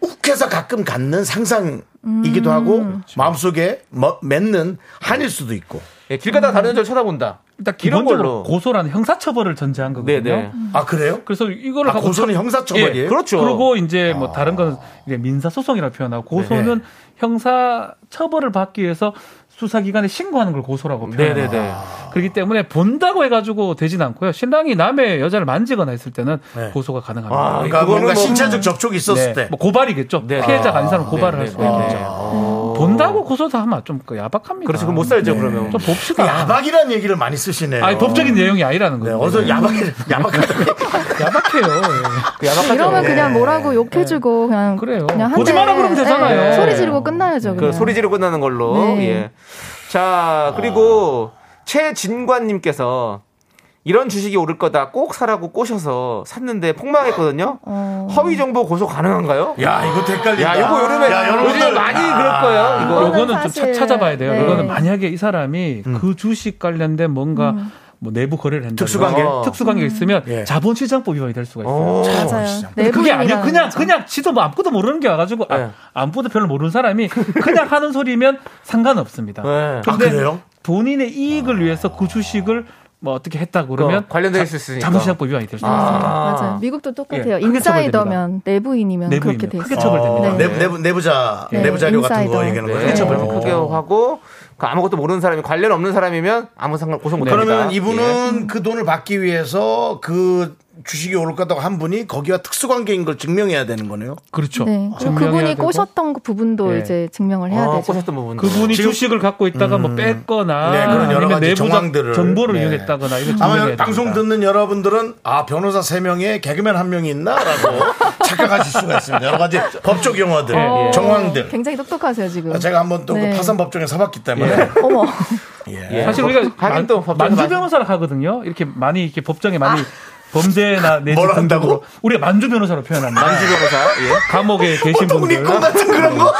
Speaker 1: 욱해서 가끔 갖는
Speaker 6: 음.
Speaker 1: 상상이기도 하고,
Speaker 6: 그렇죠.
Speaker 1: 마음속에 머- 맺는 한일 수도 있고.
Speaker 2: 예, 길 가다가 다른 여자를 쳐다본다.
Speaker 6: 일단
Speaker 2: 이런 걸로.
Speaker 6: 기본적으로 고소라는 형사처벌을 전제한 거거든요.
Speaker 2: 네네.
Speaker 1: 아, 그래요?
Speaker 6: 그래서 음. 이거를
Speaker 1: 아,
Speaker 6: 갖고
Speaker 1: 고소는 형사처벌이에요?
Speaker 6: 예,
Speaker 2: 그렇죠.
Speaker 6: 그리고 이제 뭐 다른 건 이제 민사 소송이라 표현하고 고소는
Speaker 2: 네.
Speaker 6: 형사 처벌을 받기 위해서 수사기관에 신고하는 걸 고소라고 표현해요.
Speaker 2: 네네네.
Speaker 6: 그렇기 때문에 본다고 해가지고 되진 않고요. 신랑이 남의 여자를 만지거나 했을 때는
Speaker 1: 네.
Speaker 6: 고소가 가능합니다.
Speaker 2: 아,
Speaker 1: 그러니까
Speaker 2: 그거는
Speaker 1: 뭔가
Speaker 2: 뭐-
Speaker 1: 신체적 접촉이 있었을
Speaker 6: 네,
Speaker 1: 때.
Speaker 6: 뭐 고발이겠죠.
Speaker 2: 네.
Speaker 6: 피해자
Speaker 2: 아,
Speaker 6: 간사는 고발을 할
Speaker 2: 네네네. 네.
Speaker 6: 수가 있겠죠. 본다고 고소도 하면 좀그 야박합니다.
Speaker 2: 그렇죠. 그럼 못 살죠, 그러면.
Speaker 6: 네. 좀
Speaker 1: 그
Speaker 6: 봅시다.
Speaker 1: 야박이라는 얘기를 많이 쓰시네요.
Speaker 6: 아니 법적인 내용이 아니라는
Speaker 1: 네,
Speaker 6: 거예요.
Speaker 1: 어서 야박, 야박하다.
Speaker 6: 야박해요. 예.
Speaker 2: 그 야박하죠.
Speaker 7: 뭐 이러면 그냥 뭐라고 욕해주고 그냥
Speaker 6: 그래요.
Speaker 7: 그냥 한
Speaker 6: 보지
Speaker 7: 대-
Speaker 6: 마라 그러면 되잖아요.
Speaker 7: 예, 소리 지르고 끝나야죠.
Speaker 2: 그
Speaker 7: 그냥.
Speaker 2: 소리 지르고 끝나는 걸로.
Speaker 7: 네.
Speaker 2: 예. 자, 그리고 최진관님께서 이런 주식이 오를 거다 꼭 사라고 꼬셔서 샀는데 폭망했거든요.
Speaker 7: 어.
Speaker 2: 허위 정보 고소 가능한가요?
Speaker 1: 야, 이거 헷갈린다.
Speaker 2: 야, 요거 여름에
Speaker 1: 야,
Speaker 2: 요즘
Speaker 1: 여러분들.
Speaker 2: 많이
Speaker 1: 야.
Speaker 2: 그럴 거예요. 이거.
Speaker 7: 요거-
Speaker 6: 요거는 좀
Speaker 7: 사실.
Speaker 6: 차- 찾아봐야 돼요.
Speaker 7: 네.
Speaker 6: 이거는 만약에 이 사람이 그 주식 관련된 뭔가
Speaker 7: 음.
Speaker 6: 뭐 내부 거래를 한다.
Speaker 1: 특수관계?
Speaker 6: 특수관계 가 있으면
Speaker 1: 예.
Speaker 6: 자본시장법 위반이 될 수가 있어요.
Speaker 2: 오.
Speaker 7: 맞아요. 네,
Speaker 6: 근데 그게 아니야.
Speaker 7: 내부인이라는
Speaker 6: 그냥
Speaker 7: 거죠.
Speaker 6: 그냥 지도 뭐 아무것도 모르는 게 와가지고
Speaker 2: 네.
Speaker 6: 아, 아무것도 별로 모르는 사람이 그냥 하는 소리면 상관없습니다.
Speaker 2: 네.
Speaker 1: 아, 그래요?
Speaker 6: 본인의 이익을 위해서 그 주식을 뭐 어떻게 했다고 그러면
Speaker 2: 어, 관련될 수 있으니까.
Speaker 6: 자본시장법 위반이 될 수가 있습니다.
Speaker 7: 맞아요. 미국도 똑같아요.
Speaker 6: 예, 크게
Speaker 7: 인사이더면 내부인이면 그렇게
Speaker 6: 내부이면
Speaker 7: 돼
Speaker 6: 크게
Speaker 7: 있어요.
Speaker 6: 처벌됩니다.
Speaker 7: 네.
Speaker 1: 내부, 내부, 내부자,
Speaker 7: 네,
Speaker 1: 내부 자료 같은 거
Speaker 7: 인사이더.
Speaker 1: 얘기하는 거예요.
Speaker 2: 네.
Speaker 1: 그렇죠.
Speaker 2: 그렇죠. 크게 하고 그 아무것도 모르는 사람이 관련 없는 사람이면 아무 상관 고소 못 합니다.
Speaker 1: 네.
Speaker 2: 예.
Speaker 1: 그러면 이분은 그 돈을 받기 위해서 그 주식이 오를 거다고 한 분이 거기와 특수관계인 걸 증명해야 되는 거네요.
Speaker 6: 그렇죠.
Speaker 7: 네. 그리고
Speaker 6: 증명해야
Speaker 7: 그분이
Speaker 6: 되고.
Speaker 7: 꼬셨던 그 부분도
Speaker 6: 예.
Speaker 7: 이제 증명을 해야
Speaker 2: 아,
Speaker 7: 되죠.
Speaker 2: 꼬셨던 부분.
Speaker 6: 그분이 주식을 갖고 있다가 뭐 뺐거나
Speaker 1: 네, 그런 여러
Speaker 6: 아니면
Speaker 1: 가지
Speaker 6: 내부적
Speaker 1: 정황들을.
Speaker 6: 정보를
Speaker 1: 네.
Speaker 6: 이용했다거나
Speaker 2: 음.
Speaker 6: 이거
Speaker 1: 아마
Speaker 6: 증명해야
Speaker 1: 방송
Speaker 6: 됩니다.
Speaker 1: 듣는 여러분들은 아 변호사 세명에 개그맨 한명이
Speaker 2: <laughs>
Speaker 1: 있나라고 착각하실 수가 있습니다. 여러 가지 법적 용어들,
Speaker 6: 예, 예.
Speaker 1: 정황들. 아,
Speaker 7: 굉장히 똑똑하세요 지금.
Speaker 1: 제가 한번 또그
Speaker 7: 네.
Speaker 1: 파산 법정에 서봤기 때문에
Speaker 7: 어머.
Speaker 2: 예.
Speaker 6: 사실 우리가
Speaker 2: 하긴 또 법정에서
Speaker 6: 만주
Speaker 2: 많이-
Speaker 6: 변호사를 하거든요. 이렇게 많이 이렇게 법정에 많이 범죄나 내지
Speaker 1: 뭘
Speaker 6: 등등으로
Speaker 1: 한다고?
Speaker 6: 우리가 만주 변호사로 표현합니다.
Speaker 2: 만주 변호사. 예.
Speaker 6: 감옥에 계신 분들
Speaker 1: 독립군 같은 그런 거.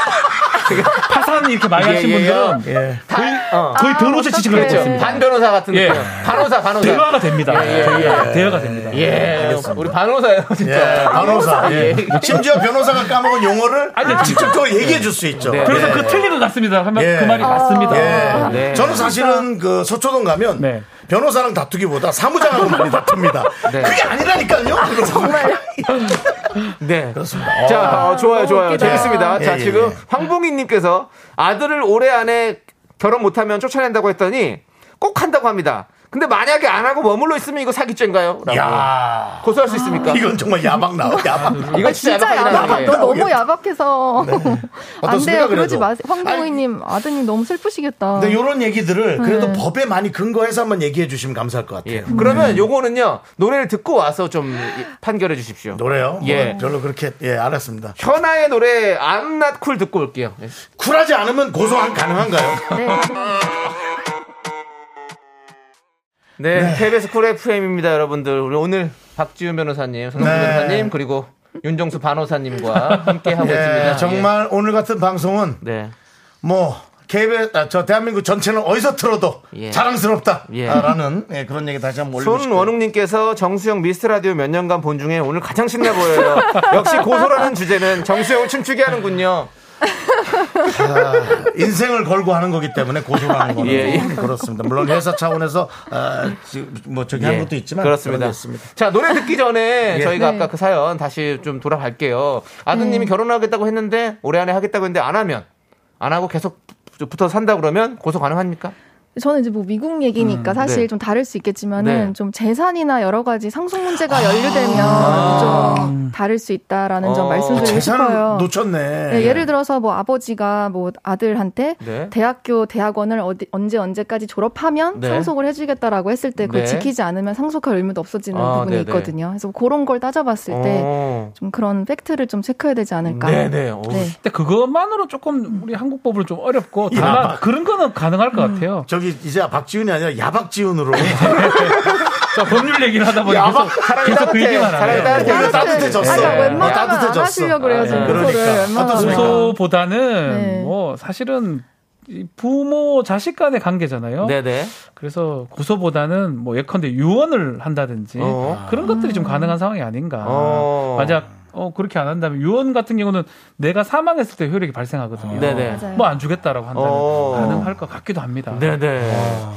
Speaker 6: 파산 이렇게 많이
Speaker 2: 예,
Speaker 6: 하신
Speaker 2: 예, 예.
Speaker 6: 분들은
Speaker 1: 예.
Speaker 2: 반, 어.
Speaker 6: 거의 변호사 지식을
Speaker 7: 아, 어떡해.
Speaker 6: 했죠.
Speaker 7: 네.
Speaker 2: 반 변호사 같은
Speaker 6: 예.
Speaker 2: 느낌. 반호사, 반호사.
Speaker 6: 대화가 됩니다. 저희가 대화가 됩니다.
Speaker 2: 예, 우리 반호사예요, 진짜.
Speaker 1: 예, 변호사.
Speaker 2: 예.
Speaker 1: 심지어 변호사가 까먹은 용어를
Speaker 6: 아니,
Speaker 1: 직접적으로 얘기해 줄 수 있죠.
Speaker 2: 네.
Speaker 6: 그래서
Speaker 1: 예.
Speaker 6: 그 틀린 것 같습니다. 하면
Speaker 1: 예.
Speaker 6: 그 말이 맞습니다.
Speaker 1: 예.
Speaker 2: 네.
Speaker 1: 저는 사실은 그 서초동 가면
Speaker 6: 네.
Speaker 1: 변호사랑 다투기보다 사무장하고 많이 다툽니다.
Speaker 2: 네.
Speaker 1: 그게 아니라니까요. 정말.
Speaker 2: 네.
Speaker 1: 그렇습니다. 어,
Speaker 2: 자, 어, 좋아요,
Speaker 7: 너무
Speaker 2: 좋아요.
Speaker 7: 웃기다.
Speaker 2: 재밌습니다.
Speaker 1: 예,
Speaker 2: 자,
Speaker 1: 예,
Speaker 2: 지금
Speaker 1: 예.
Speaker 2: 황봉희님께서 아들을 올해 안에 결혼 못하면 쫓아낸다고 했더니 꼭 한다고 합니다. 근데 만약에 안 하고 머물러 있으면 이거 사기죄인가요? 라고.
Speaker 1: 어, 야
Speaker 2: 고소할 수 있습니까?
Speaker 1: 이건 정말 야박 나와. 야박.
Speaker 2: 이거
Speaker 7: 진짜 야박.
Speaker 2: 야박하긴
Speaker 7: 너
Speaker 2: 하네.
Speaker 7: 너무 야박해서 <laughs> 안
Speaker 1: 어떻습니까,
Speaker 7: 돼요.
Speaker 1: 그래도?
Speaker 7: 그러지 마세요. 황동희님 아드님 너무 슬프시겠다.
Speaker 1: 근데 요런 얘기들을 그래도 법에 많이 근거해서 한번 얘기해 주시면 감사할 것
Speaker 2: 예.
Speaker 1: 같아요.
Speaker 2: 그러면 요거는요, 노래를 듣고 와서 좀 이- 판결해 주십시오.
Speaker 1: 노래요? 뭐
Speaker 2: 예.
Speaker 1: 별로 그렇게 예 알았습니다.
Speaker 2: 현아의 노래 I'm not cool 듣고 올게요. 예.
Speaker 1: 쿨하지 않으면 고소 안 가능한가요?
Speaker 7: 네.
Speaker 2: 네, KBS 쿨 FM입니다, 여러분들. 우리 오늘 박지훈 변호사님, 성준
Speaker 1: 네.
Speaker 2: 변호사님, 그리고 윤정수 반호사님과 함께
Speaker 1: <laughs>
Speaker 2: 하고
Speaker 1: 예,
Speaker 2: 있습니다.
Speaker 1: 정말 오늘 같은 방송은
Speaker 2: 예. 네.
Speaker 1: 뭐 KBS 아, 저 대한민국 전체는 어디서 틀어도
Speaker 2: 예. 예.
Speaker 1: 자랑스럽다라는 예, 그런 얘기 다시 한번 올리고 싶어요.
Speaker 2: 손원웅님께서 정수영 미스터 라디오 몇 년간 본 중에 오늘 가장 신나
Speaker 1: <laughs>
Speaker 2: 보여요. 역시 고소라는 주제는 정수영을 춤추게 하는군요.
Speaker 1: 인생을 걸고 하는 거기 때문에 고소하는 거는
Speaker 2: 예, 예.
Speaker 1: 그렇습니다. 물론 회사 차원에서 아, 지금 뭐 저기 한
Speaker 2: 예,
Speaker 1: 것도 있지만
Speaker 2: 그렇습니다.
Speaker 1: 습니다 예.
Speaker 2: 자 노래 듣기
Speaker 1: <laughs>
Speaker 2: 전에 저희가
Speaker 7: 네.
Speaker 2: 아까 그 사연 다시 좀 돌아갈게요.
Speaker 1: 음.
Speaker 2: 아드님이 결혼하겠다고 했는데 올해 안에 하겠다고 했는데 안 하면 안 하고 계속 붙어 산다 그러면 고소 가능합니까?
Speaker 7: 저는 이제 뭐 미국 얘기니까
Speaker 6: 음,
Speaker 7: 사실
Speaker 2: 네.
Speaker 7: 좀 다를 수 있겠지만은
Speaker 2: 네.
Speaker 7: 좀 재산이나 여러 가지 상속 문제가 연루되면 좀 다를 수 있다라는 점
Speaker 2: 어.
Speaker 7: 말씀드리고 싶어요.
Speaker 1: 아, 재산을 놓쳤네.
Speaker 7: 네, 예를 들어서 뭐 아버지가 뭐 아들한테
Speaker 2: 네.
Speaker 7: 대학교 대학원을 어디, 언제 언제까지 졸업하면
Speaker 2: 네.
Speaker 7: 상속을 해주겠다라고 했을 때 그걸
Speaker 2: 네.
Speaker 7: 지키지 않으면 상속할 의무도 없어지는
Speaker 2: 아,
Speaker 7: 부분이
Speaker 2: 네네.
Speaker 7: 있거든요. 그래서 그런 걸 따져봤을 때 좀
Speaker 2: 어.
Speaker 7: 그런 팩트를 좀 체크해야 되지 않을까.
Speaker 2: 네네. 어.
Speaker 7: 네.
Speaker 6: 근데 그것만으로 조금 우리 한국 법을 좀 어렵고
Speaker 2: 예.
Speaker 1: 야,
Speaker 6: 다만
Speaker 2: 아.
Speaker 1: 막-
Speaker 6: 그런 거는 가능할 것 같아요.
Speaker 2: 음.
Speaker 1: 저기 이제 박지훈이 아니라 야박지훈으로
Speaker 6: 자 법률 얘기를 하다 보니 계속 계속 그 얘기만
Speaker 2: 사람이
Speaker 6: 하네요.
Speaker 2: 따뜻해.
Speaker 1: 오늘 따뜻해졌어.
Speaker 7: 아니, 그러니까
Speaker 6: 네.
Speaker 7: 웬만하면 안
Speaker 1: 따뜻해졌어.
Speaker 7: 하시려고 그래요,
Speaker 6: 아,
Speaker 7: 지금.
Speaker 6: 예.
Speaker 7: 그거를.
Speaker 1: 그러니까.
Speaker 7: 웬만하면.
Speaker 1: 어떻습니까?
Speaker 6: 고소보다는
Speaker 7: 네.
Speaker 6: 뭐 사실은 이 부모 자식 간의 관계잖아요.
Speaker 2: 네네.
Speaker 6: 그래서 고소보다는 뭐 예컨대 유언을 한다든지
Speaker 2: 어.
Speaker 6: 그런 것들이 좀 가능한 상황이 아닌가.
Speaker 2: 어.
Speaker 6: 만약 어, 그렇게 안 한다면 유언 같은 경우는 내가 사망했을 때 효력이 발생하거든요.
Speaker 2: 네네.
Speaker 7: 맞아요.
Speaker 6: 뭐 안 주겠다라고 한다면
Speaker 2: 어.
Speaker 6: 가능할 것 같기도 합니다.
Speaker 2: 네네.
Speaker 1: 아.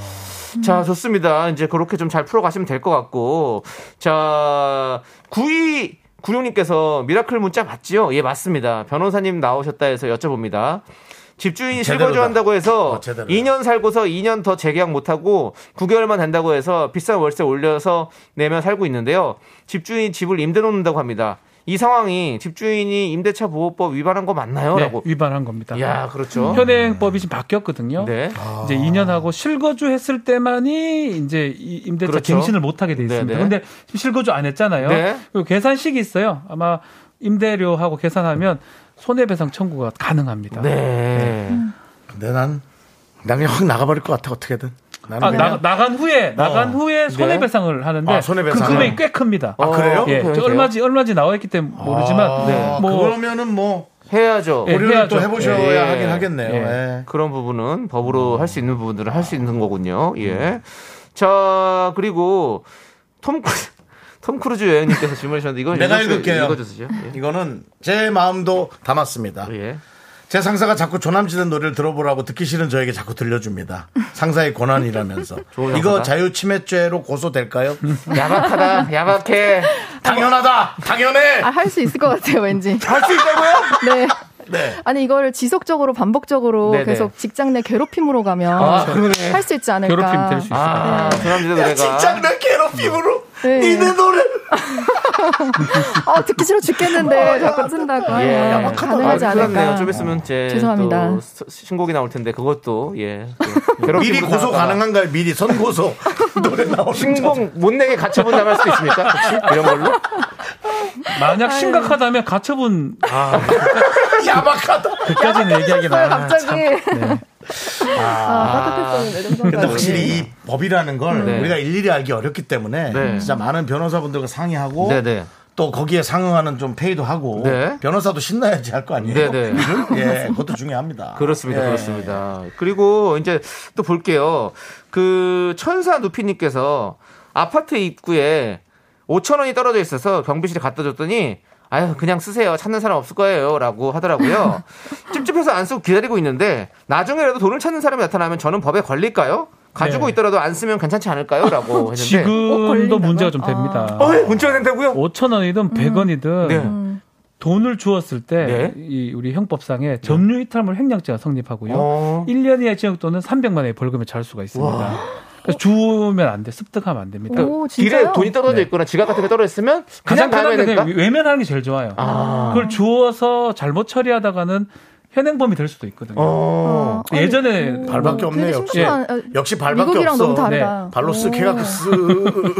Speaker 2: 자, 좋습니다. 이제 그렇게 좀 잘 풀어가시면 될 것 같고. 자, 92 구룡님께서 미라클 문자 맞지요? 예, 맞습니다. 변호사님 나오셨다 해서 여쭤봅니다. 집주인이
Speaker 1: 아, 제대로다.
Speaker 2: 실거주 한다고 해서
Speaker 1: 어, 제대로다.
Speaker 2: 2년 살고서 2년 더 재계약 못하고 9개월만 된다고 해서 비싼 월세 올려서 내며 살고 있는데요. 집주인이 집을 임대 놓는다고 합니다. 이 상황이 집주인이 임대차 보호법 위반한 거 맞나요?
Speaker 6: 네,
Speaker 2: 라고.
Speaker 6: 위반한 겁니다.
Speaker 1: 음.
Speaker 2: 야, 그렇죠.
Speaker 6: 현행법이 지금 바뀌었거든요.
Speaker 2: 네.
Speaker 1: 아,
Speaker 6: 이제 2년하고 실거주 했을 때만이 이제 이 임대차
Speaker 2: 그렇죠.
Speaker 6: 갱신을 못 하게 돼 있습니다.
Speaker 2: 네네.
Speaker 6: 근데 지금 실거주 안 했잖아요.
Speaker 2: 네.
Speaker 6: 그리고 계산식이 있어요. 아마 임대료하고 계산하면 손해배상 청구가 가능합니다.
Speaker 2: 네.
Speaker 1: 근데 난, 난 그냥 확 나가버릴 것 같아, 어떻게든. 나는
Speaker 6: 아,
Speaker 1: 그냥-
Speaker 6: 나, 간 후에
Speaker 2: 어.
Speaker 6: 나간 후에
Speaker 2: 네.
Speaker 6: 손해배상을 하는데
Speaker 1: 아, 손해배상을.
Speaker 6: 그 금액이 꽤 큽니다.
Speaker 1: 아, 그래요?
Speaker 6: 예,
Speaker 2: 어, 그래요?
Speaker 6: 저 얼마지 얼마지 나와 있기 때문에 모르지만
Speaker 1: 아,
Speaker 2: 네.
Speaker 6: 뭐
Speaker 1: 그러면은 뭐,
Speaker 2: 해야죠.
Speaker 6: 예,
Speaker 1: 고려를 또
Speaker 6: 해야죠.
Speaker 1: 해보셔야
Speaker 2: 예.
Speaker 1: 하긴 하겠네요.
Speaker 6: 예.
Speaker 1: 예.
Speaker 2: 그런 부분은 법으로 할 수 있는 부분들을 할 수 있는 거군요. 예. 자, 그리고 톰 크루즈, 톰 크루즈 여행님께서 질문하셨는데 이건
Speaker 1: 내가
Speaker 2: 연락 씨
Speaker 1: 읽을게요.
Speaker 2: 읽어주시죠. 예.
Speaker 1: 이거는 제 마음도 담았습니다.
Speaker 2: 예.
Speaker 1: 제 상사가 자꾸 조남지는 노래를 들어보라고 듣기 싫은 저에게 자꾸 들려줍니다. 상사의 권한이라면서.
Speaker 2: <laughs> 좋은
Speaker 1: 이거
Speaker 2: 상사다. 음.
Speaker 1: 자유침해죄로 고소될까요?
Speaker 2: 야박하다, 야박해.
Speaker 1: <laughs> 당연하다! 당연해!
Speaker 7: 아, 할 수 있을 것 같아요, 왠지.
Speaker 2: 할 수 있다고요?
Speaker 7: 네.
Speaker 1: 네.
Speaker 7: 아니, 이거를 지속적으로 반복적으로
Speaker 2: 네네.
Speaker 7: 계속 직장 내 괴롭힘으로 가면 할 수 있지 않을까.
Speaker 6: 괴롭힘 될 수 있어요.
Speaker 2: 아, 조남지대 노래가.
Speaker 1: 직장 내 괴롭힘으로
Speaker 7: 네.
Speaker 1: 니네 노래
Speaker 7: 아, 듣기 싫어 죽겠는데 자꾸 쓴다고 하면
Speaker 2: 예.
Speaker 7: 가능하지
Speaker 2: 아, 큰일 났네요.
Speaker 7: 않을까.
Speaker 2: 좀 있으면 제
Speaker 7: 죄송합니다.
Speaker 2: 또 스- 신곡이 나올 텐데 그것도 예. 또 괴롭힘
Speaker 1: 미리 고소
Speaker 2: 부당하다가
Speaker 1: 가능한가요? 미리
Speaker 2: <laughs>
Speaker 1: 선고소 노래 나오는 <laughs> 거.
Speaker 2: 신곡 못 내게 가처분 당할 수도 있습니까? 혹시? 이런 걸로?
Speaker 6: 만약 심각하다면 가처분
Speaker 1: 야박하다.
Speaker 6: 그까지는 얘기하기는
Speaker 7: 아,
Speaker 6: 아,
Speaker 7: 갑자기. 아, 따뜻했었는데, 좀
Speaker 1: 근데
Speaker 7: 상관없네.
Speaker 1: 확실히 이 법이라는 걸
Speaker 2: 네.
Speaker 1: 우리가 일일이 알기 어렵기 때문에
Speaker 2: 네.
Speaker 1: 진짜 많은 변호사분들과 상의하고
Speaker 2: 네네.
Speaker 1: 또 거기에 상응하는 좀 페이도 하고
Speaker 2: 네.
Speaker 1: 변호사도 신나야지 할 거 아니에요.
Speaker 2: 네네.
Speaker 1: <laughs> 예, 그것도 중요합니다.
Speaker 2: 그렇습니다.
Speaker 1: 예.
Speaker 2: 그렇습니다. 그리고 이제 또 볼게요. 그 천사 누피님께서 아파트 입구에 5천 원이 떨어져 있어서 경비실에 갖다 줬더니 아유 그냥 쓰세요. 찾는 사람 없을 거예요라고
Speaker 6: <laughs>
Speaker 2: 하더라고요. 찝찝해서 안 쓰고 기다리고 있는데 나중에라도 돈을 찾는 사람이 나타나면 저는 법에 걸릴까요? 가지고
Speaker 6: 네.
Speaker 2: 있더라도 안 쓰면 괜찮지
Speaker 6: <laughs>
Speaker 2: 않을까요?라고 했는데
Speaker 7: 어, 걸린다고요? 아. 음.
Speaker 6: 지금도 문제가 좀 됩니다.
Speaker 2: 어, 예, 문제가 된다고요?
Speaker 6: 5천 원이든 100원이든
Speaker 2: 네.
Speaker 6: 돈을 주었을 때
Speaker 2: 네.
Speaker 6: 이 우리 형법상에 점유 이탈물 횡령죄가 성립하고요.
Speaker 2: 어.
Speaker 6: 1년 이하의 징역 또는 300만 원의 벌금에 처할 수가 있습니다. 그래서 주면 안 돼. 습득하면 안 됩니다.
Speaker 7: 오,
Speaker 2: 그 길에
Speaker 7: 진짜요?
Speaker 2: 돈이 떨어져 있거나 지갑 같은 게 떨어져 있으면 그냥
Speaker 6: 네. 가장
Speaker 2: 어. 가면
Speaker 6: 편한 게
Speaker 2: 되니까.
Speaker 6: 그냥 외면하는 게 제일 좋아요.
Speaker 2: 아.
Speaker 6: 그걸 주어서 잘못 처리하다가는 현행범이 될 수도 있거든요.
Speaker 2: 어.
Speaker 7: 아니,
Speaker 6: 예전에
Speaker 7: 오,
Speaker 1: 발밖에 없네,
Speaker 7: 되게
Speaker 1: 역시.
Speaker 7: 심심한- 아,
Speaker 1: 역시 발밖에
Speaker 7: 미국이랑
Speaker 1: 없어. 네.
Speaker 7: 너무 다르다.
Speaker 1: 발로 쓱
Speaker 7: 오.
Speaker 1: 해갖고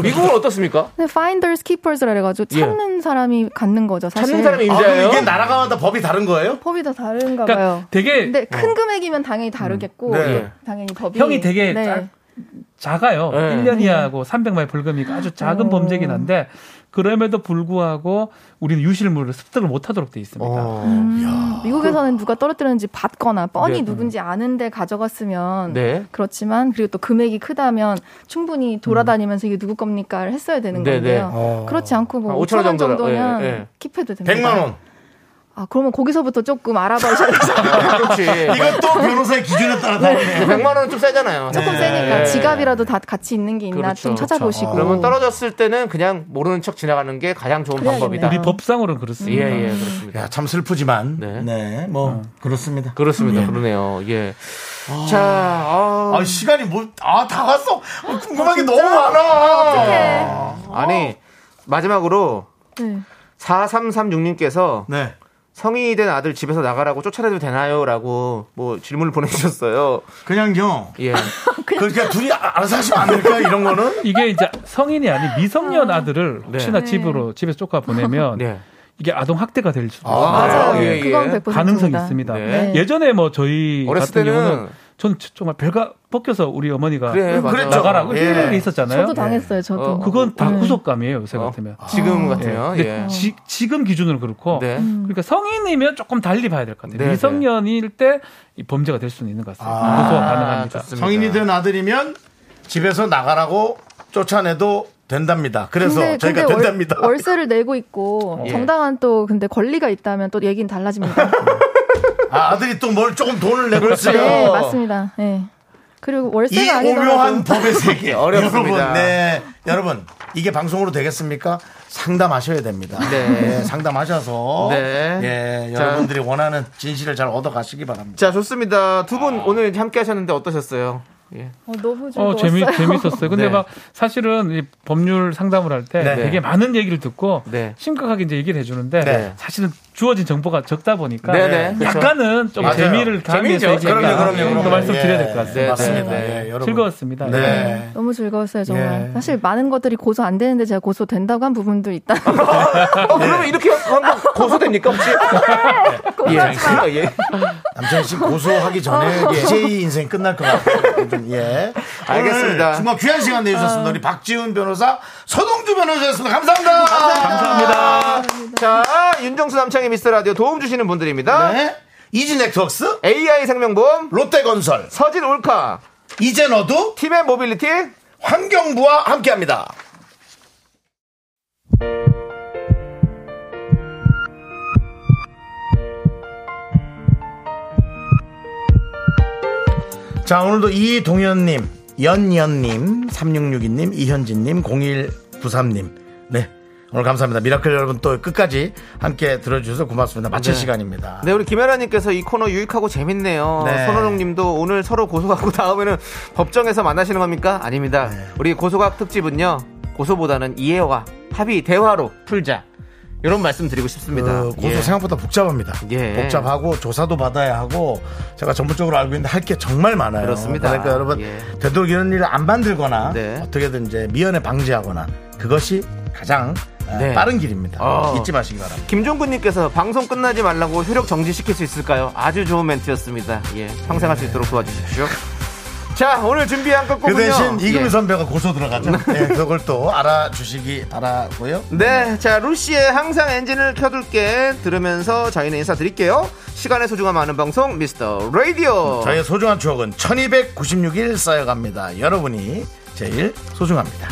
Speaker 2: <laughs>
Speaker 1: 쓱.
Speaker 2: 미국은 어떻습니까?
Speaker 7: 근데 finders keepers라 그래가지고
Speaker 2: 예.
Speaker 7: 찾는 사람이 갖는 거죠. 사실.
Speaker 2: 찾는 사람이
Speaker 1: 아, 그럼
Speaker 2: 임자예요.
Speaker 1: 이게 나라가마다 법이 다른 거예요?
Speaker 7: 법이 다 다른가
Speaker 6: 그러니까
Speaker 7: 봐요.
Speaker 6: 되게
Speaker 2: 어.
Speaker 7: 근데 큰 금액이면
Speaker 2: 음.
Speaker 7: 당연히 다르겠고
Speaker 1: 네.
Speaker 7: 당연히 법이 네.
Speaker 6: 형이 되게 짧- 작아요.
Speaker 2: 네.
Speaker 6: 1년 이하고 300만 원 벌금이니까 아주 작은 범죄긴 한데 그럼에도 불구하고 우리는 유실물을 습득을 못하도록 돼 있습니다.
Speaker 2: 어.
Speaker 7: 음, 미국에서는 누가 떨어뜨렸는지 봤거나 뻔히
Speaker 2: 네.
Speaker 7: 누군지 아는데 가져갔으면
Speaker 2: 네.
Speaker 7: 그렇지만 그리고 또 금액이 크다면 충분히 돌아다니면서 이게 누구 겁니까를 했어야 되는
Speaker 2: 음. 네, 네.
Speaker 7: 건데요. 그렇지 않고 뭐
Speaker 2: 아,
Speaker 7: 5천 원
Speaker 2: 정도라-
Speaker 7: 정도면
Speaker 2: 예, 예.
Speaker 7: 킵해도 됩니다.
Speaker 1: 100만원.
Speaker 7: 아, 그러면 거기서부터 조금 알아봐야
Speaker 2: <laughs>
Speaker 7: 돼서
Speaker 2: 그렇지.
Speaker 1: 이것도 변호사의 기준에 따라 다르네.
Speaker 2: 100만 원은 좀 세잖아요.
Speaker 7: 조금 세니까 지갑이라도 다 같이 있는 게 있나
Speaker 2: 네. 그렇죠.
Speaker 7: 좀 찾아보시고.
Speaker 2: 그러면 떨어졌을 때는 그냥 모르는 척 지나가는 게 가장 좋은 방법이다.
Speaker 6: 우리 법상으로는 그렇습니다.
Speaker 2: 예, 예, 그렇습니다.
Speaker 1: 야, 참 슬프지만.
Speaker 2: 네.
Speaker 1: 네. 뭐, 그렇습니다.
Speaker 2: 그렇습니다. 그러네요. 예. 자, 아,
Speaker 1: 아, 시간이 뭐, 아, 다 왔어. 아, 궁금한 게 너무 많아.
Speaker 2: 아니, 마지막으로
Speaker 7: 네.
Speaker 2: 4336님께서
Speaker 1: 네.
Speaker 2: 성인이 된 아들 집에서 나가라고 쫓아내도 되나요? 라고 뭐 질문을 보내주셨어요.
Speaker 1: 그냥요.
Speaker 2: 예.
Speaker 1: 그러니까 둘이 아- 알아서 하시면 안 될까요, 이런 거는?
Speaker 6: 이게 이제 성인이 아닌 미성년 아들을 혹시나
Speaker 7: 네.
Speaker 6: 집으로 집에 쫓아 보내면
Speaker 2: 네.
Speaker 6: 이게 아동 학대가 될 수도
Speaker 2: 아,
Speaker 7: 맞아요.
Speaker 2: 예, 예.
Speaker 7: 그건 100%.
Speaker 6: 가능성이 있습니다.
Speaker 2: 네.
Speaker 6: 예전에 뭐 저희
Speaker 2: 어렸을
Speaker 6: 같은
Speaker 2: 때는
Speaker 6: 경우는 전 정말 별가 벗겨서 우리 어머니가
Speaker 2: 그래, 맞아.
Speaker 1: 음, 그랬죠.
Speaker 6: 나가라고
Speaker 2: 예.
Speaker 6: 이런 게 있었잖아요.
Speaker 7: 저도 당했어요, 저도.
Speaker 2: 어,
Speaker 6: 그건 다
Speaker 7: 네.
Speaker 6: 구속감이에요 요새
Speaker 2: 어,
Speaker 6: 같으면.
Speaker 2: 지금
Speaker 6: 예.
Speaker 2: 같아요.
Speaker 6: 근데
Speaker 2: 예.
Speaker 6: 지, 지금 기준으로 그렇고
Speaker 2: 네.
Speaker 6: 그러니까 성인이면 조금 달리 봐야 될 것 같아요.
Speaker 2: 네, 네.
Speaker 6: 미성년일 때이 범죄가 될 수는 있는 것 같습니다.
Speaker 1: 아,
Speaker 6: 구속 가능합니다.
Speaker 2: 좋습니다.
Speaker 1: 성인이 된 아들이면 집에서 나가라고 쫓아내도 된답니다. 그래서 저희가
Speaker 7: 월-
Speaker 1: 된답니다.
Speaker 7: 월세를 내고 있고
Speaker 2: 예.
Speaker 7: 정당한 또 근데 권리가 있다면 또
Speaker 1: <laughs>
Speaker 7: 얘기는 달라집니다.
Speaker 1: 아, 아들이 또 뭘 조금 돈을 내고 있어요.
Speaker 7: 네, 맞습니다. 예. 그리고
Speaker 1: 이
Speaker 7: 월세가
Speaker 1: 오묘한
Speaker 7: 아니더라도
Speaker 1: 법의
Speaker 6: <laughs>
Speaker 1: 세계.
Speaker 2: 어렵습니다.
Speaker 1: 여러분, 네. 여러분, 이게 방송으로 되겠습니까? 상담하셔야 됩니다.
Speaker 2: 네.
Speaker 1: 네, 상담하셔서.
Speaker 2: 네.
Speaker 1: 예,
Speaker 2: 자.
Speaker 1: 여러분들이 원하는 진실을 잘 얻어가시기 바랍니다.
Speaker 2: 자, 좋습니다. 두 분 오늘 함께 하셨는데 어떠셨어요? 예.
Speaker 7: 어, 너무 즐거웠어요.
Speaker 6: 어, 재미, 재밌었어요. 근데
Speaker 2: 네.
Speaker 6: 막 사실은 이 법률 상담을 할 때
Speaker 1: 네.
Speaker 6: 되게 많은 얘기를 듣고
Speaker 2: 네.
Speaker 6: 심각하게 이제 얘기를 해주는데
Speaker 1: 네.
Speaker 6: 사실은 주어진 정보가 적다 보니까 예.
Speaker 2: 네, 네. 그렇죠.
Speaker 6: 약간은 좀
Speaker 1: 맞아요.
Speaker 6: 재미를
Speaker 2: 재미죠.
Speaker 6: 담해서 얘기했다.
Speaker 2: 그럼요,
Speaker 1: 그럼요, 그럼요.
Speaker 6: 그 말씀
Speaker 1: 예.
Speaker 6: 드려야 될 것 같습니다.
Speaker 2: 네,
Speaker 1: 맞습니다.
Speaker 2: 네, 네.
Speaker 1: 예, 여러분.
Speaker 6: 즐거웠습니다.
Speaker 1: 네.
Speaker 7: <laughs> 너무 즐거웠어요, 정말.
Speaker 1: 예.
Speaker 7: 사실 많은 것들이 고소 안 되는데 제가 고소 된다고 한 부분도 있다.
Speaker 2: 어, 그러면 이렇게 한번 고소됩니까, 혹시?
Speaker 6: 네.
Speaker 2: 예. 예.
Speaker 1: 남창희 씨 고소하기 <laughs> 전에 DJ 인생 끝날 것 같아요. 좀, 예.
Speaker 2: <laughs> 알겠습니다.
Speaker 1: 오늘 정말 귀한 시간 내주셨습니다. 우리 박지훈 변호사, 서동주 변호사였습니다. 감사합니다. 감사합니다.
Speaker 2: 자, 윤정수 남창의 미스터 라디오 도움 주시는 분들입니다.
Speaker 1: 네. 이지 네트웍스,
Speaker 2: AI 생명보험,
Speaker 1: 롯데건설,
Speaker 2: 서진 올카,
Speaker 1: 이제 너도
Speaker 2: 팀의 모빌리티,
Speaker 1: 환경부와 함께합니다. 자 오늘도 이동현님, 연연님, 3662님, 이현진님, 0193님 네 오늘 감사합니다. 미라클 여러분 또 끝까지 함께 들어주셔서 고맙습니다. 마칠 시간입니다.
Speaker 2: 네, 우리 김혜라님께서 이 코너 유익하고 재밌네요.
Speaker 1: 네.
Speaker 2: 손호령 님도 오늘 서로 고소하고 <laughs> 다음에는 법정에서 만나시는 겁니까? 아닙니다.
Speaker 1: 네.
Speaker 2: 우리 고소각 특집은요, 고소보다는 이해와 합의, 대화로 풀자. 이런 말씀 드리고 싶습니다.
Speaker 1: 그 고소
Speaker 2: 예.
Speaker 1: 생각보다 복잡합니다.
Speaker 2: 예.
Speaker 1: 복잡하고 조사도 받아야 하고 제가 전문적으로 알고 있는데 할 게 정말 많아요.
Speaker 2: 그렇습니다.
Speaker 1: 러니까 여러분
Speaker 2: 예.
Speaker 1: 되도록 이런 일을 안 만들거나
Speaker 2: 네.
Speaker 1: 어떻게든 이제 미연에 방지하거나 그것이 가장 어,
Speaker 2: 네.
Speaker 1: 빠른 길입니다.
Speaker 2: 어.
Speaker 1: 잊지 마시기 바랍니다.
Speaker 2: 김종근님께서 방송 끝나지 말라고 효력 정지시킬 수 있을까요? 아주 좋은 멘트였습니다. 예, 평생 할 수 있도록 도와주십시오. 자, 오늘 준비한
Speaker 1: 그
Speaker 2: 끝곡은요.
Speaker 1: 대신 이금희
Speaker 2: 예.
Speaker 1: 선배가 고소 들어가죠. 예, 그걸 또 알아주시기 바라고요.
Speaker 2: 네, 자 루시의 항상 엔진을 켜둘게 들으면서 저희는 인사드릴게요. 시간의 소중함 아는 방송 미스터 라디오.
Speaker 1: 저희의 소중한 추억은 1296일 쌓여갑니다. 여러분이 제일 소중합니다.